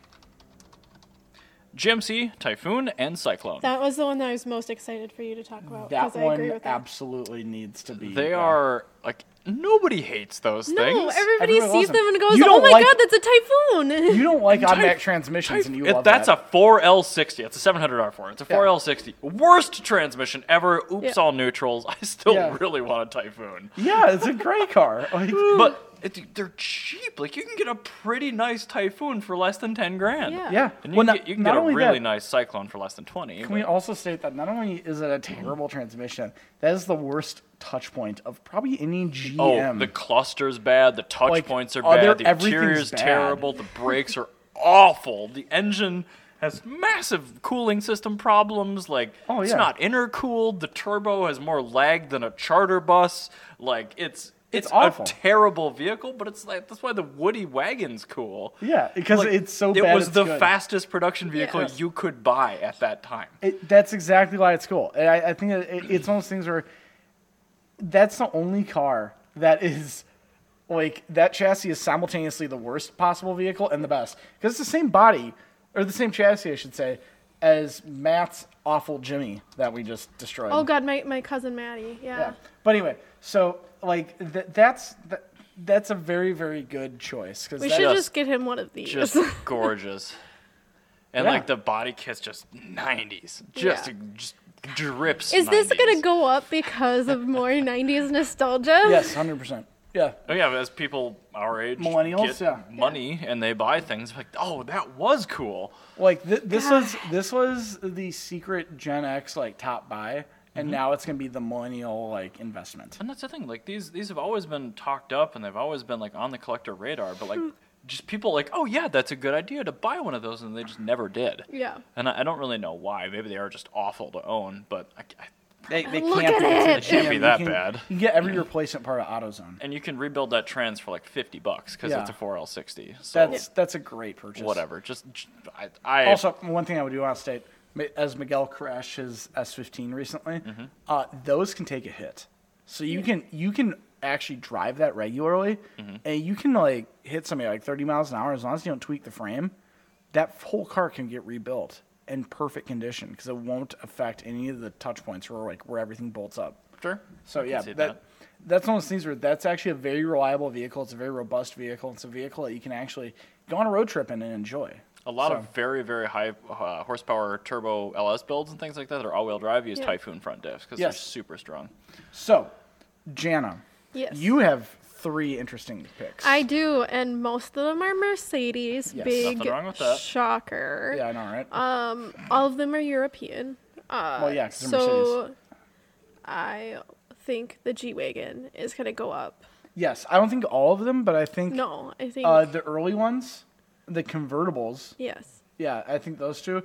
Speaker 1: GMC, Typhoon, and Cyclone.
Speaker 2: That was the one that I was most excited for you to talk about
Speaker 3: That
Speaker 2: because I agree
Speaker 3: one
Speaker 2: with that.
Speaker 3: absolutely needs to be.
Speaker 1: they
Speaker 3: yeah.
Speaker 1: are like nobody hates those
Speaker 2: No,
Speaker 1: things.
Speaker 2: Oh, everybody
Speaker 3: Everyone loves
Speaker 2: sees
Speaker 3: them.
Speaker 2: them and goes,
Speaker 3: You
Speaker 2: "Oh
Speaker 3: don't
Speaker 2: my
Speaker 3: like-
Speaker 2: god, that's a typhoon."
Speaker 3: You don't like automatic
Speaker 1: Typh-
Speaker 3: transmissions, and you
Speaker 1: If
Speaker 3: love
Speaker 1: that's
Speaker 3: that.
Speaker 1: a 4L60. It's a 700R4. It's a 4L60. Worst transmission ever. Oops,
Speaker 2: Yeah.
Speaker 1: all neutrals. I still
Speaker 3: Yeah.
Speaker 1: really want a Typhoon.
Speaker 3: yeah, it's a gray car. Like,
Speaker 1: But it, they're cheap. Like you can get a pretty nice Typhoon for less than 10 grand.
Speaker 2: Yeah.
Speaker 3: yeah,
Speaker 1: And you,
Speaker 3: no-
Speaker 1: can get, you can
Speaker 3: not
Speaker 1: get a
Speaker 3: only
Speaker 1: really
Speaker 3: that,
Speaker 1: nice Cyclone for less than 20.
Speaker 3: Can we
Speaker 1: but-
Speaker 3: also state that not only is it a terrible transmission, that is the worst touch point of probably any GM.
Speaker 1: oh, the cluster's bad, the touch
Speaker 3: Like,
Speaker 1: points are
Speaker 3: other-
Speaker 1: bad, the interior
Speaker 3: everything's
Speaker 1: is
Speaker 3: bad.
Speaker 1: terrible, the brakes are awful, the engine has massive cooling system problems, like
Speaker 3: Oh,
Speaker 1: it's
Speaker 3: yeah.
Speaker 1: not intercooled, the turbo has more lag than a charter bus, like it's
Speaker 3: It's
Speaker 1: it's,
Speaker 3: awful.
Speaker 1: a terrible vehicle, but it's like that's why the Woody wagon's cool.
Speaker 3: Yeah, because
Speaker 1: Like,
Speaker 3: it's so
Speaker 1: it
Speaker 3: bad.
Speaker 1: was
Speaker 3: it's
Speaker 1: the
Speaker 3: good.
Speaker 1: fastest production vehicle
Speaker 2: Yeah.
Speaker 1: you could buy at that time.
Speaker 3: It, that's exactly why it's cool. And I, I think it, it- it's one of those things where that's the only car that is like that chassis is simultaneously the worst possible vehicle and the best because it's the same body or the same chassis, I should say, as Matt's awful Jimmy that we just destroyed.
Speaker 2: oh god, my, my cousin Maddie. Yeah.
Speaker 3: Yeah. But anyway, so like th- that's th- that's a very very good choice because
Speaker 2: We
Speaker 3: that,
Speaker 2: should
Speaker 1: Just-
Speaker 2: just get him one of these.
Speaker 1: just gorgeous. And
Speaker 3: Yeah.
Speaker 1: like the body kit's just 90s. Just,
Speaker 2: Yeah.
Speaker 1: just drips.
Speaker 2: Is this
Speaker 1: 90s.
Speaker 2: gonna go up because of more '90s nostalgia?
Speaker 3: yes, hundred percent. Yeah.
Speaker 1: Oh yeah, but as people our age,
Speaker 3: Millennials,
Speaker 1: get
Speaker 3: yeah.
Speaker 1: money and they buy things like, oh, that was cool.
Speaker 3: Like th- this was this was the secret Gen X like top buy,
Speaker 1: Mm-hmm.
Speaker 3: and now it's gonna be the millennial like investment.
Speaker 1: And that's the thing, like these these have always been talked up and they've always been like on the collector radar, but
Speaker 2: Hmm.
Speaker 1: like just people like, oh yeah, that's a good idea to buy one of those, and they just never did.
Speaker 2: Yeah.
Speaker 1: And I, I don't really know why. Maybe they are just awful to own, but I, I,
Speaker 3: They, they
Speaker 2: Look
Speaker 3: can't
Speaker 2: at
Speaker 3: be,
Speaker 2: it!
Speaker 1: It can't be
Speaker 3: you
Speaker 1: that
Speaker 3: can-
Speaker 1: bad.
Speaker 3: You can get every replacement part of AutoZone.
Speaker 1: and you can rebuild that trans for like fifty bucks because it's a
Speaker 3: Yeah.
Speaker 1: four L sixty. So
Speaker 3: That's that's a great purchase.
Speaker 1: whatever. Just, j I I, I
Speaker 3: Also, one thing I would do want to state, ma- as Miguel crashed his S15 recently,
Speaker 1: Mm-hmm.
Speaker 3: uh, those can take a hit. So you can you can actually drive that regularly,
Speaker 1: Mm-hmm.
Speaker 3: and you can like hit somebody like 30 miles an hour as long as you don't tweak the frame. That whole car can get rebuilt in perfect condition because it won't affect any of the touch points where like where everything bolts up.
Speaker 1: sure. I
Speaker 3: So
Speaker 1: can
Speaker 3: yeah,
Speaker 1: see
Speaker 3: that, that's one of those things where that's actually a very reliable vehicle. It's a very robust vehicle. It's a vehicle that you can actually go on a road trip in and enjoy.
Speaker 1: A lot
Speaker 3: So-
Speaker 1: of very, very high uh, horsepower turbo LS builds and things like that that are all wheel drive use
Speaker 2: Yeah.
Speaker 1: Typhoon front diffs because they're
Speaker 3: Yes.
Speaker 1: super strong.
Speaker 3: So, Jana,
Speaker 2: Yes.
Speaker 3: you have three interesting picks.
Speaker 2: I do, and most of them are Mercedes.
Speaker 3: Yes.
Speaker 2: Big
Speaker 1: Nothing wrong with that.
Speaker 2: shocker.
Speaker 3: yeah, I know, right?
Speaker 2: Um, all of them are European. Uh,
Speaker 3: Well, yeah, 'cause they're
Speaker 2: so I think the G wagon is gonna go up.
Speaker 3: yes, I don't think all of them, but I think
Speaker 2: No, I think
Speaker 3: uh, the early ones, the convertibles.
Speaker 2: yes.
Speaker 3: Yeah, I think those two,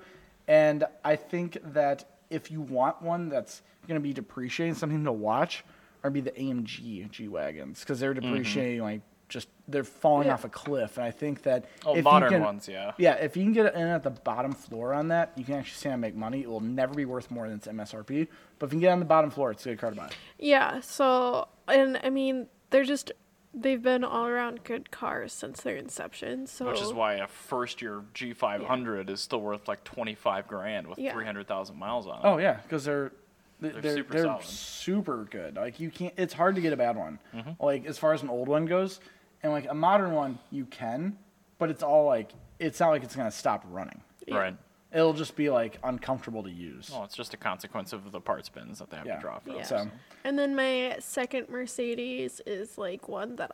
Speaker 3: and I think that if you want one that's going to be depreciating, something to watch, are be the AMG G wagons because they're
Speaker 1: Mm-hmm.
Speaker 3: depreciating like just they're falling
Speaker 2: Yeah.
Speaker 3: off a cliff, and I think that
Speaker 1: Oh,
Speaker 3: if you
Speaker 1: modern
Speaker 3: can-
Speaker 1: ones, yeah.
Speaker 3: yeah, if you can get in at the bottom floor on that, you can actually stand and make money. It will never be worth more than its MSRP, but if you can get on the bottom floor, it's a good car to buy.
Speaker 2: Yeah, so and I mean they're just they've been all around good cars since their inception. So
Speaker 1: Which is why a first year G500 is still worth like 25 grand with
Speaker 2: Yeah.
Speaker 1: 300,000 miles on it.
Speaker 3: Oh yeah, because they're they're, they're,
Speaker 1: super
Speaker 3: super,
Speaker 1: solid.
Speaker 3: good. Like you can't. It's hard to get a bad one.
Speaker 1: Mm-hmm.
Speaker 3: Like as far as an old one goes, and like a modern one, you can, but it's all like it's not like it's gonna stop running.
Speaker 2: yeah.
Speaker 1: Right.
Speaker 3: It'll just be like uncomfortable to use.
Speaker 1: Well, it's just a consequence of the parts bins that they Oh, have
Speaker 3: Yeah.
Speaker 1: to draw from.
Speaker 2: Yeah.
Speaker 3: So-
Speaker 2: And then my second Mercedes is like one that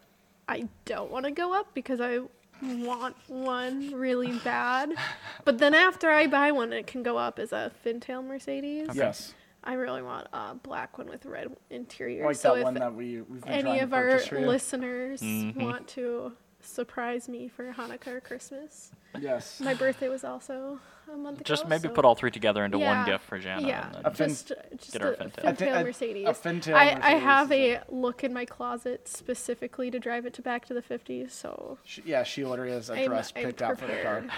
Speaker 2: I don't want to go up because I want one really bad. But then after I buy one, it can go up as a fintail Mercedes.
Speaker 3: Yes,
Speaker 2: I really want a black one with red interior.
Speaker 3: like
Speaker 2: so
Speaker 3: that
Speaker 2: if
Speaker 3: one that we we've been
Speaker 2: any
Speaker 3: trying
Speaker 2: of
Speaker 3: to
Speaker 2: our
Speaker 3: purchase for you. Mm-hmm.
Speaker 2: listeners want to surprise me for Hanukkah or Christmas,
Speaker 3: yes,
Speaker 2: my birthday was also a month ago.
Speaker 1: Just maybe
Speaker 2: so-
Speaker 1: put all three together into
Speaker 2: yeah.
Speaker 1: one gift for Jana.
Speaker 2: Yeah,
Speaker 1: And then
Speaker 3: A fin-
Speaker 2: just, just
Speaker 1: Get her
Speaker 2: a
Speaker 1: a Fintail.
Speaker 2: fintail,
Speaker 1: I
Speaker 3: thi- a- a
Speaker 2: Mercedes.
Speaker 3: fintail
Speaker 2: I, I
Speaker 3: Mercedes
Speaker 2: have
Speaker 3: is
Speaker 2: a look in my closet specifically to drive it to back to the 50s, so
Speaker 3: She- yeah, she literally has a
Speaker 2: I'm,
Speaker 3: dress
Speaker 2: I'm
Speaker 3: picked out for the car.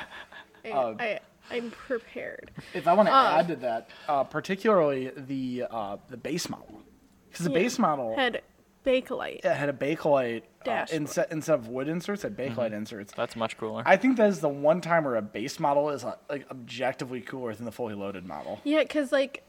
Speaker 3: Um,
Speaker 2: prepared. I, I, I'm prepared.
Speaker 3: If I want to
Speaker 2: Um,
Speaker 3: add to that, uh, particularly the uh, the base model, because the
Speaker 2: Yeah.
Speaker 3: base model
Speaker 2: Had Bakelite.
Speaker 3: it had a bakelite uh,
Speaker 2: Dashboard.
Speaker 3: instead instead of wood inserts, had bakelite inserts.
Speaker 1: That's much cooler.
Speaker 3: I think that is the one time where a base model is uh, like objectively cooler than the fully loaded model.
Speaker 2: Yeah, because like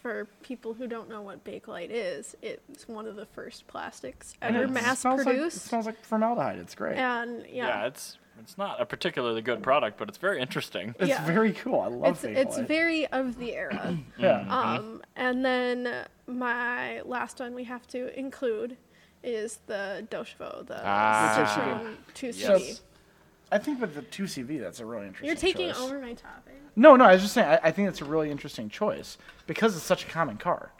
Speaker 2: for people who don't know what Bakelite is, it's one of the first plastics ever
Speaker 3: It
Speaker 2: mass
Speaker 3: smells like- it
Speaker 2: produced,
Speaker 3: smells like formaldehyde. It's great.
Speaker 2: and
Speaker 1: yeah.
Speaker 2: yeah,
Speaker 1: it's it's not a particularly good product, but it's very interesting.
Speaker 3: It's
Speaker 2: yeah.
Speaker 3: very cool. I
Speaker 2: it's
Speaker 3: love
Speaker 2: it's
Speaker 3: bakelite.
Speaker 2: very of the era.
Speaker 3: yeah.
Speaker 1: Mm-hmm.
Speaker 2: Um, and then my last one we have to include is the Doshvo, the
Speaker 1: Ah.
Speaker 3: The
Speaker 2: Citroen 2
Speaker 1: Yes.
Speaker 2: CD.
Speaker 3: I think with the two CV, that's a really interesting.
Speaker 2: You're taking
Speaker 3: choice.
Speaker 2: over my topic.
Speaker 3: No, no. I was just saying. I, I think it's a really interesting choice because it's such a common car.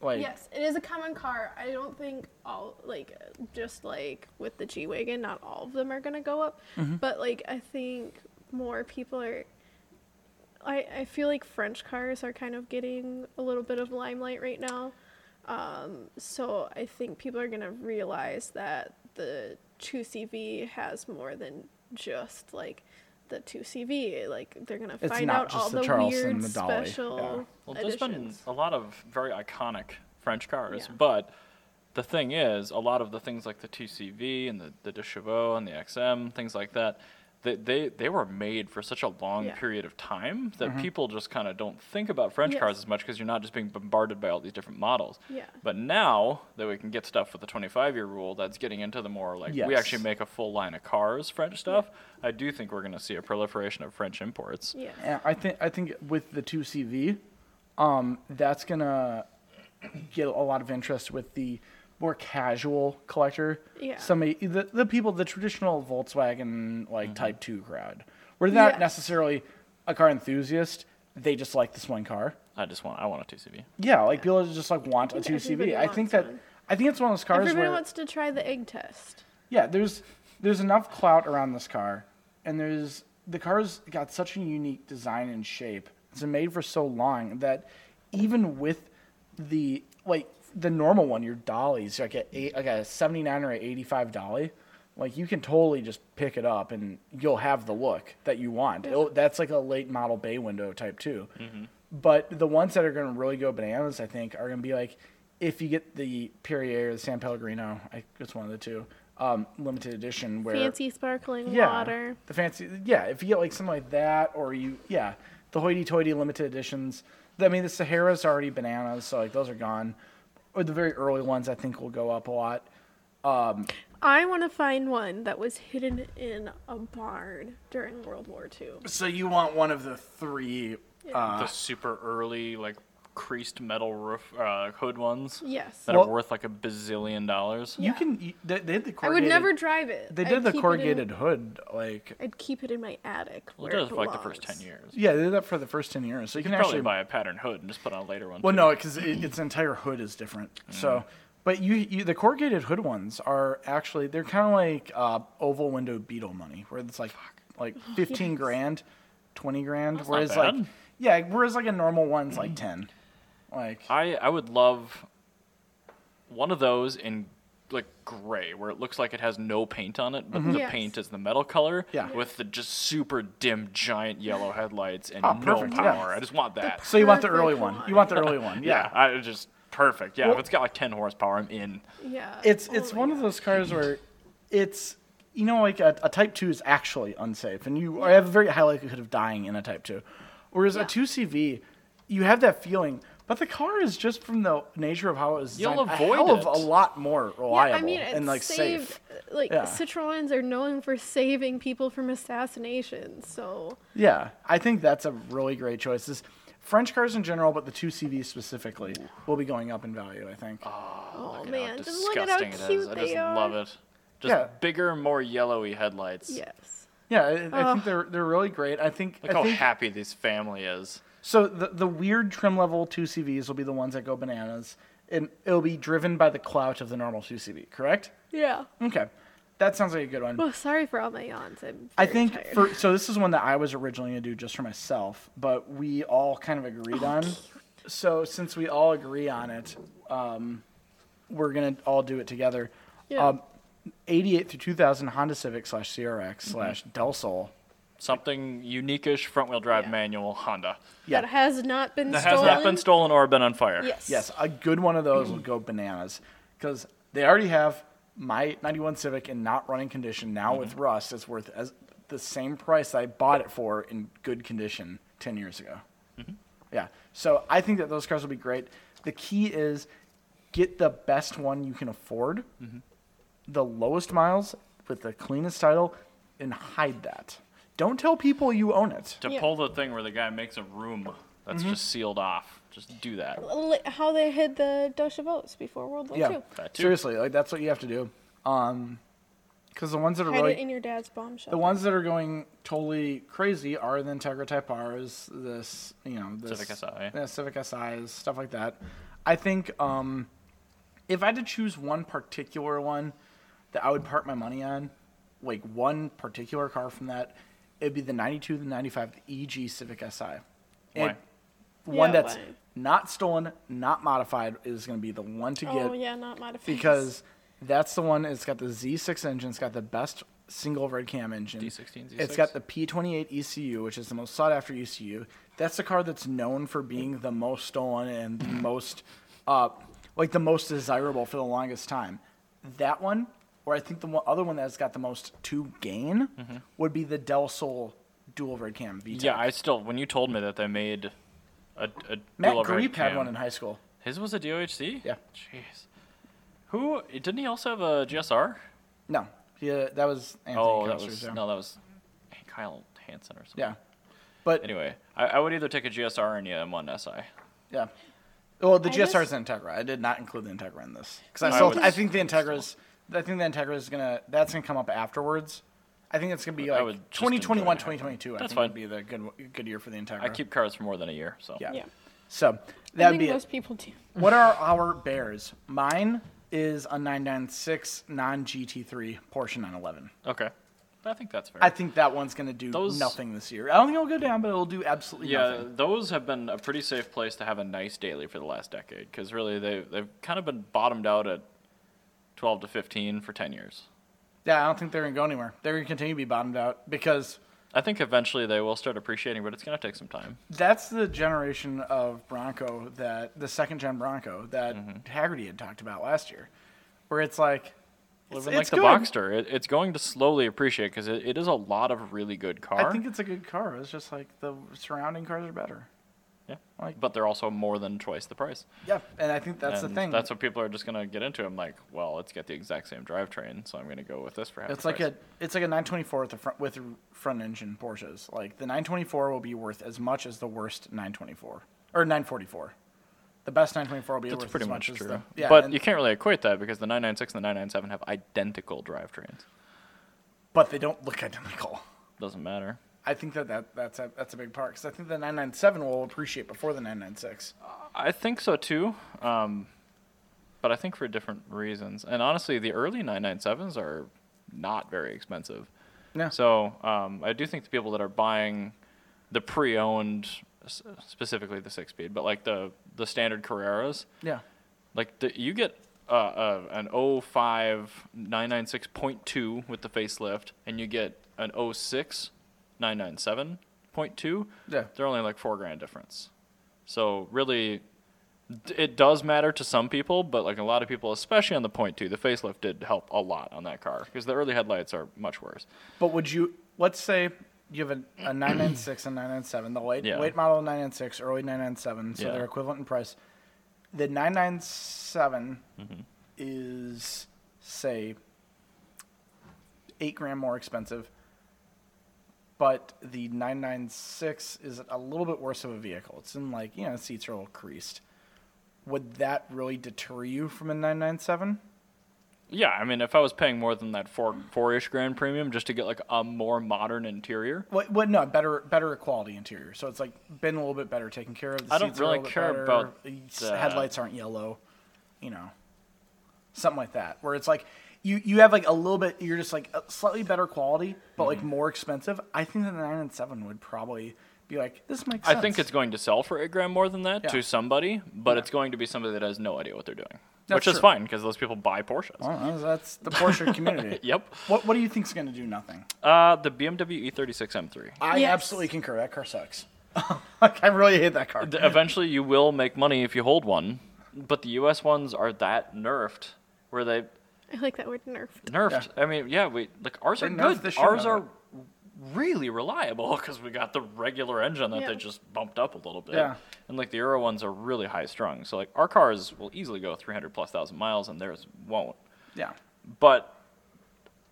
Speaker 3: Like
Speaker 2: Yes, it is a common car. I don't think all like just like with the G wagon, not all of them are gonna go up.
Speaker 3: Mm-hmm.
Speaker 2: But like I think more people are. I I feel like French cars are kind of getting a little bit of limelight right now. Um, so I think people are gonna realize that the two CV has more than just like the two CV. Like they're gonna
Speaker 3: It's
Speaker 2: find
Speaker 3: not
Speaker 2: out all
Speaker 3: just the
Speaker 2: the,
Speaker 3: Charleston
Speaker 2: weird
Speaker 3: and the Dolly.
Speaker 2: special.
Speaker 3: Yeah.
Speaker 1: Well, there's been
Speaker 2: additions.
Speaker 1: a lot of very iconic French cars,
Speaker 2: Yeah.
Speaker 1: but the thing is, a lot of the things like the TCV and the the De Chauveau and the XM, things like that, they they, they were made for such a long
Speaker 2: Yeah.
Speaker 1: period of time that people just kind of don't think about French
Speaker 2: Yes.
Speaker 1: cars as much because you're not just being bombarded by all these different models.
Speaker 2: Yeah.
Speaker 1: But now that we can get stuff with the 25 year rule, that's getting into the more like we
Speaker 3: Yes.
Speaker 1: actually make a full line of cars, French stuff. I do think we're going to see a proliferation of French imports.
Speaker 2: Yeah.
Speaker 3: Yeah, I think I think with the two CV, um, that's gonna get a lot of interest with the more casual collector.
Speaker 2: Yeah.
Speaker 3: Somebody the, the people the traditional Volkswagen like Type Two crowd. We're not
Speaker 2: Yeah.
Speaker 3: necessarily a car enthusiast. They just like this one car.
Speaker 1: I just want I want a 2CV.
Speaker 3: Yeah, like people just like want a two
Speaker 2: think
Speaker 3: CV.
Speaker 2: everybody
Speaker 3: I think
Speaker 2: wants
Speaker 3: that
Speaker 2: one.
Speaker 3: I think it's one of those cars
Speaker 2: Everybody
Speaker 3: where
Speaker 2: wants to try the egg test.
Speaker 3: yeah, there's there's enough clout around this car, and there's the car's got such a unique design and shape. It's been made for so long that even with the like the normal one, your dollies like a eight, like a seventy nine or an eighty five dolly, like you can totally just pick it up and you'll have the look that you want. It'll- that's like a late model bay window type too.
Speaker 2: Mm-hmm.
Speaker 3: But the ones that are going to really go bananas, I think, are going to be like if you get the Perrier or the San Pellegrino, I, it's one of the two, um, limited edition where
Speaker 2: Fancy sparkling
Speaker 3: yeah,
Speaker 2: water.
Speaker 3: the fancy yeah. If you get like something like that, or you yeah, the hoity-toity limited editions. I mean, the Sahara's already bananas, so like those are gone. Or the very early ones, I think, will go up a lot.
Speaker 2: I want to find one that was hidden in a barn during World War II.
Speaker 3: So you want one of the three? uh, Ah.
Speaker 1: the super early like creased metal roof uh, hood ones
Speaker 2: Yes.
Speaker 1: that
Speaker 3: Well-
Speaker 1: are worth like a bazillion dollars.
Speaker 3: You
Speaker 2: Yeah.
Speaker 3: can. You, they, they did the
Speaker 2: I would
Speaker 3: corrugated.
Speaker 2: never drive it.
Speaker 3: They
Speaker 2: I'd
Speaker 3: did the
Speaker 2: keep it in-
Speaker 3: corrugated hood, like
Speaker 2: I'd keep it in my attic.
Speaker 1: Well,
Speaker 2: Where
Speaker 1: it does
Speaker 2: it
Speaker 1: for like the first ten
Speaker 2: belongs.
Speaker 1: years.
Speaker 3: Yeah, they did that for the first ten years. So you,
Speaker 1: You
Speaker 3: can,
Speaker 1: could
Speaker 3: actually
Speaker 1: probably buy a pattern hood and just put on a later one.
Speaker 3: Well,
Speaker 1: too.
Speaker 3: no, because it, its entire hood is different.
Speaker 1: Mm.
Speaker 3: So, but you, you the corrugated hood ones are actually they're kind of like uh, oval window beetle money, where it's like like fifteen grand, twenty grand.
Speaker 1: That's not
Speaker 3: whereas like
Speaker 1: bad. Mm.
Speaker 3: yeah, whereas like a normal one's like ten. Like
Speaker 1: I I would love one of those in like gray where it looks like it has no paint on it, but the
Speaker 2: Yes.
Speaker 1: paint is the metal color.
Speaker 3: Mm-hmm. Yeah.
Speaker 1: With the just super dim giant yellow headlights and
Speaker 3: Oh,
Speaker 1: no
Speaker 3: perfect, yeah.
Speaker 1: power. I just want that.
Speaker 3: so you want the
Speaker 2: perfect
Speaker 3: early one. You want the early one.
Speaker 1: yeah.
Speaker 3: Yeah.
Speaker 1: I just perfect. Yeah.
Speaker 3: Well-
Speaker 1: if it's got like ten horsepower, I'm in.
Speaker 2: Yeah.
Speaker 3: It's
Speaker 2: Oh
Speaker 3: it's
Speaker 2: my
Speaker 3: one of those cars where it's you know like a, a type two is actually unsafe, and you have a very high likelihood of dying in a type two. Whereas a
Speaker 2: Yeah.
Speaker 3: two CV, you have that feeling, but the car is just from the nature of how it was
Speaker 1: You'll
Speaker 3: designed, a
Speaker 1: avoid
Speaker 3: hell of
Speaker 1: it.
Speaker 3: a lot more
Speaker 2: God.
Speaker 3: reliable
Speaker 2: Yeah, I mean, it's
Speaker 3: and like
Speaker 2: saved,
Speaker 3: safe.
Speaker 2: Like
Speaker 3: Yeah.
Speaker 2: Citroens are known for saving people from assassination, so
Speaker 3: Yeah, I think that's a really great choice. This French cars in general, but the two CV specifically will be going up in value. I think.
Speaker 2: oh,
Speaker 1: Look at how
Speaker 2: man, just look at how
Speaker 1: disgusting
Speaker 2: cute
Speaker 1: it is.
Speaker 2: they
Speaker 1: I just
Speaker 2: are.
Speaker 1: love it. Just
Speaker 3: Yeah.
Speaker 1: bigger, more yellowy headlights.
Speaker 2: Yes.
Speaker 3: yeah, I,
Speaker 2: uh.
Speaker 3: I think they're they're really great. I think
Speaker 1: Look
Speaker 3: I
Speaker 1: how
Speaker 3: think,
Speaker 1: happy this family is.
Speaker 3: So the the weird trim level two CVs will be the ones that go bananas, and it'll be driven by the clout of the normal two CV. Correct?
Speaker 2: Yeah.
Speaker 3: Okay, that sounds like a good one.
Speaker 2: Well, sorry for all my yawns. I'm
Speaker 3: I
Speaker 2: very
Speaker 3: think
Speaker 2: tired.
Speaker 3: for so this is one that I was originally gonna do just for myself, but we all kind of agreed
Speaker 2: Oh,
Speaker 3: on. So since we all agree on it, um, we're gonna all do it together.
Speaker 2: Yeah.
Speaker 3: Um, 88 through 2000 Honda Civic slash CRX
Speaker 2: Mm-hmm.
Speaker 3: slash Del Sol.
Speaker 1: Something unique-ish front-wheel drive
Speaker 2: Yeah.
Speaker 1: manual Honda.
Speaker 3: Yeah.
Speaker 2: that has not been
Speaker 1: That has
Speaker 2: stolen.
Speaker 1: not been stolen or been on fire.
Speaker 2: Yes.
Speaker 3: Yes, a good one of those will go bananas because they already have my 91 Civic in not running condition. Now with
Speaker 1: Mm-hmm.
Speaker 3: rust, it's worth as the same price I bought it for in good condition 10 years ago.
Speaker 1: Mm-hmm.
Speaker 3: Yeah, so I think that those cars will be great. The key is get the best one you can afford,
Speaker 1: Mm-hmm.
Speaker 3: the lowest miles with the cleanest title, and hide that. Don't tell people you own it.
Speaker 1: To
Speaker 2: Yeah.
Speaker 1: pull the thing where the guy makes a room that's
Speaker 3: Mm-hmm.
Speaker 1: just sealed off. Just do that.
Speaker 2: Li- How they hid the Deutsche Boats before World War
Speaker 3: Yeah,
Speaker 2: II.
Speaker 1: That too.
Speaker 3: seriously, like that's what you have to do. Um, because the ones that are
Speaker 2: Hide
Speaker 3: really
Speaker 2: it in your dad's bomb
Speaker 3: The
Speaker 2: shelter.
Speaker 3: ones that are going totally crazy are the Integra Type R's, this, you know, this
Speaker 1: Civic SI.
Speaker 3: yeah, Civic SIs, stuff like that. I think um, if I had to choose one particular one that I would part my money on, like one particular car from that, it'd be the 92, the 95, the EG Civic SI. And
Speaker 1: Why?
Speaker 3: One
Speaker 2: Yeah,
Speaker 3: that's
Speaker 2: why?
Speaker 3: not stolen, not modified is going to be the one to get
Speaker 2: Oh yeah, not modified.
Speaker 3: because that's the one. It's got the Z6 engine. It's got the best single red cam engine.
Speaker 1: D16, Z6?
Speaker 3: It's got the P28 ECU, which is the most sought after ECU. That's the car that's known for being the most stolen and the most, uh, like the most desirable for the longest time. That one, or I think the one, other one that's got the most to gain, would be the Del Sol dual red cam VTEC.
Speaker 1: Mm-hmm. Yeah, I still. When you told me that they made a, a dual
Speaker 3: Matt
Speaker 1: overhead
Speaker 3: Greep had
Speaker 1: cam-
Speaker 3: one in high school.
Speaker 1: His was a DOHC.
Speaker 3: Yeah.
Speaker 1: Jeez. Who didn't he also have a GSR?
Speaker 3: No, yeah, that was Anthony
Speaker 1: oh, that
Speaker 3: Koster's,
Speaker 1: was
Speaker 3: yeah.
Speaker 1: no, that was Kyle Hansen or something.
Speaker 3: yeah, but
Speaker 1: Anyway, I, I would either take a GSR and yeah, M1 SI.
Speaker 3: yeah. Well, the
Speaker 2: I
Speaker 3: GSR is
Speaker 2: just-
Speaker 3: the Integra. I did not include the Integra in this because I,
Speaker 2: I
Speaker 3: still
Speaker 2: would-
Speaker 3: I think the Integra's I think the Integra is gonna that's gonna come up afterwards. I think it's gonna be
Speaker 1: I
Speaker 3: like
Speaker 1: would just
Speaker 3: 2021,
Speaker 1: enjoy it.
Speaker 3: 2022. I
Speaker 1: That's
Speaker 3: think would
Speaker 1: fine.
Speaker 3: be the good good year for the Integra.
Speaker 1: I keep cars for more than a year, so
Speaker 3: yeah.
Speaker 2: Yeah.
Speaker 3: So
Speaker 2: I
Speaker 3: that'd
Speaker 2: think
Speaker 3: be it.
Speaker 2: most people do.
Speaker 3: What are our bears? Mine is a 996 non GT3 Porsche 911.
Speaker 1: okay. I think that's fair.
Speaker 3: I think that one's going to do
Speaker 1: Those-
Speaker 3: nothing this year. I don't think it'll go down, but it'll do absolutely
Speaker 1: yeah,
Speaker 3: nothing.
Speaker 1: those have been a pretty safe place to have a nice daily for the last decade because really they they've kind of been bottomed out at twelve to fifteen for ten years.
Speaker 3: Yeah, I don't think they're going to go anywhere. They're going to continue to be bottomed out because
Speaker 1: I think eventually they will start appreciating, but it's gonna take some time.
Speaker 3: that's the generation of Bronco that the second gen Bronco that
Speaker 1: Mm-hmm.
Speaker 3: Haggerty had talked about last year, where it's like,
Speaker 1: Well,
Speaker 3: it's,
Speaker 1: even like
Speaker 3: it's
Speaker 1: the
Speaker 3: good.
Speaker 1: Boxster, it, it's going to slowly appreciate because it, it is a lot of really good car.
Speaker 3: I think it's a good car. It's just like the surrounding cars are better.
Speaker 1: yeah,
Speaker 3: like-
Speaker 1: but they're also more than twice the price.
Speaker 3: Yeah, and I think that's
Speaker 1: And
Speaker 3: the thing.
Speaker 1: That's what people are just gonna get into. I'm like, well, let's get the exact same drivetrain, so I'm gonna go with this for half.
Speaker 3: It's
Speaker 1: the
Speaker 3: like
Speaker 1: price.
Speaker 3: a it's like a 924 with the front with front engine Porsches. Like the 924 will be worth as much as the worst 924 or 944. The best 924 will be
Speaker 1: That's
Speaker 3: worth
Speaker 1: pretty
Speaker 3: as
Speaker 1: much
Speaker 3: much
Speaker 1: true.
Speaker 3: as the yeah.
Speaker 1: but
Speaker 3: and-
Speaker 1: you can't really equate that because the 996 and the 997 have identical drivetrains.
Speaker 3: but they don't look identical.
Speaker 1: Doesn't matter.
Speaker 3: I think that, that that's a that's a big part because I think the 997 will appreciate before the 996.
Speaker 1: I think so too, um, but I think for different reasons. And honestly, the early 997s are not very expensive.
Speaker 3: No.
Speaker 1: So um, I do think the people that are buying the pre-owned, s- specifically the six-speed, but like the the standard Carreras,
Speaker 3: Yeah.
Speaker 1: like the, you get uh, uh, an 05 996.2 with the facelift, and you get an 06 997.2.
Speaker 3: Yeah.
Speaker 1: They're only like four grand difference. So really, d- it does matter to some people, but like a lot of people, especially on the point two, the facelift did help a lot on that car because the early headlights are much worse.
Speaker 3: But would you let's say you have a, a 996 and 997, the late
Speaker 1: Yeah.
Speaker 3: late model 996, early 997, so
Speaker 1: Yeah.
Speaker 3: they're equivalent in price. The 997
Speaker 1: Mm-hmm.
Speaker 3: is say eight grand more expensive, but the 996 is a little bit worse of a vehicle. It's in like you know the seats are a little creased. Would that really deter you from a 997?
Speaker 1: Yeah, I mean, if I was paying more than that four four-ish grand premium just to get like a more modern interior,
Speaker 3: What, what? No, better, better quality interior. So it's like been a little bit better taken care of. The
Speaker 1: I don't
Speaker 3: seats are a
Speaker 1: really
Speaker 3: little bit
Speaker 1: care
Speaker 3: better,
Speaker 1: about
Speaker 3: the s-
Speaker 1: the-
Speaker 3: headlights aren't yellow, you know, something like that. Where it's like you you have like a little bit. You're just like a slightly better quality, but like
Speaker 1: Mm-hmm.
Speaker 3: more expensive. I think that the nine and seven would probably be like this makes.
Speaker 1: I
Speaker 3: Sense.
Speaker 1: think it's going to sell for eight grand more than that
Speaker 3: Yeah.
Speaker 1: to somebody, but it's going to be somebody that has no idea what they're doing,
Speaker 3: That's
Speaker 1: which is
Speaker 3: true.
Speaker 1: fine because those people buy Porsches.
Speaker 3: I don't know, that's the Porsche community.
Speaker 1: Yep.
Speaker 3: What What do you think's going to do nothing?
Speaker 1: Uh, the BMW E36 M3.
Speaker 3: I
Speaker 2: Yes.
Speaker 3: absolutely concur. That car sucks. like I really hate that car.
Speaker 1: D- Eventually, you will make money if you hold one, but the U.S. ones are that nerfed, where they
Speaker 2: I like that word nerf.
Speaker 1: nerfed. I mean, yeah, we like ours
Speaker 3: They
Speaker 1: are
Speaker 3: nerfed
Speaker 1: good.
Speaker 3: the shit
Speaker 1: ours
Speaker 3: out
Speaker 1: are
Speaker 3: of
Speaker 1: really reliable because we got the regular engine that
Speaker 2: Yeah.
Speaker 1: they just bumped up a little bit.
Speaker 3: Yeah.
Speaker 1: And like the Euro ones are really high strung, so like our cars will easily go 300 plus thousand miles, and theirs won't.
Speaker 3: yeah.
Speaker 1: but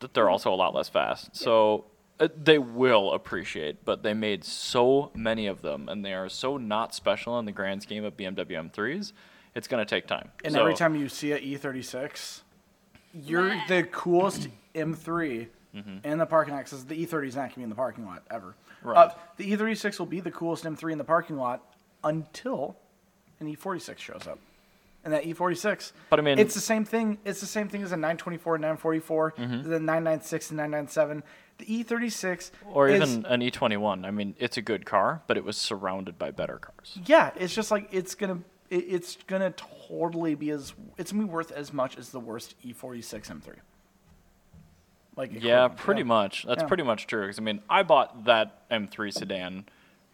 Speaker 1: th- they're also a lot less fast. So uh, they will appreciate, but they made so many of them, and they are so not special in the grand scheme of BMW M3s. It's going to take time.
Speaker 3: And
Speaker 1: So-
Speaker 3: every time you see a E36, you're the coolest M3 in the parking lot because the E30 is not going to be in the parking lot ever.
Speaker 1: Mm-hmm. Right.
Speaker 3: Uh, the E36 will be the coolest M3 in the parking lot until an E46 shows up. And that E46,
Speaker 1: But I mean-
Speaker 3: it's the same thing. It's the same thing as a 924, 944,
Speaker 1: Mm-hmm.
Speaker 3: the 996, and 997. The E36,
Speaker 1: or
Speaker 3: is-
Speaker 1: even an E21. I mean, it's a good car, but it was surrounded by better cars.
Speaker 3: yeah, it's just like it's gonna it, it's gonna totally be as it's gonna be worth as much as the worst E E46 M3. Like
Speaker 1: Yeah,
Speaker 3: equivalent,
Speaker 1: pretty much. That's
Speaker 3: Yeah.
Speaker 1: pretty much true. 'cause, I mean, I bought that M3 sedan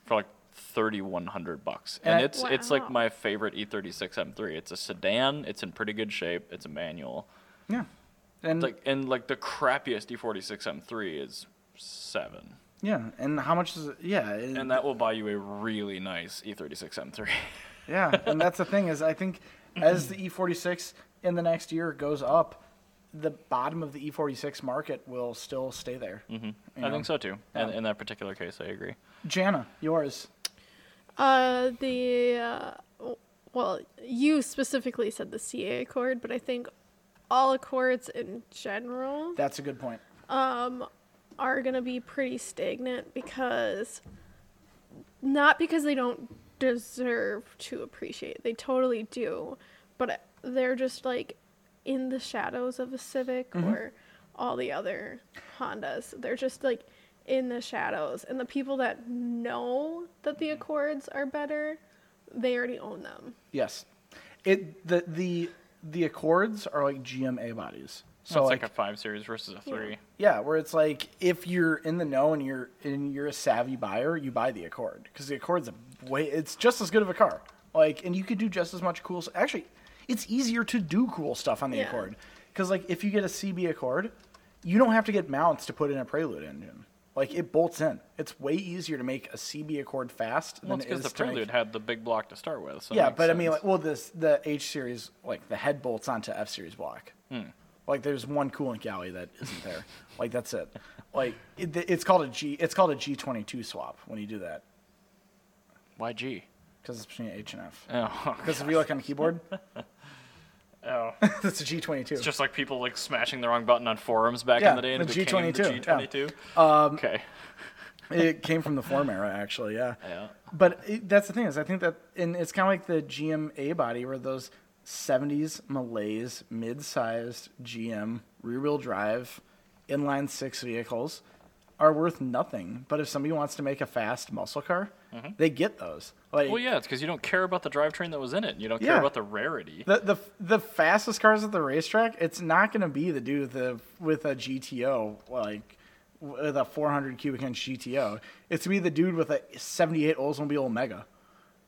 Speaker 1: for like thirty one hundred bucks, and
Speaker 3: And I-
Speaker 1: it's it's like
Speaker 2: Wow.
Speaker 1: my favorite E thirty six M3. It's a sedan. It's in pretty good shape. It's a manual.
Speaker 3: Yeah, and
Speaker 1: like and like the crappiest D46 M3 is seven,
Speaker 3: yeah, and how much is it? Yeah, it-
Speaker 1: and that will buy you a really nice E E36 M3.
Speaker 3: yeah, and that's the thing is I think as the E46 in the next year goes up, the bottom of the E46 market will still stay there. Mm-hmm.
Speaker 1: I think so too. And
Speaker 3: Yeah.
Speaker 1: in that particular case, I agree.
Speaker 3: Jana, yours.
Speaker 2: Uh, the uh, well, you specifically said the CA accord, but I think all accords in general
Speaker 3: That's a good point.
Speaker 2: are going to be pretty stagnant because not because they don't deserve to appreciate. They totally do, but they're just like in the shadows of a Civic
Speaker 3: Mm-hmm.
Speaker 2: or all the other Hondas. They're just like in the shadows and the people that know that the Accords are better, they already own them.
Speaker 3: Yes, it the the the Accords are like GMA bodies. So
Speaker 1: it's
Speaker 3: like,
Speaker 1: like, a five series versus a three.
Speaker 3: yeah, where it's like if you're in the know and you're and you're a savvy buyer, you buy the Accord because the Accord's a way it's just as good of a car. Like, and you could do just as much cool. s- Actually, it's easier to do cool stuff on the
Speaker 2: Yeah.
Speaker 3: Accord because like if you get a CB Accord, you don't have to get mounts to put in a Prelude engine. Like it bolts in. It's way easier to make a CB Accord fast
Speaker 1: Well,
Speaker 3: than
Speaker 1: it's
Speaker 3: it is
Speaker 1: because the
Speaker 3: to make-
Speaker 1: Prelude had the big block to start with. So it
Speaker 3: yeah,
Speaker 1: makes
Speaker 3: but I mean,
Speaker 1: sense.
Speaker 3: like, well, this the H series, like the head bolts onto F series block.
Speaker 1: Hmm.
Speaker 3: Like, there's one coolant galley that isn't there. like, that's it. Like, it, it's called a G. It's called a G22 swap when you do that
Speaker 1: why G?
Speaker 3: because it's between H and F.
Speaker 1: Oh,
Speaker 3: Because if you look on the keyboard,
Speaker 1: oh.
Speaker 3: that's a G22.
Speaker 1: It's just like people like smashing the wrong button on forums back
Speaker 3: Yeah,
Speaker 1: in the day and
Speaker 3: the
Speaker 1: it became
Speaker 3: G22,
Speaker 1: the
Speaker 3: yeah.
Speaker 1: G22. Um, okay.
Speaker 3: it came from the form era, actually. Yeah.
Speaker 1: Yeah.
Speaker 3: But it, that's the thing is, I think that, and it's kind of like the GMA body where those 70s Malays, mid-sized GM rear-wheel drive, inline six vehicles are worth nothing. But if somebody wants to make a fast muscle car, they get those. Like
Speaker 1: Well, yeah, it's because you don't care about the drivetrain that was in it. You don't care
Speaker 3: Yeah.
Speaker 1: about the rarity.
Speaker 3: the, the the fastest cars at the racetrack, it's not going to be the dude with the with a GTO like with a 400 cubic inch GTO. It's to be the dude with a 78 Oldsmobile Omega.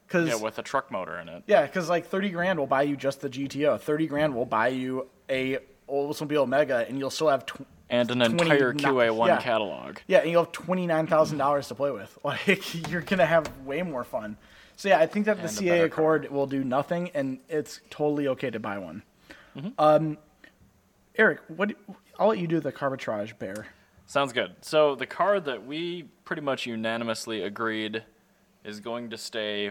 Speaker 3: Cause,
Speaker 1: Yeah, with a truck motor in it.
Speaker 3: yeah, because like 30 grand will buy you just the GTO. 30 grand will buy you a Oldsmobile Omega, and you'll still have tw-
Speaker 1: And an entire
Speaker 3: 29
Speaker 1: QA1
Speaker 3: yeah.
Speaker 1: catalog.
Speaker 3: yeah, and you'll have twenty nine thousand dollars to play with. Like you're gonna have way more fun. So yeah, I think that the
Speaker 1: And a
Speaker 3: CA
Speaker 1: better car.
Speaker 3: Accord will do nothing, and it's totally okay to buy one. Um, Eric, what? I'll let you do the carbitrage bear.
Speaker 1: Sounds good. So the car that we pretty much unanimously agreed is going to stay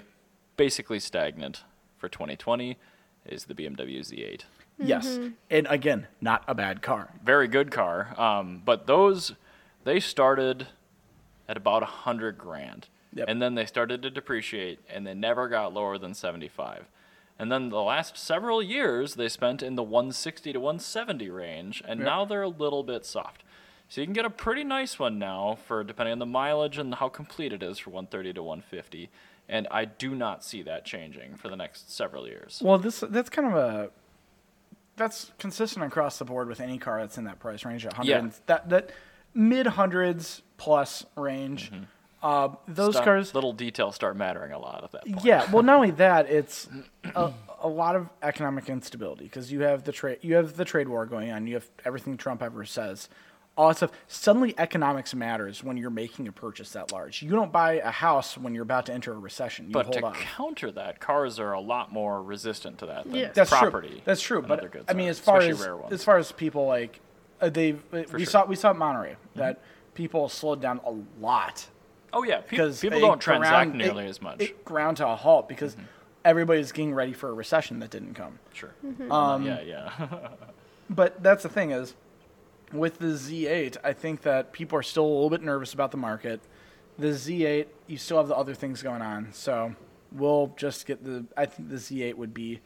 Speaker 1: basically stagnant for 2020 is the BMW Z8.
Speaker 3: Yes, and again, not a bad car.
Speaker 1: Very good car. Um, but those they started at about 100 grand.
Speaker 3: Yep.
Speaker 1: And then they started to depreciate and they never got lower than 75. And then the last several years they spent in the 160 to 170 range and now they're a little bit soft. So you can get a pretty nice one now for depending on the mileage and how complete it is for 130 to 150 and I do not see that changing for the next several years.
Speaker 3: Well, this that's kind of a that's consistent across the board with any car that's in that price range. At
Speaker 1: Yeah.
Speaker 3: hundred that that mid hundreds plus range. Uh, those
Speaker 1: Start-
Speaker 3: cars
Speaker 1: little details start mattering a lot at that point.
Speaker 3: Yeah, well, not only that, it's a, a lot of economic instability because you have the trade you have the trade war going on. You have everything Trump ever says, all that stuff. Suddenly, economics matters when you're making a purchase that large. You don't buy a house when you're about to enter a recession. You
Speaker 1: But
Speaker 3: hold
Speaker 1: to
Speaker 3: on.
Speaker 1: counter that, cars are a lot more resistant to that than
Speaker 2: Yeah.
Speaker 3: That's
Speaker 1: property.
Speaker 3: true. That's true.
Speaker 1: and other
Speaker 3: But
Speaker 1: goods
Speaker 3: I mean,
Speaker 1: are,
Speaker 3: as far
Speaker 1: especially
Speaker 3: as
Speaker 1: rare ones.
Speaker 3: as far as people like, uh, they we
Speaker 1: sure. Mm-hmm.
Speaker 3: saw we saw at Monterey that people slowed down a lot
Speaker 1: oh yeah, people,
Speaker 3: because
Speaker 1: people
Speaker 3: it
Speaker 1: don't transact
Speaker 3: ground-
Speaker 1: nearly
Speaker 3: it-
Speaker 1: as much. Mm-hmm.
Speaker 3: It ground to a halt because everybody's getting ready for a recession that didn't come.
Speaker 1: sure.
Speaker 2: Mm-hmm.
Speaker 3: Um,
Speaker 1: yeah, yeah.
Speaker 3: But that's the thing is, with the Z8, I think that people are still a little bit nervous about the market. The Z8, you still have the other things going on, so we'll just get the. I think the Z8 would be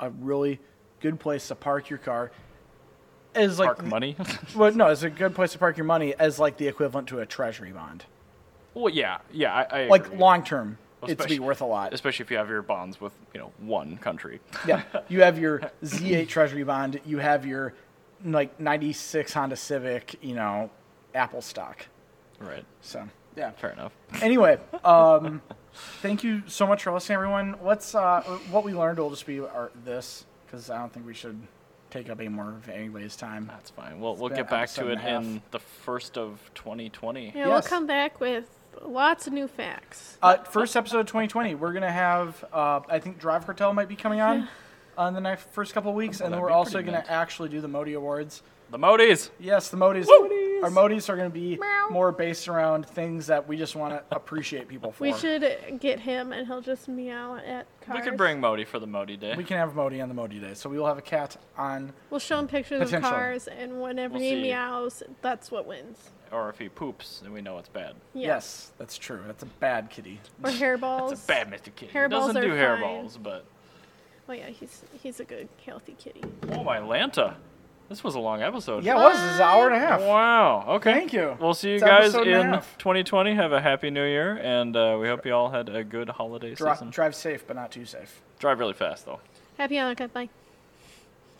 Speaker 3: a really good place to park your car. As like,
Speaker 1: Park money.
Speaker 3: well, no, it's a good place to park your money as like the equivalent to a treasury bond,
Speaker 1: well, yeah, yeah. I, I
Speaker 3: like
Speaker 1: agree.
Speaker 3: long term. It's
Speaker 1: especially-
Speaker 3: be worth a lot.
Speaker 1: especially if you have your bonds with you know one country.
Speaker 3: yeah, you have your Z8 Treasury bond. You have your like '96 Honda Civic. You know, Apple stock.
Speaker 1: right.
Speaker 3: So yeah.
Speaker 1: Fair enough.
Speaker 3: Anyway, um, thank you so much for listening, everyone. Let's uh, what we learned will just be our, this because I don't think we should take up any more of anybody's time.
Speaker 1: That's fine. We'll we'll
Speaker 3: been
Speaker 1: get back
Speaker 3: episode
Speaker 1: to it
Speaker 3: and a half.
Speaker 1: in the first of 2020.
Speaker 2: Yeah,
Speaker 3: Yes.
Speaker 2: we'll come back with lots of new facts.
Speaker 3: Uh, first episode of 2020, we're gonna have uh, I think Drive Cartel might be coming on. On the next first couple of weeks, and then
Speaker 1: that'd
Speaker 3: we're
Speaker 1: be
Speaker 3: also
Speaker 1: pretty
Speaker 3: going
Speaker 1: neat.
Speaker 3: to actually do the Modi Awards.
Speaker 1: The Modis.
Speaker 3: Yes, the Modis.
Speaker 1: Woo!
Speaker 3: Our
Speaker 2: moties.
Speaker 3: motives are going to be
Speaker 2: Meow.
Speaker 3: more based around things that we just want to appreciate people for.
Speaker 2: we should get him, and he'll just meow at cars.
Speaker 1: We could bring Modi for the Modi day.
Speaker 3: We can have Modi on the Modi day, so we will have a cat on.
Speaker 2: We'll show him pictures of
Speaker 3: Potential.
Speaker 2: cars, and whenever
Speaker 1: We'll
Speaker 2: he
Speaker 1: see.
Speaker 2: meows, that's what wins.
Speaker 1: or if he poops, then we know it's bad.
Speaker 2: Yeah.
Speaker 3: Yes, that's true. That's a bad kitty.
Speaker 2: Or hairballs.
Speaker 1: It's a bad Mr. Kitty. He
Speaker 2: Hairballs
Speaker 1: doesn't
Speaker 2: are
Speaker 1: do
Speaker 2: fine.
Speaker 1: hairballs, but
Speaker 2: Oh yeah, he's he's a good healthy kitty.
Speaker 1: oh my Lanta, this was a long episode.
Speaker 3: Yeah, it was. It's an hour and a half.
Speaker 1: Wow. Okay.
Speaker 3: Thank you.
Speaker 1: We'll see you
Speaker 3: It's
Speaker 1: guys
Speaker 3: episode and a
Speaker 1: in
Speaker 3: half.
Speaker 1: 2020. Have a happy new year, and uh, we hope you all had a good holiday
Speaker 3: Dri-
Speaker 1: season.
Speaker 3: drive safe, but not too safe.
Speaker 1: Drive really fast, though.
Speaker 2: Happy Hanukkah. Bye.